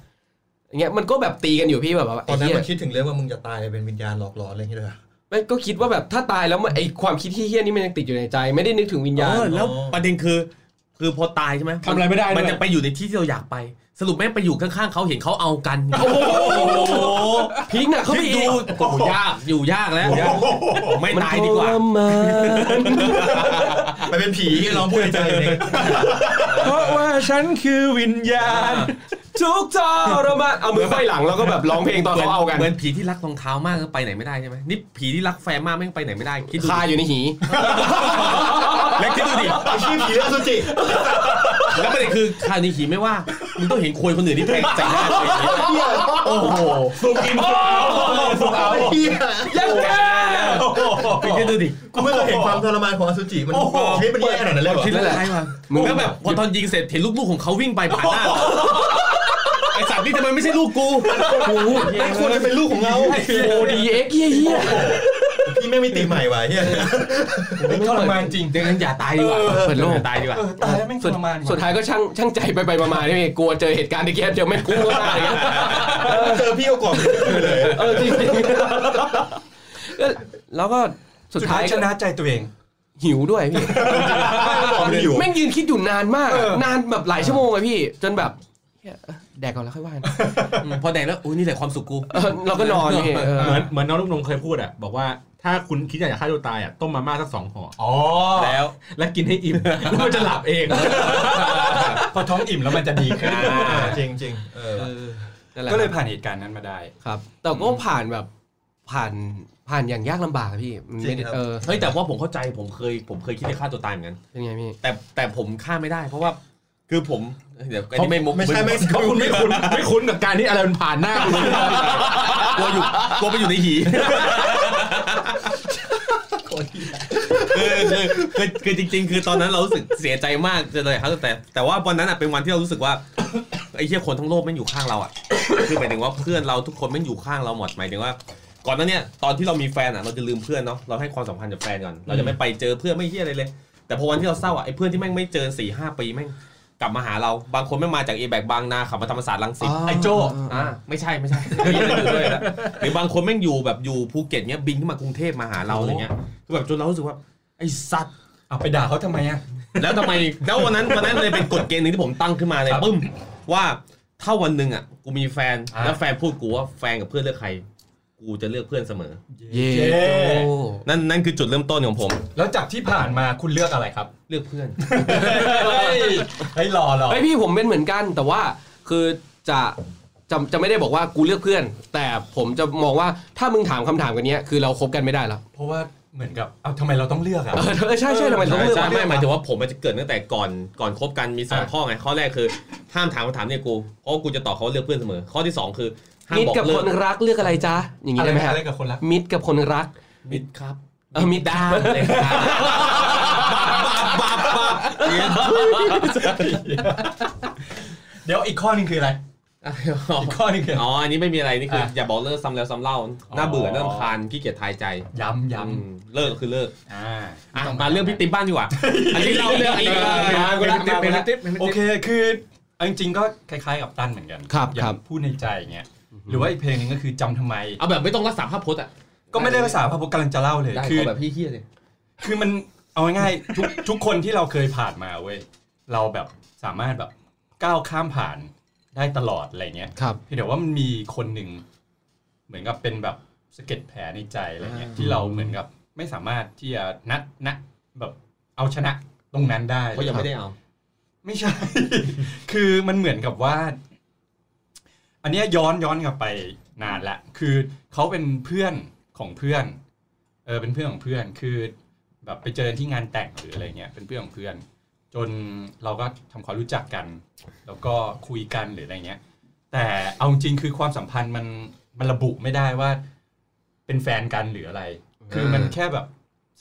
Speaker 5: อย่างเงี้ยมันก็แบบตีกันอยู่พี่แบบว่า
Speaker 4: ตอ
Speaker 5: ไอ้
Speaker 4: นนั้น
Speaker 5: เหี้ย
Speaker 4: มันคิดถึงเรื่องว่ามึงจะตายเป็นวิญญาณหลอกหลอนอะไรอย่างเงี้ยด้วยเหรอ
Speaker 5: มันก็คิดว่าแบบถ้าตายแล้วมันไอความคิดที่เฮี้ยนี่มันยังติดอยู่ในใจ ไม่ได้นึกถึงวิญญาณ
Speaker 2: เออแล้วประเด็นคือ คือพอตายใช่ไหม
Speaker 1: ทำอะไรไม่ได้
Speaker 2: มั
Speaker 1: ด้
Speaker 2: น
Speaker 1: วย
Speaker 2: จะไปอยู่ในที่ที่เราอยากไป สรุปแม่งไปอยู่ข้างๆเขาเห็นเขาเอากัน โอ้โห
Speaker 5: พีคหนักเข้า
Speaker 2: คิ
Speaker 5: ไป
Speaker 2: ด
Speaker 5: อี
Speaker 2: ดู
Speaker 5: ก
Speaker 2: โอ้โหยากอยู่ยากแล้วไม่
Speaker 5: มัน
Speaker 2: ตา
Speaker 5: ท
Speaker 2: ยดีกว่า
Speaker 5: รมาน
Speaker 4: ไปเป็นผีเงี้ยร้องพูดในใจเอง
Speaker 5: เพราะว่า
Speaker 7: ฉันคือวิญญาณ
Speaker 5: ทุกทรมานเอามือไขว้หลังแล้วก็แบบร้องเพลงตอนเขาเอากัน
Speaker 2: เหมือนผีที่รักรองเท้ามากไปไหนไม่ได้ใช่ไหมนี่ผีที่รักแฟนมากแม่งไปไหนไม่ได้คิดดู
Speaker 5: คาอยู่ในหี
Speaker 2: แล้วคิดดูดิ
Speaker 4: ไอ้ชื่อผีเรื่องสุจิ
Speaker 2: แล้วประเด็นคือคานิหีไม่ว่ามึงต้องเห็นควยคนอื่นที่แพงใส่หน้าตัวเองโอ้โหสูกินสูเอา
Speaker 5: ยังแก
Speaker 2: ไปคิดดูดิ
Speaker 4: กูไม่เคยเห็นความทรมานของอสุจิมันชีวิตมันแย่ขนาดนั้นเลยเหรอ
Speaker 2: คิดอะไรวะมึงแล้วแบบพอตอนยิงเสร็จเห็นลูกๆของเขาวิ่งไปผ่านหน้าไอสัตว์นี่ทำไมไม่ใช่ลูกกู
Speaker 4: ไม่ควรจะเป็นลูกของเรา
Speaker 5: โอดีเอ็กเฮียเฮีย
Speaker 4: พี่ไม่งมีตีใหม่ว่ะเฮีย
Speaker 6: ทรมานจริง
Speaker 2: ดังนั้นอย่าตายดีกว่าเปิดโลกตายดีกว่า
Speaker 6: เออตายแล้วแม่งทรมานว่ะ
Speaker 5: สุดท้ายก็ช่างช่างใจไปไปมามาเนี่ยกลัวเจอเหตุการณ์ที่แกเจอแม่งกู้ก็ได้อะไรเงี้ย
Speaker 4: เจอพี่เอาก่อนคือเลย
Speaker 5: เออจริงๆก็แล้วก็สุ
Speaker 6: สุ
Speaker 5: ด
Speaker 6: ด
Speaker 5: ท้า
Speaker 6: ท้าย ย
Speaker 5: ก็
Speaker 6: ชนะใจตัวเอง
Speaker 5: หิวด้วยพี่
Speaker 4: มันหิว
Speaker 5: แม่งยืนคิดอยู่นานมาก
Speaker 6: เออ
Speaker 5: นานแบบหลายชั่วโมงเลยพี่ จนแบบเหี้ยแดกก่อนแล้วค่อยว่ากัน
Speaker 2: พอแดงแล้วอุ้ยนี่แหละความสุขกู
Speaker 5: เออเราก็นอนพี่เออ
Speaker 1: เหมือนเหมือนน้องลูกนงเคยพูดอ่ะ บอกว่าถ้าคุณคิดอยากจะฆ่าตัวตายอ่ะต้มมาม่าสักสองห่อ
Speaker 6: อ๋อ
Speaker 2: แล้ว
Speaker 1: และกินให้อิ่มแล้วมันจะหลับเอง
Speaker 6: พอท้องอิ่มแล้วมันจะดีขึ้น
Speaker 4: จริงจริงเออ
Speaker 5: นั่นแหะ
Speaker 6: ก็เลยผ่านเหตุการณ์นั้นมาได้
Speaker 5: ครับ แต่ก็ผ่านแบบผ่านผ่านอย่างยากลำบากอะพี่มันไม่ได้
Speaker 4: จริงครับ
Speaker 5: เออ
Speaker 2: เฮ้ยแต่ว่าผมเข้าใจผมเคยผมเคยคิดจะฆ่าตัวตายเหมือนกัน
Speaker 5: เป็นไงพี่
Speaker 2: แต่แต่ผมฆ่าไม่ได้ เพราะว่าคือผมเดี๋ยวอันนี้ไม่มุก
Speaker 4: ไม่ใช่ไม่
Speaker 2: ก
Speaker 4: เขาคุณไม่คุณ
Speaker 1: ไม่คุ้นกับการที่อะไรมันผ่านหน้าคุณ
Speaker 2: ลัวอยู่กลัวไปอยู่ในหีคือคือคือคือจริง ๆ คือตอนนั้นเรารู้สึกเสียใจมากเลยครับแต่ แต่ว่าวันนั้นอ่ะเป็นวันที่เรารู้สึกว่า ไอ้เหี้ยคนทั้งโลกแม่งอยู่ข้างเราอ่ะ คือหมายถึงว่าเพื่อนเราทุกคนแม่งอยู่ข้างเราหมดหมายถึงว่า ก่อนหนั้นเนี่ยตอนที่เรามีแฟนอ่ะเราจะลืมเพื่อนเนาะเราให้ความสำคัญกับแฟนก่อนเราจะไม่ไปเจอเพื่อนไม่เฮี้ยอะไรเลย แต่พอวันที่เราเศร้าอ่ะไอ้เพื่อนที่แม่งไม่เจอสี่ห้าปีแม่งกลับมาหาเราบางคนแม่งมาจากเอแบกบางนาขับมาธรรมศาสตร์รังสิต
Speaker 5: อ่า
Speaker 2: ไอ้โจ้อ่าไม่ใช่ไม่ใช่ไม่ใช่ด้วยนะหรือบางคนแม่งอยู่แบบอยู่ภูเก็ตเนี้ยบินขึ้นมากรุงเทพมาหาเราอะไรเงี้ยคือแบบจนเรารู้สึกว่าไอ้สัตว์
Speaker 6: เอาไปด่าเขาทำไมอ่ะ
Speaker 2: แล้วทำไมแล้ววันนั้นวันนั้นเลยเป็นกฎเกณฑ์หนึ่งที่ผมตั้งขึ้นมาเลย
Speaker 6: ครับ
Speaker 2: ปึ้มว่าถ้าวันหนึ่งอ่ะกูมีแฟน
Speaker 6: อ่า
Speaker 2: แล้วแฟนพูดกูว่าแฟนกับเพื่อนเลือกใคร กูจะเลือกเพื่อนเสมอ
Speaker 5: เย่โอ้
Speaker 2: นั่นนั่นคือจุดเริ่มต้นของผม
Speaker 6: แล้วจากที่ผ่านมาคุณเลือกอะไรครับ
Speaker 2: เลือกเพื่อน
Speaker 6: เฮ้ยเฮ้ยรอรอ
Speaker 5: เฮ้ยพี่ผมเป็นเหมือนกันแต่ว่าคือจะจะจะไม่ได้บอกว่ากูเลือกเพื่อน แต่ผมจะมองว่าถ้ามึงถามคำถามกันเนี้ยคือเราคบกันไม่ได้แล้ว
Speaker 6: เพราะว่าเหมือนกับเอาทำไมเราต้องเลือกอ่ะ
Speaker 5: เออเออใช่ใช่ทำไมต้
Speaker 2: ใช่
Speaker 5: องเลือก
Speaker 2: ใช่
Speaker 5: วะ
Speaker 2: ไม่หมายถึงว่าผมมันจะเกิดตั้งแต่ก่อนก่อนคบกันมีสอง
Speaker 6: อ่ะ
Speaker 2: ข้อไงข้อแรกคือห้ามถามคำถามเนี่ยกูเพราะกูจะตอบเขาว่าเลือกเพื่อนเสมอ ข้อที่สองคือห้าม
Speaker 5: มิต
Speaker 2: บ
Speaker 5: ร
Speaker 2: อก
Speaker 5: กับ
Speaker 2: เลิ
Speaker 5: ค
Speaker 2: ก
Speaker 5: นรักเลือกอะไรจ๊ะอย่างนี้
Speaker 6: อะไร
Speaker 5: ได้ไหมฮะ
Speaker 6: อะไรกับคนรัก
Speaker 5: มิตรกับคนรัก
Speaker 2: มิดครับ
Speaker 5: เออมิตร
Speaker 2: ด้ามเลยครับ บาปบาปบาป
Speaker 6: เดี๋ยวอีกข้อหนึงคืออะไร
Speaker 2: บา
Speaker 6: อี
Speaker 2: ป
Speaker 6: กข้อหนึงคืออะไร
Speaker 2: อ๋อ อันนี้ไม่มีอะไร นี่คืออะ อย่าบอกเลิกซ้ำแล้วซ้ำเล่า น่าเบื่อ
Speaker 6: อ๋อ
Speaker 2: น่ารำคาญขี้เกียจทายใจ
Speaker 6: ย้ำ
Speaker 2: อื
Speaker 6: ย้ำ
Speaker 2: มเลิกคือเลิก
Speaker 6: อ่า
Speaker 2: อ่ะมาเรื่องพี่ติ๊มบ้านดี กว่า อันนี้เราเรื่องอันนี้เราเรื่อง
Speaker 6: เป็นติ๊บเป็นติ๊บโอเคคือเอาจริงๆก็คล้ายๆกับตั้นเหมือนกัน
Speaker 5: ครับ
Speaker 6: อ
Speaker 5: ค
Speaker 6: ย่าง
Speaker 5: รับ
Speaker 6: พูดในใจอย่างเงี้ยหรือว่าอีกเพลงหนึงก็คือจำทำไม
Speaker 2: เอาแบบไม่ต้องรักษาภาพพจน์อ่ะ
Speaker 6: ก็ไม่ได้ภาษาพระพุทธกำลังจะเล่าเลย
Speaker 2: ได้
Speaker 6: คือ
Speaker 2: เอาแบบพี่เฮี้ยเลย
Speaker 6: คือมันเอาง่ายๆทุกทุกคนที่เราเคยผ่านมาเว้ยเราแบบสามารถแบบก้าวข้ามผ่านได้ตลอดอะไรเงี้ย
Speaker 5: ครับ
Speaker 6: เพียงแต่ว่ามันมีคนหนึ่งเหมือนกับเป็นแบบสะเก็ดแผลในใจอะไรเงี้ยที่เราเหมือนกับไม่สามารถที่จะนัดนะแบบเอาชนะตรงนั้นได้
Speaker 2: เพราะยังไม่ได้เอา
Speaker 6: ไม่ใช่ คือมันเหมือนกับว่า อันเนี้ยย้อนย้อนกลับไปนานละ คือเขาเป็นเพื่อนของเพื่อน เออเป็นเพื่อนของเพื่อน คือแบบไปเจอที่งานแต่งหรืออะไรเงี้ย เป็นเพื่อนของเพื่อน จนเราก็ทำความรู้จักกัน แล้วก็คุยกันหรืออะไรเงี้ย แต่เอาจริงๆคือความสัมพันธ์มันมันระบุไม่ได้ว่า เป็นแฟนกันหรืออะไร คือมันแค่แบบ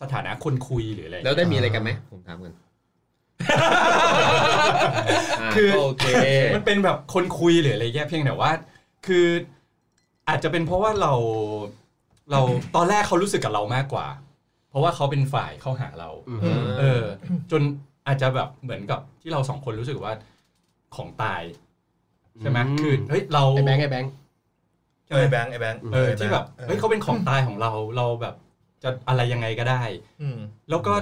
Speaker 6: สถานะคนคุยหรืออะไรเงี้ย
Speaker 2: แล้วได้มีอะไรกันไหมผมถาม กันอ่ะ
Speaker 6: คือ
Speaker 2: โอเค
Speaker 6: มันเป็นแบบคนคุยหรืออะไรเงี้ยเพียงแต่ว่า คืออาจจะเป็นเพราะว่าเราเราตอนแรกเขารู้สึกกับเรามากกว่า เพราะว่าเขาเป็นฝ่ายเข้าหาเรา เออ จนอาจจะแบบเหมือนกับที่เราสองคนรู้สึกว่าของตาย ใช่ไหม
Speaker 5: อืม
Speaker 6: คือเฮ้ยเรา
Speaker 5: ไอ้แบงค์ไอ้แบงค์
Speaker 4: ไอ้แบงค์ไอ้แบงค์
Speaker 6: เออที่แบบเฮ้ยเขาเป็นของตายของเราเราแบบจะอะไรยังไงก็ได้
Speaker 4: อืม
Speaker 6: แล้วก็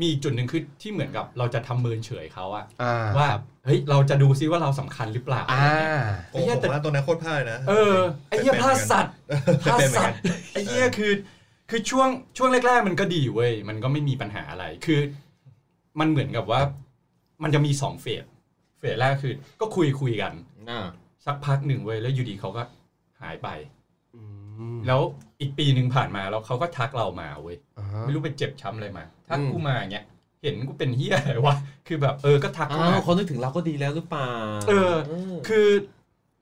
Speaker 6: มีอีกจุดหนึ่งคือที่เหมือนกับเราจะทำเมินเฉยเขาอะ
Speaker 5: อ่า
Speaker 6: ว่าเฮ้ยเราจะดูซิว่าเราสำคัญหรือเปล่า
Speaker 5: อ่า
Speaker 4: โอ้โหผมว่าตัวนั้นโคตรพ่ายนะ
Speaker 6: เออไอ้เหี้ยพลาดสัตว์พลาดสัตว์ไอ้เหี้ยคือ คือช่วงช่วงแรก ๆ มันก็ดีเว้ยมันก็ไม่มีปัญหาอะไรคือ มันเหมือนกับว่า มันจะมีสองเฟส เฟสแรกคือ ก็คุยคุยกัน
Speaker 2: อ่า
Speaker 6: สักพักหนึ่งเว้ยแล้วอยู่ดีเขาก็หายไป
Speaker 5: อืม
Speaker 6: แล้วอีกปีหนึ่งผ่านมาแล้วเขาก็ทักเรามาเว้ย
Speaker 5: อ่าฮะ
Speaker 6: ไม่รู้ไปเจ็บช้ำอะไรมา ทัก
Speaker 5: อืม
Speaker 6: กูมาอย่างเงี้ย เห็นกูเป็นเฮียอะไรวะ คือแบบเออ ก็ทักกู
Speaker 2: อ้าม
Speaker 6: าว
Speaker 2: เขานึกถึงเราก็ดีแล้วหรือเปล่า
Speaker 6: เออ
Speaker 2: ม
Speaker 6: คือ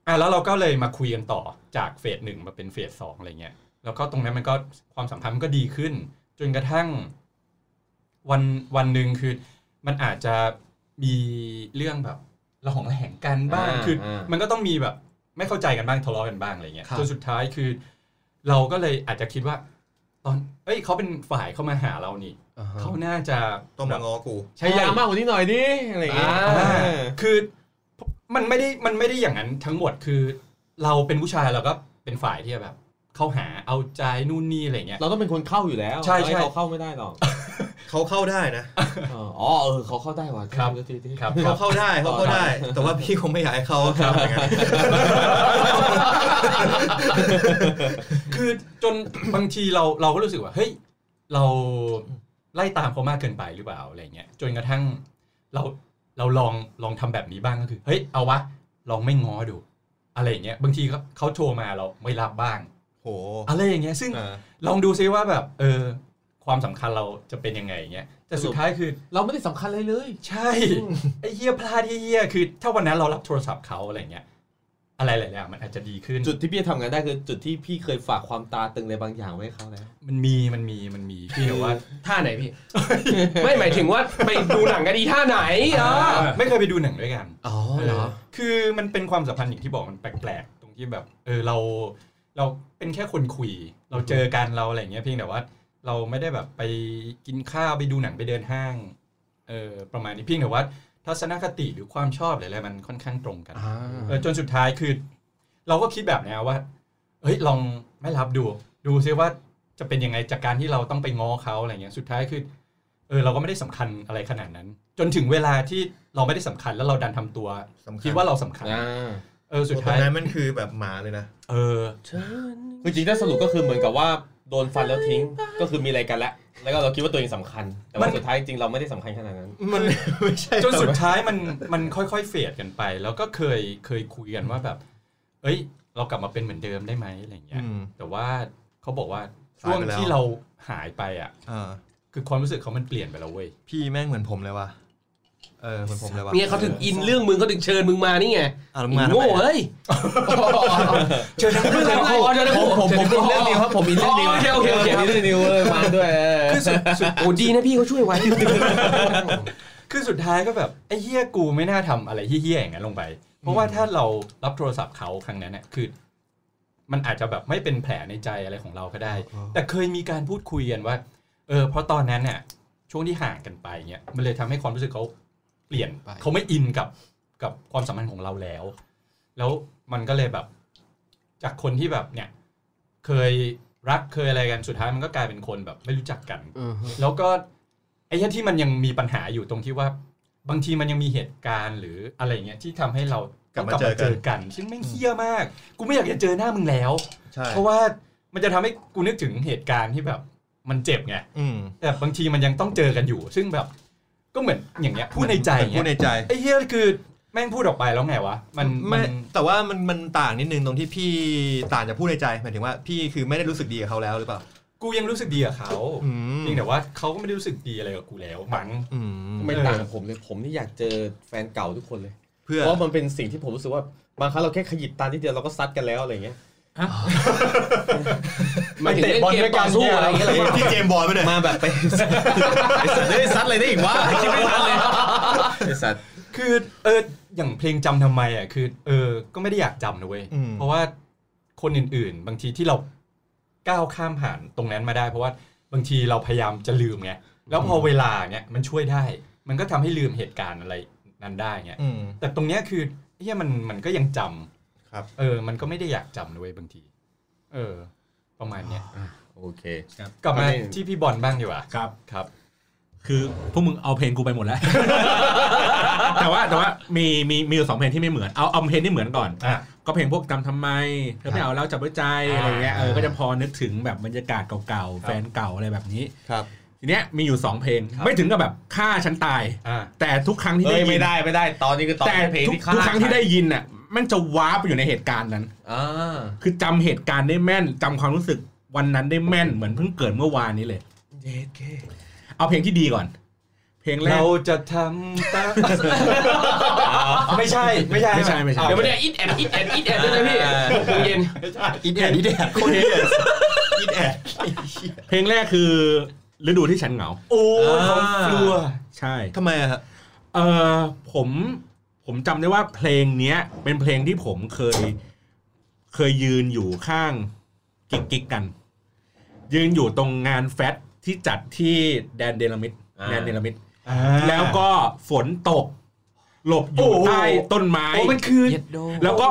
Speaker 6: อ่ะแล้วเราก็เลยมาคุยกันต่อจากเฟสหนึ่งมาเป็นเฟสสองอะไรเงี้ย แล้วก็ตรงนั้นมันก็ความสัมพันธ์มันก็ดีขึ้น จนกระทั่ง วันวันหนึ่งคือ มันอาจจะมีเรื่องแบบระหองระแหงกันบ้าง
Speaker 2: า
Speaker 6: คืออา มันก็ต้องมีแบบไม่เข้าใจกันบ้างทะเลาะกันบ้างอะไรเงี้ย
Speaker 5: ครับ
Speaker 6: จนสุดท้ายคือ เราก็เลยอาจจะคิดว่า ตอน เอ้ยเขาเป็นฝ่ายเข้ามาหาเรานี่
Speaker 5: อ่าฮะ
Speaker 6: เขาน่าจะ
Speaker 3: ต้องมาง้อกู
Speaker 6: ใช่ใหญ่
Speaker 2: พยยมมากกว่านี้หน่อยดิอะไรอย่างเงี้ย
Speaker 6: อ่า
Speaker 2: เออ
Speaker 6: คือมันไม่ได้มันไม่ได้อย่างนั้นทั้งหมดคือ เราเป็นผู้ชายเราก็เป็นฝ่ายที่แบบ เข้าหาเอาใจนู่นนี่อะไรเงี้ย
Speaker 2: เราต้องเป็นคนเข้าอยู่แล้ว
Speaker 6: ใช่ใช่
Speaker 2: ห้เขาเข้าไม่ได้หร อก
Speaker 3: เขาเข้าได้นะ
Speaker 2: เอออ๋อเออเขาเข้าได้ว่ะ
Speaker 6: ครับ
Speaker 2: ทีที
Speaker 6: ครับค
Speaker 3: เขา
Speaker 6: รับ
Speaker 3: เข้าได้เขาเข้าได้ แต่ว่าพี่คงไม่อยากให้เขาครับอย่างนั้น
Speaker 6: คือจนบางทีเราเราก็รู้สึกว่าเฮ้ยเราไล่ตามเขามากเกินไปหรือเปล่าอะไรเงี้ยจนกระทั่งเราเราลองลองทำแบบนี้บ้างก็คือเฮ้ยเอาวะลองไม่ง้อดู อะไรเงี้ยบางทีเขาเขาโทรมาเราไม่รับบ้าง
Speaker 3: โห
Speaker 6: อะไรอย่างเงี้ยซึ่ง
Speaker 3: อ่า
Speaker 6: ลองดูซิว่าแบบเออความสำคัญเราจะเป็นยังไงเงี้ยแต่สุดท้ายคือ
Speaker 2: เราไม่ได้สำคัญเลยเลย
Speaker 6: ใช่ไอ้เฮียพลาดไอ้เฮียคือ ถ้าวันนั้นเรารับโทรศัพท์เขาอะไรเงี้ยอะไรหลายๆอย่างมันอาจจะดีขึ้น
Speaker 2: จุดที่พี่จะทำงานได้คือจุดที่พี่เคยฝากความตาตึงในบางอย่างไว้ให้เขาแล้ว
Speaker 6: มันมีมันมีมันมีพี่แบบว่า
Speaker 5: ท่าไหนพี่ ไม่หมายถึงว่าไปดูหนังกันดีท่าไหนเออ
Speaker 6: ไม่เคยไปดูหนังด้วยกัน
Speaker 5: อ๋อเหรอ
Speaker 6: เออคือมันเป็นความสัมพันธ์อย่างที่บอกมันแปลกๆตรงที่แบบ เออเรา เราเป็นแค่คนคุย เราเจอกันเราอะไรเงี้ยเพียงแต่ว่า เราไม่ได้แบบไปกินข้าวไปดูหนังไปเดินห้างเออประมาณนี้เพียงแต่ว่าทัศนคติหรือความชอบหรืออะไรมันค่อนข้างตรงกัน
Speaker 5: อ่า
Speaker 6: เออจนสุดท้ายคือ เราก็คิดแบบเนี้ยว่าเฮ้ยลองไม่รับดู ดูซิว่าจะเป็นยังไงจากการที่เราต้องไปง้อเขาอะไรเงี้ยสุดท้ายคือเออเราก็ไม่ได้สำคัญอะไรขนาดนั้น จนถึงเวลาที่เราไม่ได้สำคัญแล้วเราดันทำตัว
Speaker 3: สำคั
Speaker 6: คิ
Speaker 3: ญ
Speaker 6: ดว่าเราสำคัญ
Speaker 2: อ่า
Speaker 6: เออสุด
Speaker 3: ตอ
Speaker 6: ท้าน ย
Speaker 3: นั้นมันคือแบบหมาเลยนะ
Speaker 6: เออ
Speaker 2: คือจริงๆถ้าสรุปก็คือเหมือนกับว่าโดนฟันแล้ว ทิ้ง ก็คือมีอะไรกันแล้ว แล้วก็เราคิดว่าตัวเองสำคัญ แต่ว่าสุดท้ายจริงๆเราไม่ได้สำคัญขนาดนั้น
Speaker 3: มัน ไม่ใช่
Speaker 6: จนสุดท้ายมันมันค่อยๆเฟดกันไป แล้วก็เคยเคยคุยกันว่าแบบ เอ้ย เรากลับมาเป็นเหมือนเดิมได้ไหมอะไรเงี้ย
Speaker 3: อืม
Speaker 6: แต่ว่าเขาบอกว่าช่วง
Speaker 3: หายไปแล้ว
Speaker 6: ที่เราหายไปอ่ะ
Speaker 3: อ่า
Speaker 6: คือความรู้สึกเขามันเปลี่ยนไปแล้วเว้ย
Speaker 3: พี่แม่งเหมือนผมเลยว่ะเออเหมือนผมเลยว่ะ
Speaker 5: เนี่ยเขาถึงอินเรื่องมึงเขาถึงเชิญมึงมานี่ไง
Speaker 3: อ่ะแล้ว
Speaker 5: ไอ้
Speaker 3: งานทำไม
Speaker 5: โง่
Speaker 3: อ่ะ
Speaker 5: เอ้ย เชิญทั้งเรื่อง เลยอ๋อเชิญทั้งคู่
Speaker 2: ผมผมเรื่องนี้ครับผมมีเรื่องนี้
Speaker 5: โอเคโอเคโอเค
Speaker 2: มีเรื่องนิวเลยมาด้วย
Speaker 6: คือสุดสุด
Speaker 5: โอ้ดีนะพี่เขาช่วยไว้
Speaker 6: คือสุดท้ายก็แบบไอ้เฮี้ยกูไม่น่าทำอะไรเฮี้ยๆอย่างนั้นลงไป เพราะว่าถ้าเรารับโทรศัพท์เขาครั้งนั้นเนี่ยคือ มันอาจจะแบบไม่เป็นแผลในใจอะไรของเราก็ได้ แต่เคยมีการพูดคุยกันว่า เออเพราะตอนนั้นเนี่ยช่วงที่ห่างกันไปเนี่ยมันเลยทำให้ความรู้สึกเขาเปลี่ยน
Speaker 5: ไป
Speaker 6: เขาไม่อินกับกับความสัมพันธ์ของเราแล้ว แล้วมันก็เลยแบบ จากคนที่แบบเนี่ย เคยรักเคยอะไรกันสุดท้ายมันก็กลายเป็นคนแบบ ไม่รู้จักกัน แล้วก็ไอ้เหี้ยที่มันยังมีปัญหาอยู่ตรงที่ว่า บางทีมันยังมีเหตุการณ์หรืออะไรเงี้ยที่ทำให้เรา
Speaker 3: กลับมา
Speaker 6: ต้ง
Speaker 3: เจอกัน
Speaker 6: กัน ซึ่งแม่งเฮี้ยมาก กูไม่อยากจะเจอหน้ามึงแล้ว
Speaker 3: ใช่
Speaker 6: เพราะว่ามันจะทำให้กูนึกถึงเหตุการณ์ที่แบบ มันเจ็บไง
Speaker 3: อืม
Speaker 6: แต่บางทีมันยังต้องเจอกันอยู่ ซึ่งแบบก็เหมือนอย่างเงี้ยพูดในใจ
Speaker 3: เหมือพูด
Speaker 6: เงี้ย
Speaker 3: ในใจ
Speaker 6: ไอ้เฮี้ยคือแม่งพูดออกไปแล้วไงวะมันมั
Speaker 3: ไม่
Speaker 6: น
Speaker 3: แต่ว่ามันมันต่างนิดนึงตรงที่พี่ต่างจากพูดในใจหมายถึงว่าพี่คือไม่ได้รู้สึกดีกับเขาแล้วหรือเปล่า
Speaker 6: กูยังรู้สึกดีกับเขา
Speaker 3: อืม
Speaker 6: เพียงแต่ว่าเขาก็ไม่ได้รู้สึกดีอะไรกับกูแล้วมั้ง
Speaker 3: อืม
Speaker 2: ทำไมต่างกับผมเลยผมนี่อยากเจอแฟนเก่าทุกคนเลย
Speaker 3: เพื่อ
Speaker 2: เพราะมันเป็นสิ่งที่ผมรู้สึกว่าบางครั้งเราแค่ขยิบตานิดเดียวเราก็ซัดกันแล้วอะไรอย่างเงี้ย
Speaker 5: หมายถึงเล่นเกมต่อสู้อะไรอย่างเงี้ยเหรอ
Speaker 3: ที่เจมส์บอลไปเลย
Speaker 2: มาแบบไป ไอ้สัตว์ได้ซัดอะไรได้อีกวะ คิดไม่ทันเลยไอ้สัตว์
Speaker 6: คือเอออย่างเพลงจำทำไมอ่ะคือ เออ ก็ไม่ได้อยากจำนะเว้ยเพราะว่าคนอื่นๆ บางทีที่เราก้าวข้ามผ่านตรงนั้นมาได้ เพราะว่าบางทีเราพยายามจะลืมไงแล้วพอเวลาเนี่ยมันช่วยได้ มันก็ทำให้ลืมเหตุการณ์อะไรนั้นได้ไง
Speaker 3: อืม
Speaker 6: แต่ตรงเนี้ยคือเฮียมันมันก็ยังจำ
Speaker 3: ครับ
Speaker 6: เออ มันก็ไม่ได้อยากจำนะเว้ยบางที เออ ประมาณเนี้ย
Speaker 2: โอเค
Speaker 6: กลับมา
Speaker 2: ประเด็น
Speaker 6: ที่พี่บอลบ้างดีกว่า
Speaker 1: ครับ
Speaker 6: ครับ
Speaker 1: คือพวกมึงเอาเพลงกูไปหมดแล้ว แต่ว่าแต่ว่ามีมีมีอยู่สองเพลงที่ไม่เหมือนเอาเอาเพลงที่เหมือนก่อน
Speaker 6: อ่ะ
Speaker 1: ก็เพลงพวกจำทำไมเธอไม่เอาแล้วจับไว้ใจอะไรเงี้ยเออก็จะพอนึกถึงแบบบรรยากาศเก่าๆแฟนเก่าอะไรแบบนี้
Speaker 3: ครับ
Speaker 1: ทีเนี้ยมีอยู่สองเพลง ไม่ถึงกับแบบฆ่าฉันตาย
Speaker 6: อ่า
Speaker 1: แต่ทุกครั้งที่
Speaker 2: เอ้
Speaker 1: ได้
Speaker 2: ย
Speaker 1: ยิ
Speaker 2: ไม่
Speaker 1: น
Speaker 2: ได้ไม่ได้ตอนนี้คือตอน
Speaker 1: แต่
Speaker 2: เพลง
Speaker 1: ทุก
Speaker 2: ที่ฆ่า
Speaker 1: ทุกครั้งที่ได้ยินน่ะแมันจะว้าร์ปไปอยู่ในเหตุการณ์นั้น
Speaker 2: อ่า
Speaker 1: คือจำเหตุการณ์ได้แม่นจำความรู้สึกวันนั้นได้แม่นเหมือนเพิ่งเกิดเมื่อวานนี้เลย
Speaker 2: เย็ดเก้
Speaker 1: เอาเพลงที่ดีก่อน เพลงแรก
Speaker 6: เราจะทำตาม ไม่ใช่ไม่ใช่
Speaker 1: ไม่ใช่ไม่ใช่
Speaker 5: เดี๋ยวมันเนี่ยอิดแอดอิดแอดอิดแอดด้วยนะพี่หกโมงเย็น
Speaker 4: อินแอดอินแอดโคตรอินแอดอินแอด
Speaker 1: เพลงแรกคือฤดูที่ฉันเหงา
Speaker 6: โอ้ยของฟลัว
Speaker 1: ใช่
Speaker 4: ทำไมอะฮะ
Speaker 1: เออผมผมจำได้ว่าเพลงเนี้ย เป็นเพลงที่ผมเคยเคยยืนอยู่ข้างกิ๊กกิ๊กกัน ยืนอยู่ตรงงานแฟตที่จัดที่แดนเดลามิดแดนเดลามิด
Speaker 6: อ่า
Speaker 1: แล้วก็ฝนตก หลบอยู่
Speaker 6: โอ้โห
Speaker 1: ใต้ต้นไม้
Speaker 6: โอ้มันคือ
Speaker 5: เย็ดโด
Speaker 1: แล้วก็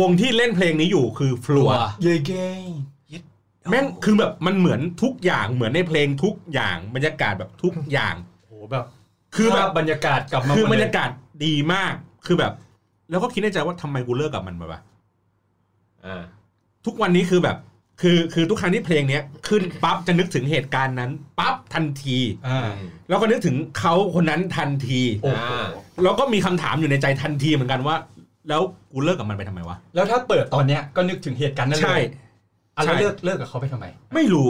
Speaker 1: วงที่เล่นเพลงนี้อยู่คือฟลัว
Speaker 5: Floor
Speaker 6: เยเกย
Speaker 1: แม่งคือแบบมันเหมือนทุกอย่างเหมือนในเพลงทุกอย่างบรรยากาศแบบทุกอย่าง
Speaker 6: โอ้แบบ
Speaker 1: คือแบบ
Speaker 6: ภาพบรรยากาศกลับมา
Speaker 1: คือบรร
Speaker 6: หมดเลย
Speaker 1: ากาศดีมาก คือแบบ แล้วก็คิดในใจว่าทำไมกูเลิกกับมันไปวะ
Speaker 2: อ่า
Speaker 1: ทุกวันนี้คือแบบ คือคือทุกครั้งที่เพลงเนี้ยขึ้นปั๊บจะนึกถึงเหตุการณ์นั้นปั๊บทันที
Speaker 6: อ่า
Speaker 1: แล้วก็นึกถึงเขาคนนั้นทันที
Speaker 6: โอ้
Speaker 2: อ่า
Speaker 1: แล้วก็มีคำถามอยู่ในใจทันทีเหมือนกันว่า แล้วกูเลิกกับมันไปทำไมวะ
Speaker 6: แล้วถ้าเปิดตอนเนี้ยก็นึกถึงเหตุการณ์นั้นเลย
Speaker 1: ใช่
Speaker 6: อ่ะแล้ว
Speaker 1: ใช่
Speaker 6: เลิกเลิกกับเขาไปทำไม
Speaker 1: ไม่รู้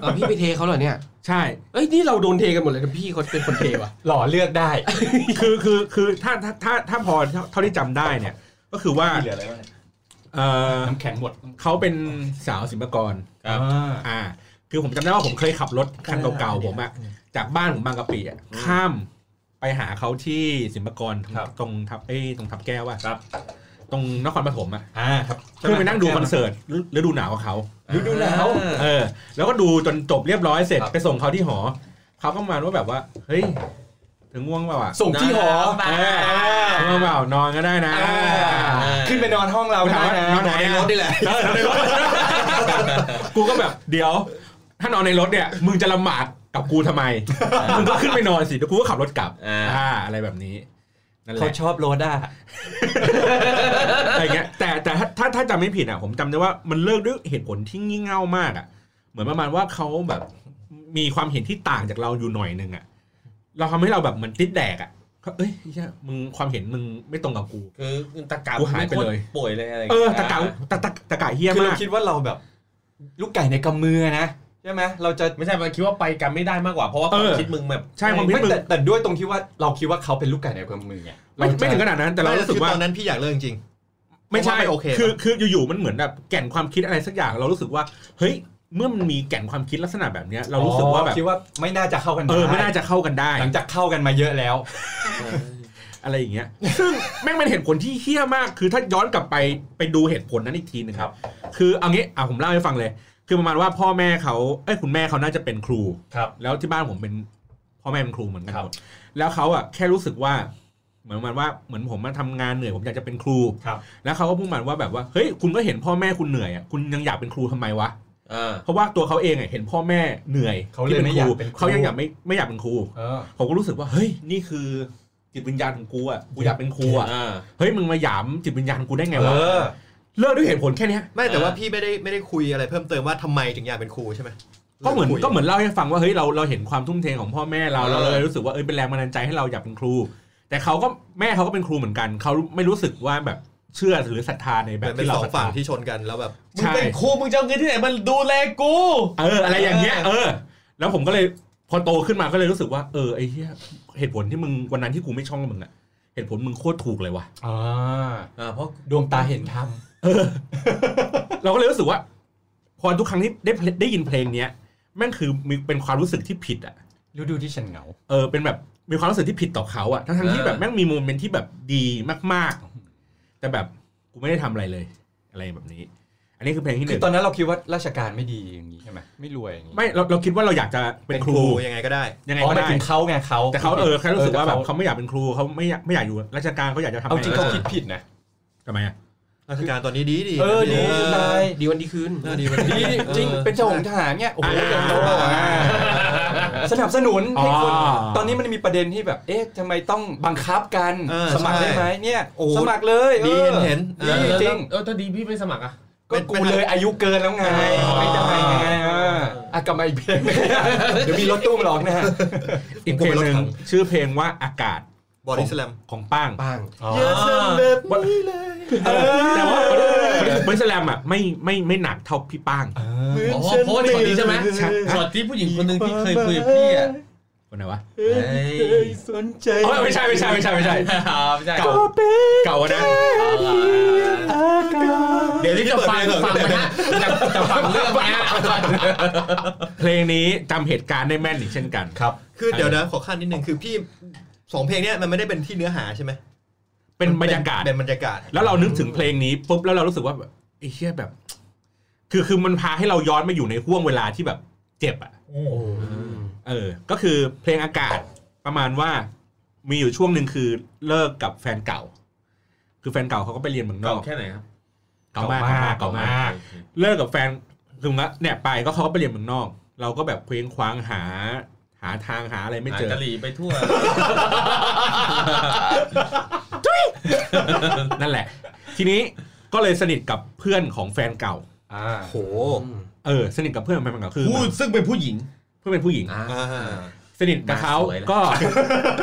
Speaker 5: เอาพี่ไปเทเขาเหรอเนี่ย
Speaker 1: ใช่
Speaker 5: เอ้ยนี่เราโดนเทกันหมดเลยนะพี่เขาเป็นคนเทวะ
Speaker 6: หล่อเลือกได้
Speaker 1: คือคือคือถ้าถ้าถ้าถ้าพอเท่าที่จำได้เนี่ย ก็คือว่า
Speaker 4: เหลืออะไรบ้าง
Speaker 1: เออ
Speaker 6: น้ำแข็งหมด
Speaker 1: เขาเป็นสาวศิลปากร
Speaker 6: อ่า
Speaker 1: อ่าคือผมจำได้ว่าผมเคยขับรถคันเก่าๆผมอะจากบ้านผมบางกะปิอะข้ามไปหาเขาที่สิมปากรตรงทับเอ้ยตรงทับแก้วว่ะ
Speaker 6: ครับ
Speaker 1: ตรงนครปฐมอะ
Speaker 6: อ่าครับ
Speaker 1: เพื่อไปนั่งดูคอนเสิร์ตฤดูหนาวกับเขา
Speaker 6: ดูดูแล้ว
Speaker 1: เออ แล้วก็ดูจนจบเรียบร้อยเสร็จไปส่งเขาที่หอเขาก็มาว่าแบบว่าเฮ้ยถึงง่วงเปล่าอะ
Speaker 6: ส่งที่หอ
Speaker 1: เออง่วงเปล่านอนก็ได้นะ
Speaker 6: ขึ้นไปนอนห้องเรา
Speaker 1: ถา
Speaker 6: ได้
Speaker 1: มว่าน
Speaker 6: นะ
Speaker 1: อนไหนอะ
Speaker 4: ในรถนี่แหละ
Speaker 1: เออนอนในรถกูก็แบบเดี๋ยว ถ้านอนในรถเนี่ย มึงจะละหมาดกับกูทำไม มึงก็ขึ้นไปนอนสิเดี๋ยวกูก็ขับรถกลับ
Speaker 2: อ่า
Speaker 1: อ่า อะไรแบบนี้นั่นแห
Speaker 6: เขา
Speaker 1: ละ
Speaker 6: ชอบโรด้า
Speaker 1: อะไรเงี้ยแต่แต่ถ้าถ้าถ้าจำไม่ผิดอ่ะ ผมจำได้ว่ามันเลิกด้วยเหตุผลที่งี่เง่ามากอ่ะ เหมือนประมาณว่าเขาแบบมีความเห็นที่ต่างจากเราอยู่หน่อยนึงอ่ะ เราทำให้เราแบบเหมือนติดแดกอ่ะเขาเอ้ยเหี้ยมึงความเห็นมึงไม่ตรงกับกู
Speaker 2: คือตะกา
Speaker 1: กูหายไปเลย
Speaker 2: ป่วยเลยอะไรย่าง
Speaker 1: เออ
Speaker 2: งี้ย
Speaker 1: ตะกะตะตะตะกะเฮี้ย
Speaker 6: คือ
Speaker 1: มา
Speaker 6: เรา
Speaker 1: ก
Speaker 6: คิดว่าเราแบบ ลูกไก่ในกำมือนะใช่ไหมเราจะ
Speaker 2: ไม่ใช่มันคิดว่าไปกันไม่ได้มากกว่าเพราะว่าค
Speaker 1: เอ
Speaker 2: วาม
Speaker 1: อ
Speaker 2: คิดมึงแบบ
Speaker 1: ใช่ความคิด
Speaker 6: ไม่
Speaker 1: มึง
Speaker 6: แต่แต่ด้วยตรงที่ว่าเราคิดว่าเขาเป็นลูกไก่ในกำมือไง
Speaker 1: ไม่
Speaker 6: เราจะ
Speaker 1: ไม่ถึงขนาดนั้นแต่เรา
Speaker 4: ไม่
Speaker 1: รู้สึก
Speaker 4: คือ
Speaker 1: ว่า
Speaker 4: ตอนนั้นพี่อยากเลิกจริง
Speaker 1: ไม่ใช่
Speaker 4: ผมว่าไม่โอเคนะ
Speaker 1: คือคืออยู่ๆมันเหมือนแบบแก่นความคิดอะไรสักอย่างเรารู้สึกว่าเฮ้ยเมื่อมันมีแก่นความคิดลักษณะแบบเนี้ยเรารู้สึกว่าแบบ
Speaker 6: คิดว่าไม่น่าจะเข้ากัน
Speaker 1: เออไม่
Speaker 6: ด้
Speaker 1: น่าจะเข้ากันได้
Speaker 6: หลังจากเข้ากันมาเยอะแล้ว
Speaker 1: อะไรอย่างเงี้ยซึ่งแม่งเป็นเหตุผลที่เฮี้ยมาก คือถ้าย้อนกลับไปไปดูเหตุผลนั้นอีกทีหนึงครับ คือเอางี้อ่ะผมเล่าให้ฟังเลย คือประมาณว่าพ่อแม่เขาเอ้ยคุณแม่เขาน่าจะเป็นครู
Speaker 6: ครับ
Speaker 1: แล้วที่บ้านผมเป็นพ่อแม่เป็นครูเหมือนกัน
Speaker 6: ครับ
Speaker 1: หมดแล้วเขาอ่ะแค่รู้สึกว่า เหมือนประมันว่าเหมือนผมมาทำงานเหนื่อยผมอยากจะเป็นครู
Speaker 6: ครับ
Speaker 1: แล้วเขาก็พูดมาว่าแบบว่าเฮ้ยคุณก็เห็นพ่อแม่คุณเหนื่อยอ่ะคุณยังอยากเป็นครูทำไมวะ
Speaker 2: อ่า
Speaker 1: เพราะว่าตัวเขาเองอ่ะเห็นพ่อแม่เหนื่อย
Speaker 6: เขาเลยไม่อยากเป็นครู
Speaker 1: เขายังอยากไม่ไม่อยากเป็นครู
Speaker 6: เออ
Speaker 1: ผมก็รู้สึกว่าเฮ้ยนี่คือจิตวิญญาณของกูอ่ะกูอยากเป็นครูอ่ะ
Speaker 2: อ่า
Speaker 1: เฮ้ยมึงมาหยามจิตวิญญาณกูได้ไง
Speaker 6: เอ
Speaker 1: วะ
Speaker 6: อ
Speaker 1: เลิกด้วยเหตุผลแค่เนี้ย
Speaker 4: ไม่แต่ว่าพี่ไม่ได้ไม่ได้คุยอะไรเพิ่มเติมว่าทำไมถึงอยากเป็นครูใช่ไหม
Speaker 1: ก็เหมือน
Speaker 4: คุย
Speaker 1: ก็เหมือนเล่าให้ฟังว่าเฮ้ยเราเราเห็นความทุ่มเทของพ่อแม่เรา
Speaker 2: เออ
Speaker 1: เราเลยรู้สึกว่าเอ้ยเป็นแรงบันดาลใจให้เราอยากเป็นครู แต่เขาก็แม่เขาก็เป็นครูเหมือนกันเขาไม่รู้สึกว่าแบบเชื่อหรือศรัทธาใน
Speaker 4: เห
Speaker 1: แบ
Speaker 4: มือบ นเป็น
Speaker 1: ที่เรา
Speaker 4: สอง
Speaker 1: ศรัท
Speaker 4: ฝั่
Speaker 1: ธาง
Speaker 4: ที่ชนกันแล้วแบบ
Speaker 2: มึง
Speaker 1: ใช่
Speaker 2: เป็นครูมึงจะเอาเงินที่ไหนมันดูแลกู
Speaker 1: เอออะไรอย่างเงี้ยเออ แล้วผมก็เลยพอโตขึ้นมาก็เลยรู้สึกว่าเออไอ้เหี้ยเหตุผลที่มึงวันนั้นที่กูไม่ชอบมึงอะเหตุผลมึงโคตรถูกเลยว่ะ
Speaker 6: อ่า
Speaker 2: อ่าเพราะ
Speaker 6: ดวงตาเห็นธรรม
Speaker 1: เราก็เลยรู้สึกว่า พอทุกครั้งที่ได้ได้ยินเพลงเนี้ยแม่งคือมีเป็นความรู้สึกที่ผิดอะ
Speaker 6: ฤดูที่ฉันเหงา
Speaker 1: เออเป็นแบบมีความรู้สึกที่ผิดต่อเขาอะทั้งทั้งๆที่แบบแม่งมีโมเมนต์ที่แบบดีมากๆ แต่แบบกูไม่ได้ทำอะไรเลย อะไรแบบนี้ อันนี้คือเพลงที่ห
Speaker 6: คือ
Speaker 1: นึ่ง
Speaker 6: ตอนนั้นเราคิดว่าราชการไม่ดีอย่างนี้ใช่ไหมไม่รวยอย่างนี้
Speaker 1: ไม่เราเราคิดว่าเราอยากจะเป็
Speaker 4: เป็น น
Speaker 1: ค
Speaker 4: ค
Speaker 1: รู
Speaker 4: รูยังไงก็ได้
Speaker 1: ยังไง
Speaker 6: อ๋อ
Speaker 1: ก็
Speaker 6: หมาย
Speaker 1: ได้
Speaker 6: ถึงเขาไงเขา
Speaker 1: แต่เขาเออแค่รู้สึกว่าแบบ
Speaker 6: เออ
Speaker 1: เขาไม่อยากเป็นครูเขาไม่อยากไม่อยากอยู่ราชการเขาอยากจะทำ
Speaker 6: เอาจริ
Speaker 1: ะ
Speaker 6: ง
Speaker 1: ไ
Speaker 6: เขาคิดผิดนะ
Speaker 1: ทำไมอ่ะ
Speaker 4: ราชการตอนนี้ดีดี
Speaker 6: เออดี
Speaker 4: เออ
Speaker 6: นาย
Speaker 5: ดีวันดีคืน
Speaker 4: เออดีวันดี
Speaker 6: ดีจริงเป็นเจ้าของทหารเนี่ยโอ้โห
Speaker 1: อ่า
Speaker 6: อ่าสนับสนุนให้คน
Speaker 1: อ๋อ
Speaker 6: ตอนนี้มันมีประเด็นที่แบบ เอ๊ะทำไมต้องบังคับกัน
Speaker 4: เออ
Speaker 6: สมัครได้
Speaker 4: ใช่
Speaker 6: ไหมเนี่ย
Speaker 4: โอ้
Speaker 6: สมัครเลย
Speaker 4: ดี
Speaker 6: ออ
Speaker 4: เห็นเห็น
Speaker 6: ดีจริง
Speaker 2: เออถ้าดีพี่ไม่สมัครอ่ะ
Speaker 6: ก็กูเลยอายุเกินแล้วไงไม่ได้ไงเอออ่ะกลับมาอีกเพลงเดี๋ยวมีรถตู้มาร้องนะฮะ
Speaker 1: อีกเพลงหนึ่งชื่อเพลงว่าอากาศ
Speaker 4: บอดี้สแลม
Speaker 1: ของป้าง
Speaker 5: บ้าง
Speaker 4: เยอะแบบนี้เลย
Speaker 1: แต่ว่าบริสแลมอ่ะไม่ไม่ไม่หนักเท่าพี่ป้าง
Speaker 3: อ๋อโพสต์ช็อตนี้ใช่ไหม
Speaker 1: ใช่
Speaker 3: ช็อตที่ผู้หญิงคนหนึ่งที่เคยคุยกับพี่อ่ะ
Speaker 1: คนไหนวะ
Speaker 3: เฮ้ย
Speaker 4: สนใจ
Speaker 1: เอ้ยไม่ใช่ไม่ใช่ไม่ใช่ไม่ใช่
Speaker 3: อ่าไม่ใช่
Speaker 1: เก่า เก่าอันนะ
Speaker 3: เดี๋ยวนี้จะฟังฟังนะฮะจะจะฟังเรื่องนะฮะ
Speaker 1: เพลงนี้จำเหตุการณ์ได้แม่นอีกเช่นกัน
Speaker 6: ครับ
Speaker 4: คือเดี๋ยวนะขอขั้นนิดนึงคือพี่สองเพลงเนี้ยมันไม่ได้เป็นที่เนื้อหาใช่ไหม
Speaker 1: เป็นบรรยากาศ
Speaker 4: เป็นบรรยากาศ
Speaker 1: แล้วเรานึกถึงเพลงนี้ปุ๊บแล้วเรารู้สึกว่าแบบไอ้เชี่ยแบบ คือคือมันพาให้เราย้อนมาอยู่ในห่วงเวลาที่แบบเจ็บอ่ะเออ ก็คือเพลงอากาศประมาณว่า มีอยู่ช่วงหนึ่งคือเลิกกับแฟนเก่า คือแฟนเก่าเขาก็ไปเรียนเมืองน
Speaker 3: เก่า
Speaker 1: อก
Speaker 3: แค่ไหนครับ
Speaker 1: เก่ามากครับเก่ามาก เลิกกับแฟนถึงละเนี่ยไปก็เขาก็ไปเรียนเมืองนอก เราก็แบบเคว้งคว้างหา หาทางหาอะไรไม่
Speaker 3: หา
Speaker 1: เจอ
Speaker 3: กะหรี่ไปทั่ว
Speaker 1: นั่นแหละ ทีนี้ก็เลยสนิทกับเพื่อนของแฟนเก่า
Speaker 6: อ่า
Speaker 4: โห
Speaker 1: เออ สนิทกับเพื่อนของแฟนเก่าคือ
Speaker 3: ผู้ซึ่งเป็นผู้หญิง
Speaker 1: เพื่อนเป็นผู้หญิง
Speaker 4: อ่า
Speaker 1: สนิทกับเขา
Speaker 3: สวยเลย
Speaker 1: ก็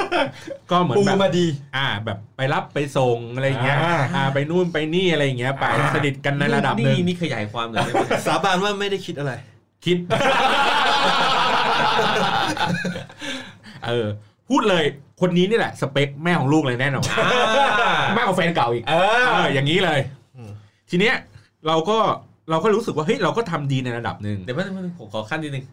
Speaker 1: ก็เหมือน
Speaker 6: ปู
Speaker 1: แบบ
Speaker 6: มาดี
Speaker 1: อ่า แบบไปรับไปส่งอะไรอย่างเงี้ย
Speaker 6: อ่า
Speaker 1: อ่าไปนู่นไปนี่อะไรอย่างเงี้ยไปสนิทกันในระดับหนึ่ง
Speaker 3: นี่นี่ขยายความหน่อยได้ไหม
Speaker 4: สาบานว่าไม่ได้คิดอะไร
Speaker 1: คิด เออ พูดเลยคนนี้นี่แหละ สเปคแม่ของลูกเลยแน่นอน มากกว่าแฟนเก่าอีก เออ อย่างนี้เลย
Speaker 4: อืม
Speaker 1: ทีเนี้ยเราก็เราก็รู้สึกว่าเฮ้ยเราก็ทำดีในระดับหนึ่ง
Speaker 3: เดี๋ยวแป๊บนึงผมขอขั้นนิดนึง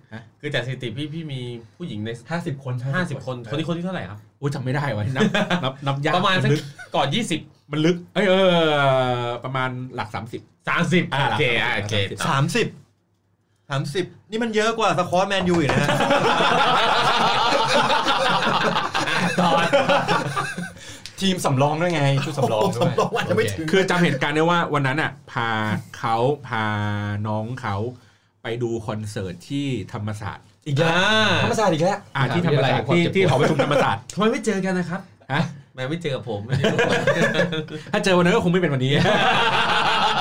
Speaker 3: คือจากสถิติพี่พี่มีผู้หญิงใน
Speaker 6: ห้าสิบคน
Speaker 3: 50 คน คนนี้คนที่เท่าไหร่ครับ
Speaker 1: โอ้ยจำไม่ได้วะนับนับนับยาก
Speaker 3: ประมาณสัก
Speaker 1: นลึก
Speaker 3: ก่อน 20
Speaker 1: มันลึก เอยเออประมาณหลัก 30
Speaker 3: 30
Speaker 1: อ่า
Speaker 3: โอเคอ่าโอเค
Speaker 4: สามสิบสามสิบนี่มันเยอะกว่าสควอตแมนยูอีกนะฮะ
Speaker 3: ตอน
Speaker 6: ทีมสำรองด้วยไงชุดสำรองด้วย
Speaker 4: สำรองอาจจะไม่ถึง
Speaker 1: คือจำเหตุการณ์ได้ว่าวันนั้นอ่ะ พาเขาพาน้องเขาไปดูคอนเสิร์ตที่ธรรมศาสตร์
Speaker 6: อีกแล้วธรรมศาสตร์อีกแล้ว
Speaker 1: อ่าที่ธรรมศาสตร์ที่ที่หอประชุมธรรมศาสตร์
Speaker 3: ทำไมไม่เจอกันนะครับ
Speaker 1: ฮะ
Speaker 3: แม่ไม่เจอกับผม
Speaker 1: ถ้าเจอวันนั้นก็คงไม่เป็น วันนี้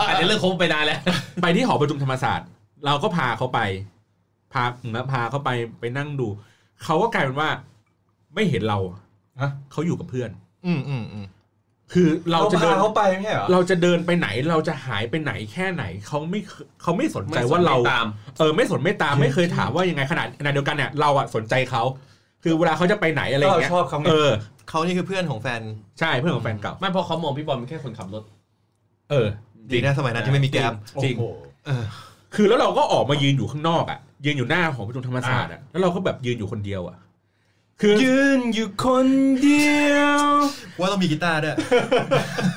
Speaker 3: อันนี้เรื่องคงไปนานแล้ว
Speaker 1: ไปที่หอประชุมธรรมศาสตร์ เราก็พาเขาไป พาเหมือนพาเขาไปไปนั่งดู เขาก็กลายเป็นว่า ไม่เห็นเรา
Speaker 6: ฮะ
Speaker 1: เขาอยู่กับเพื่อน
Speaker 4: อืมอืมอืม
Speaker 1: คือเราจะเดิน
Speaker 6: พเขาไปไม่ใช่เหรอ
Speaker 1: เราจะเดินไปไหนเราจะหายไปไหนแค่ไหนเขาไม่เคเขาไม่สนใจว่าเรา
Speaker 3: ไม่ตาม
Speaker 1: เออไม่สนไม่ตามไม่เคยถามว่ายังไงขนาดขณะเดียวกันเนี่ยเราอ่ะสนใจเขาคือเวลาเขาจะไปไหนอะไรอย่างเงี้ย
Speaker 6: เราชอบเขาไง
Speaker 1: เออ
Speaker 4: เขานี่คือเพื่อนของแฟน
Speaker 1: ใช่เพื่อนของแฟนเก่า
Speaker 3: ไม่เพราะเขามองพี่บอลเป็นแค่คนขับรถ
Speaker 1: เออ
Speaker 4: ดีนะสมัยนั้นที่ไม่มีแกร็บ
Speaker 1: จริง
Speaker 6: โอ้โห
Speaker 4: เออ
Speaker 1: คือแล้วเราก็ออกมายืนอยู่ข้างนอกอ่ะ ยืนอยู่หน้าหอประชุมธรรมศาสตร์อ่ะแล้วเราก็แบบยืนอยู่คนเดียวอ่ะ คือ
Speaker 6: ยืนอยู่คนเดียว
Speaker 4: ว่าต้องมีกีตาร์ด้วย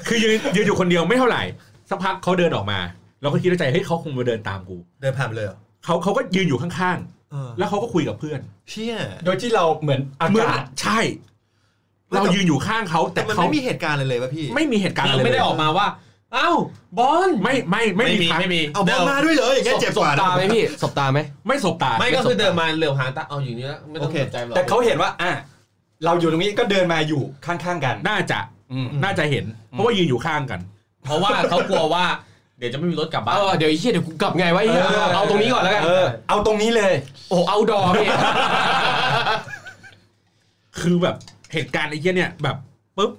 Speaker 1: คือยืนยืนอยู่คนเดียวไม่เท่าไหร่สักพักเขาเดินออกมา เราก็คิดในใจเฮ้ยเขาคงมาเดินตามกู
Speaker 4: เดินผ่านไปเลยเหรอ
Speaker 1: เขาเขาก็ยืนอยู่ข้าง
Speaker 4: เออ
Speaker 1: ๆ แล้วเขาก็คุยกับเพื่อน
Speaker 4: เชี่ย
Speaker 6: โดยที่เราเหมือนอา
Speaker 1: เหมือน
Speaker 6: กาศ
Speaker 1: ใช่ เรายืนอยู่ข้างเขา
Speaker 4: แต่
Speaker 1: แต่
Speaker 4: มัน
Speaker 1: เขา
Speaker 4: ไม่มีเหตุการณ์เลยเลยวะพี่
Speaker 1: ไม่มีเหตุการณ์
Speaker 3: เรา
Speaker 1: อะไร
Speaker 3: ไม่
Speaker 1: เล
Speaker 3: ได้
Speaker 1: ย
Speaker 3: ออกมาว่า เอ้า บอล
Speaker 1: ไม่ไม่ไม่มีทาง
Speaker 3: ไม่มี
Speaker 4: เอาบอลมาด้วยเลยอย่างเงี้ยเจ็บกว่านะ
Speaker 5: ตาไหมพี่สบตาไหม
Speaker 1: ไม่สบตา
Speaker 3: ไม่ก็คือเดินมาเหลือบหางตาเอาอยู่นี้แล้วไม่ต้อง
Speaker 4: โอเค
Speaker 3: สนใจหรอก
Speaker 6: แต่เขาเห็นว่า อ่ะ เราอยู่ตรงนี้ก็เดินมาอยู่ข้างๆกัน
Speaker 1: น่าจะ
Speaker 6: อืม
Speaker 1: น่าจะเห็น เพราะว่ายืนอยู่ข้างกัน
Speaker 3: เพราะว่าเขากลัวว่า เดี๋ยวจะไม่มีรถกลับบ้า
Speaker 5: เอนอเดี๋ยวไอ้เหี้ยเดี๋ยวกูกลับไงวะไอ้เหี้ยเอาตรงนี้ก่อนแล้วกัน
Speaker 6: เออ เอาตรงนี้เลย
Speaker 5: โอ้เอาดอพี่
Speaker 1: คือแบบเหตุการณ์ไอ้เหี้ยเนี่ยแบบปุ๊บ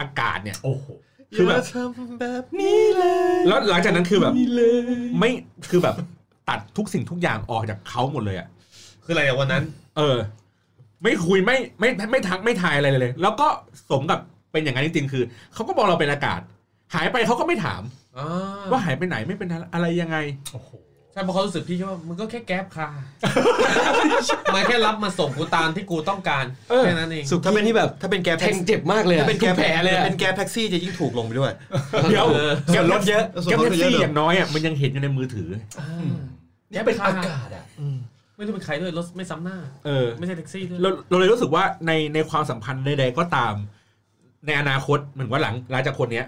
Speaker 1: อากาศเนี่ย
Speaker 6: โอ้โห
Speaker 1: คือแบบ
Speaker 4: ย่าทำแบบนี้เลย
Speaker 1: แล้วหลังจากนั้นคือแบบไม่คือแบบตัดทุกสิ่งทุกอย่างออกจากเขาหมดเลยอ่ะ
Speaker 3: คืออะไรอะวันนั้น
Speaker 1: เออ ไม่คุยไม่ไม่ไม่ทักไม่ทายอะไรเลย แล้วก็สมกับเป็นอย่างนั้นจริงๆคือเขาก็บอกเราเป็นอากาศ หายไปเขาก็ไม่ถาม ว่าหายไปไหนไม่เป็นอะไรยังไง
Speaker 6: โอ้โห
Speaker 3: ใช่เพราะเขารู้สึกพี่คิดว่ามึงก็แค่แก๊ปค่ะ มาแค่รับมาส่งกูตามที่กูต้องการ
Speaker 1: เออ
Speaker 3: แค่นั้นเอง
Speaker 4: ถ้าเป็นที่แบบถ้าเป็นแกร็บ
Speaker 5: แท
Speaker 4: แท็ก
Speaker 5: ง
Speaker 4: ซี่
Speaker 5: เจ็บมากเลยอะ
Speaker 4: ถ้าเป็นแกร็บ
Speaker 5: แผลเลยอะ
Speaker 4: เป็นแกร็บแท็กซี่จะยิ่งถูกลงไปด้วย
Speaker 1: เดี๋ยว
Speaker 6: ส่วนลดเยอะ
Speaker 1: แกแท็กซี่อย่างน้อยอ่ะมันยังเห็นอยู่ในมือถือ
Speaker 6: เนี่ยเป็นอากาศอ่ะ
Speaker 3: ไม่รู้เป็นใครด้วยรถไม่ซ้ำหน้า
Speaker 1: เออ
Speaker 3: ไม่ใช่แท็กซี่ด้วย
Speaker 1: เราเราเลยรู้สึกว่าในในความสัมพันธ์ใดๆก็ตาม ในอนาคตเหมือนว่าหลังหลังจากคนเนี้ย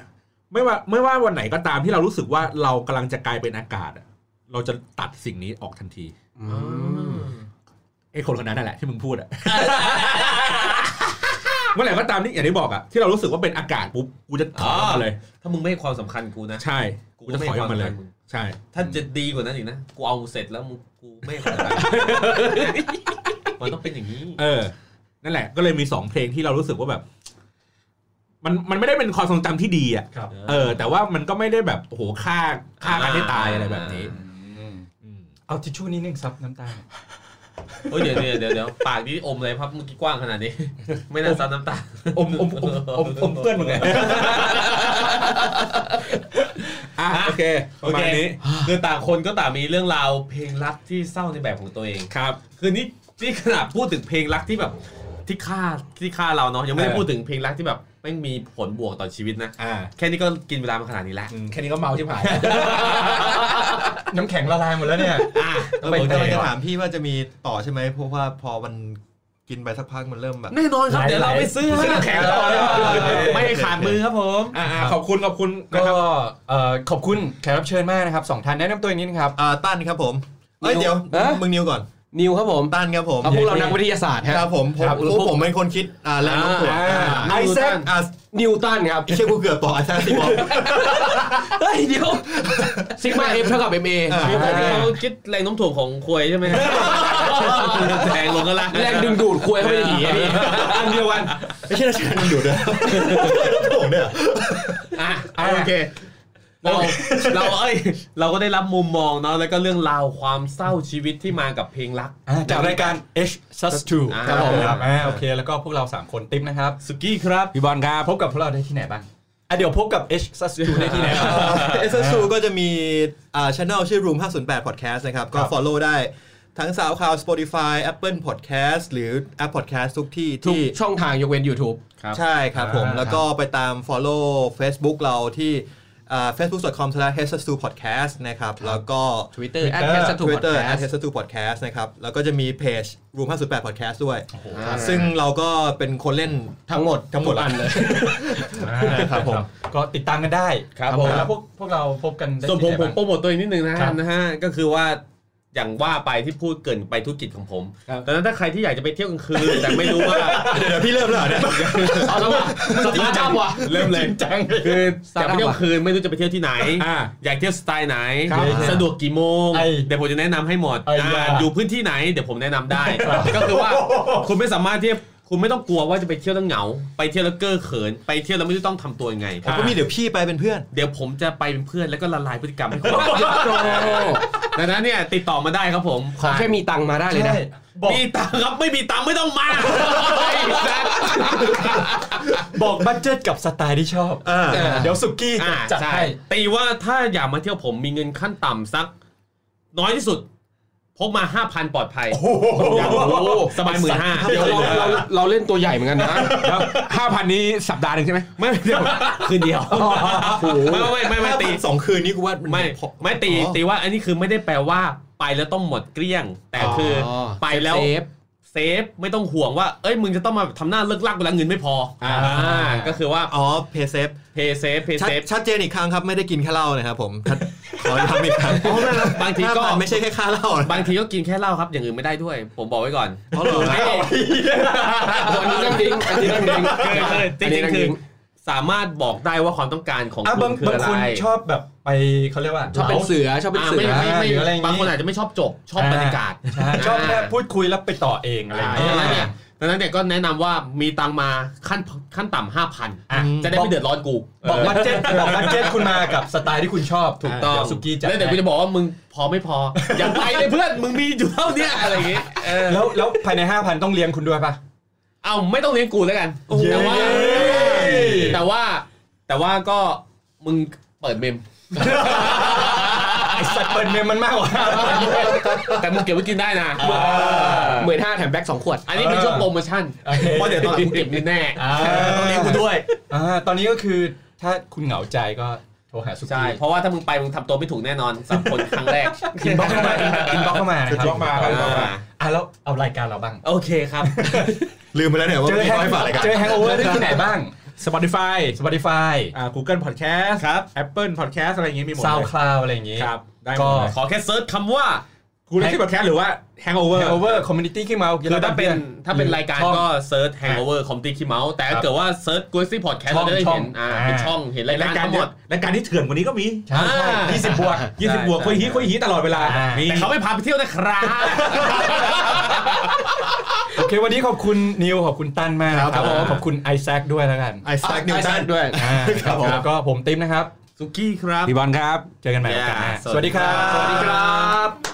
Speaker 1: ไม่ว่าไม่ว่าวันไหนก็ตามที่เรารู้สึกว่าเรากำลังจะกลายเป็นอากาศอะเราจะตัดสิ่งนี้ออกทันที
Speaker 5: อื
Speaker 3: อื
Speaker 5: ม
Speaker 3: ม
Speaker 1: ไอ้คนคนนั้นนั่นแหละที่มึงพูดอ่ะ เมื่อไหร่ก็ตามที่อย่างที่บอกอะที่เรารู้สึกว่าเป็นอากาศปุ๊บกูจะถอยออกมาเลย
Speaker 2: ถ้ามึงไม่ให้ความสำคัญกูนะ
Speaker 1: ใช่
Speaker 2: กู
Speaker 1: กู
Speaker 2: ก็
Speaker 1: จะ
Speaker 2: ไม่
Speaker 1: ถอยออกมาเลย
Speaker 2: ให้ความสำคัญมึง
Speaker 1: ใช่
Speaker 2: ถ้าจะดีกว่านั้นอีกนะ กูเอาเสร็จแล้วมึงกูไม่ให้ความสำคัญมันต้องเป็นอย่างนี้
Speaker 1: เออ นั่นแหละ ก็เลยมีสองเพลงที่เรารู้สึกว่าแบบ มันมันไม่ได้เป็นความทรงจำที่ดีอะ
Speaker 6: ครับ
Speaker 1: เออ แต่ว่ามันก็ไม่ได้แบบโอ้โหฆ่าฆ่ากันให้ตายอะไรแบบนี้
Speaker 6: เอาทิชชู่นิดนึงซับน้ำตา
Speaker 2: โอ้ยเดี๋ยวเดี๋ยวเดี๋ยวเดี๋ยวปากนี้อมเลยพับเมื่อกี้กว้างขนาดนี้ ไม่น่าซับน้ำตา
Speaker 1: อมอมอมอมอมเพื่อนมึงไงอ่ะโอเคป
Speaker 2: โอ
Speaker 1: ระมา
Speaker 2: เค
Speaker 1: ณนี้
Speaker 2: คือต่างคนก็ต่างมีเรื่องราวเพลงรักที่เศร้าในแบบของตัวเอง
Speaker 1: ครับ
Speaker 2: คือนี่นี่ขนาดพูดถึงเพลงรักที่แบบ ที่ฆ่าที่ฆ่าเราเนาะยังไม่ได้
Speaker 1: เออ
Speaker 2: พูดถึงเพลงรักที่แบบไม่งมีผลบวกต่อชีวิตนะ
Speaker 1: อ่า
Speaker 2: แค่นี้ก็กินเวลามาขนาดนี้แล้ว
Speaker 1: อืมแค่นี้ก็เมาชิบหาย
Speaker 6: น้ำแข็งละลายหมดแล้วเนี่ย
Speaker 2: อ่ะ
Speaker 6: ต้อง
Speaker 4: ผ
Speaker 6: ไป
Speaker 4: ม
Speaker 6: ต่
Speaker 4: กำ
Speaker 6: อ
Speaker 4: ลังจะถามพี่ว่าจะมีต่อใช่ไหมเพราะว่าพอมันกินไปสักพักมันเริ่มแบบ
Speaker 2: แน่นอนครับ เดี๋ยวเราไปซื้อ
Speaker 1: ซื้อน้ำแข็งต่อเลยว่ะ
Speaker 2: ไม่ให้ขาดมือครับผม
Speaker 1: อ่าอ่าขอบคุณขอบคุณนะค
Speaker 6: ก็
Speaker 1: รับ
Speaker 6: เอ่อขอบคุณแขกรับเชิญมากนะครับสองท่านแนะนำตัวอีกนิดนึงครับ
Speaker 4: อ่าตั้นครับผมเอ้ย
Speaker 5: นิว
Speaker 4: เดี๋ยว
Speaker 5: ฮะ
Speaker 4: มึงนิวก่อน
Speaker 5: นิวครับผม
Speaker 4: ตั้นครับผม
Speaker 5: เอาพวกเรานักวิทยาศาสตร์
Speaker 4: ค
Speaker 5: ค
Speaker 4: รั
Speaker 5: รั
Speaker 4: บบ ผมผม
Speaker 5: ครับ
Speaker 4: พวกผมเป็นคนคิดอ่าแรงโน้มถ่วง
Speaker 1: อ่า
Speaker 4: อ่า
Speaker 2: ไอแซค
Speaker 4: อ่า
Speaker 5: นิวตันครับ
Speaker 4: ไอ้เชี่ยกูเกือบต่อไอแซค สิบอล
Speaker 5: เฮ้ยเดี๋ยวซิกมาเอฟเท่ากับเอ็มเอ
Speaker 4: อ่า
Speaker 2: คือผมเขาคิดแรงโน้มถ่วงของควยใช่ไหมแรงลงก็ละ
Speaker 5: แรงดึงดูดควยเข้าไปในหีอะพี่
Speaker 2: อันเดียวกัน
Speaker 4: ไอ้เชี่ยราชการมันอยู่ด้วยโถ่เนี่ย
Speaker 2: อ่ะโอเค เรา เราเอ้ย เราก็ได้รับมุมมองเนาะแล้วก็เรื่องราวความเศร้าชีวิตที่มากับเพลงรัก
Speaker 6: จากรายการ H Sus
Speaker 2: อ่า
Speaker 6: 2ครับผม
Speaker 2: ครับ
Speaker 6: อ่าโอเคแล้วก็พวกเรา 3 คนติ๊มนะครับ
Speaker 2: สุกี้ครับ
Speaker 1: พี่บอลครับ
Speaker 6: พบกับพวกเราได้ที่ไหนบ้างอ่ะเดี๋ยวพบกับ H Sus 2ได้ที่ไหนบ้าง
Speaker 4: เอสซูก็จะมีอ่าช่องชื่อ Room 508 Podcast นะครับ ก็
Speaker 6: ครับ
Speaker 4: follow ได้ทั้ง SoundCloud Spotify Apple Podcast หรือ App Podcast ทุกที่
Speaker 5: ทุก
Speaker 4: ที่
Speaker 5: ช่องทางยกเว้น YouTube
Speaker 2: ครับ
Speaker 4: ใช่ครับผม
Speaker 6: อ่า
Speaker 4: แล้วก็ไปตาม follow Facebook เราที่อ่า facebook.com/hessu.podcast นะครับ แล้วก็
Speaker 5: Twitter
Speaker 6: Twitter
Speaker 5: แอดแคสต์ทู
Speaker 4: Twitter
Speaker 5: แอดแคสต์
Speaker 4: @hessu.podcast นะครับ แล้วก็จะมีเพจ Room 508 Podcast ด้วย
Speaker 5: อ่า
Speaker 4: ซึ่งเราก็เป็นคนเล่น
Speaker 5: ทั้งหมด
Speaker 4: ทั้งหมดอันเลย ครับผม
Speaker 6: ก็ติดตามกันได้
Speaker 2: ครับผม
Speaker 6: แล้วพวกพวกเราพบกันได้
Speaker 2: ส่วน
Speaker 6: ที่
Speaker 2: ผม
Speaker 6: ไหน
Speaker 2: ผม
Speaker 6: บ้าง
Speaker 2: โปรโมทตัวเองนิดนึงนะ
Speaker 6: ค
Speaker 2: ค
Speaker 6: รั
Speaker 2: รั
Speaker 6: บบ
Speaker 2: นะฮะก็คือว่าอย่างว่าไปที่พูดเกรินไปธุรกิจของผม
Speaker 6: ครับ
Speaker 2: ดังนั้นถ้าใครที่อยากจะไปเที่ยวกลางคืน แต่ไม่รู้ ว่า
Speaker 4: เดี๋ยวพี่เริ่มแล้วเหรอเนี่ย
Speaker 5: เอาแล้วว่ะสตาร์ทอัพว่ะ
Speaker 2: เริ่มเลยคืออยากไปเที่ยวกลางคืนไม่รู้จะไปเที่ยวที่ไหน
Speaker 1: อ่า
Speaker 2: อยากเที่ยวสไตล์ไหน
Speaker 6: ครับ
Speaker 2: สะดวกกี่โมง
Speaker 6: ไอ้
Speaker 2: เดี๋ยวผมจะแนะนำให้หมด
Speaker 6: ไอ้
Speaker 2: อ่าย
Speaker 6: า
Speaker 2: อยู่พื้นที่ไหนเดี๋ยวผมแนะนำได้ ก็คือว่าคุณไม่สามารถที่คุณไม่ต้องกลัวว่าจะไปเที่ยวแล้วเหงา ไปเที่ยวแล้วเก้อเขิน ไปเที่ยวแล้วไม่รู้ต้องทำตัวยังไง
Speaker 4: ผมก็มีเดี๋ยวพี่ไปเป็นเพื่อน
Speaker 2: เดี๋ยวผมจะไปเป็นเพื่อนแล้วก็ละลายพฤติกรรมให้คุณ ดังนั้นเนี่ยติดต่อมาได้ครับผม
Speaker 5: ขอแค่มีตังค์มาได้เลยนะ
Speaker 6: ใช่บอก
Speaker 2: มีตังค์ครับไม่มีตังค์ไม่ต้องมา
Speaker 6: บอกบัตเจ็ตกับสไตล์ที่ชอบ
Speaker 4: อ่า
Speaker 6: เดี๋ยวสุกี้
Speaker 2: อ่า
Speaker 6: จัด
Speaker 2: ใช่
Speaker 6: ให้
Speaker 2: ตีว่าถ้าอยากมาเที่ยวผมมีเงินขั้นต่ำสัก น้อยที่สุดพกมา 5,000 ปลอดภัยอยากรู้สบายหมื่นห้า
Speaker 5: เดี๋ยวเราเราเราเล่นตัวใหญ่เหมือนกันนะ
Speaker 1: แล้วห้าพันนี้สัปดาห์หนึ่งใช่ไหม
Speaker 2: ไม่เดียวคืนเดียวไม่ไม่ไม่ไม่
Speaker 4: ถ้า
Speaker 2: ตี
Speaker 4: พันสองคืนนี้กูว่ามัน
Speaker 2: ไม่
Speaker 4: พอ
Speaker 2: ไม่ตี
Speaker 4: อ๋อ
Speaker 2: ตีว่าอันนี้คือไม่ได้แปลว่าไปแล้วต้องหมดเกลี้ยง แต่คืออ
Speaker 5: อ
Speaker 2: ไปแล้ว
Speaker 5: เซฟ
Speaker 2: เซฟไม่ต้องห่วงว่า เอ้ยมึงจะต้องมาทำหน้าเลิกลักเวลาเงินไม่พออ่าก็คือว่า
Speaker 4: อ๋อเพย์เซฟ
Speaker 2: เพย์เซฟเพย์
Speaker 4: ชัด
Speaker 2: เซฟ
Speaker 4: ชัดเจนอีกครั้งครับไม่ได้กินแค่เหล้านะครับผม ชัดขอย้ำอีกครั้ง
Speaker 2: บางทีก็
Speaker 4: ห้พันไม่ใช่แค่ค่าเหล้านะ
Speaker 2: บางทีก็กินแค่เหล้าครับ อย่างอื่นไม่ได้ด้วย ผมบอกไว้ก่อน
Speaker 4: อ๋อเหรอ
Speaker 2: ไม่
Speaker 5: อันนี้เรื่องจริงอันนี้เรื่องจริง
Speaker 2: จริงๆคือสามารถบอกได้ว่าความต้องการของ
Speaker 6: อ่ะ
Speaker 2: คุ
Speaker 6: บา
Speaker 2: ณคือบ
Speaker 6: งาง
Speaker 2: อะไร
Speaker 6: คนชอบแบบไปเขาเรียกว่า
Speaker 5: ชอบเป็น
Speaker 6: หลา
Speaker 5: เสือชอบเป็น
Speaker 2: อ่า
Speaker 5: เสื
Speaker 2: ไม่
Speaker 5: อ
Speaker 2: ไม่ไม่
Speaker 6: หรืออะไรอย่างงี้
Speaker 2: บางคนอาจจะไม่ชอบจบชอบบรรยากาศ
Speaker 6: ใช่ชอบแค่
Speaker 2: า
Speaker 6: พูดคุยแล้วไปต่อเองอะไรอย่าง
Speaker 2: ดั
Speaker 6: เงี้
Speaker 2: งนั้นเนี่ย ยดังนั้นเนี่ยก็แนะนำว่ามีตังมาขั้นขั้นต่ำห้าพันจะได้ไม่เดือดร้อนกู
Speaker 6: บอกบัตเจ็ตบอกบัตเจ็ตคุณมากับสไตล์ที่คุณชอบ
Speaker 2: ถูกต้อง
Speaker 6: เดี๋ยวสุกี้จัด
Speaker 2: แล้วเดี๋ยวกูจะบอกว่ามึงพอไม่พอ อย่าไปเลยเพื่อนมึงมีอยู่เท่าเนี้ยอะไรอย่างงี้เออ
Speaker 6: แล้วแล้วภายใน 5,000 ต้องเลี้ยงคุณด้วยป่ะ
Speaker 2: เอาไม่ต้องเลี้ยงกูแล้วกัน
Speaker 6: เย้
Speaker 2: แต่ว่าแต่ว่าแต่ว่าก็มึงเปิดเมม
Speaker 6: ไอสัตว์เปิดเมมมันมากกว่า
Speaker 2: แต่มึงเก็บไว้กินได้นะ
Speaker 5: เหมือนห้าแถมแบ็คสองขวด
Speaker 2: อันนี้เป็นช่วงโปรโมชั่น
Speaker 6: โอเค
Speaker 2: เพราะเดี๋ยวตอนหลังกูเก็บแน่
Speaker 6: อ่า
Speaker 2: ๆต้องเลี้ยงกูด้วย
Speaker 6: อ่าตอนนี้ก็คือถ้าคุณเหงาใจก็โทรหาสุ
Speaker 2: ใช่
Speaker 6: กี้
Speaker 2: เพราะว่าถ้ามึงไปมึงทำตัวไม่ถูกแน่นอนสามคน ครั้งแรก
Speaker 6: อินบ็อกเข้ามาอินบ็อกเข้ามานะค
Speaker 1: บ
Speaker 6: รั
Speaker 1: ล็อกมาครับบล็
Speaker 2: อ่า
Speaker 1: อกมา
Speaker 6: อ่ะแล้วเอารายการเราบ้าง
Speaker 2: โอเคครับ
Speaker 4: ลืมไปแล้วเนี่ยว่า
Speaker 6: เจอ
Speaker 4: มี
Speaker 6: แฮง
Speaker 4: ร้อยบาทอะไรายกัน
Speaker 6: เจอแฮงโอเวอร์ได้ที่ไหนบ้าง
Speaker 1: Spotify
Speaker 6: Spotify
Speaker 1: อ่า Google Podcast
Speaker 2: ครับ
Speaker 1: Apple Podcast อะไรอย่างงี้มีหมด
Speaker 6: ซาว
Speaker 1: เลย
Speaker 6: คลาวอะไรอย่างงี้
Speaker 1: ครับ ได้ห
Speaker 6: ก็
Speaker 1: มดเลย
Speaker 2: ขอแค่เซิร์ชคำว่า
Speaker 1: โค กูเรียกที่พอดแคสต์หรือว่า hangover
Speaker 6: Hangover Community ขี้เมา
Speaker 2: คือถ้าเป็นถ้าเป็นรายการ
Speaker 6: ช่อง
Speaker 2: ก็เซิร์ช hangover comedy ขี้เมาส์แต่ถ้าเกิดว่าเซิร์ช g u e s t y podcast
Speaker 6: ช่อ
Speaker 2: เรา
Speaker 6: ง
Speaker 2: จะได้
Speaker 6: ช่อ
Speaker 2: เห็
Speaker 6: ง
Speaker 2: นอ่าเป็นช่องเห็นรายการทั้งหมด
Speaker 1: รายการที่เถื่อนกว่านี้ก็มี
Speaker 6: ใช่
Speaker 2: อ่า
Speaker 6: ยี่สิบบวก
Speaker 1: ยี่สิบบวก
Speaker 2: ใช่
Speaker 1: คุยฮีคุยฮีตลอดเวลา
Speaker 6: อ่า
Speaker 1: นี่
Speaker 2: แต่เขาไม่พาไปเที่ยวนะครับ
Speaker 6: โอเค วันนี้ขอบคุณนิว ขอบคุณตั้นมาก
Speaker 4: ครับผม
Speaker 6: ขอบคุณไอแซคด้วยแล้วกัน
Speaker 4: ไอแซคนิวตัน
Speaker 5: ด้วย
Speaker 6: อ่าครับผมแล้วก็ผมติ๊มนะครับ
Speaker 2: สุกี้ครับ
Speaker 1: พี่บอลครับ
Speaker 6: เจอกันใหม่โอกาสหน้า
Speaker 2: สวัสดีครับ
Speaker 6: สวัสดีครับ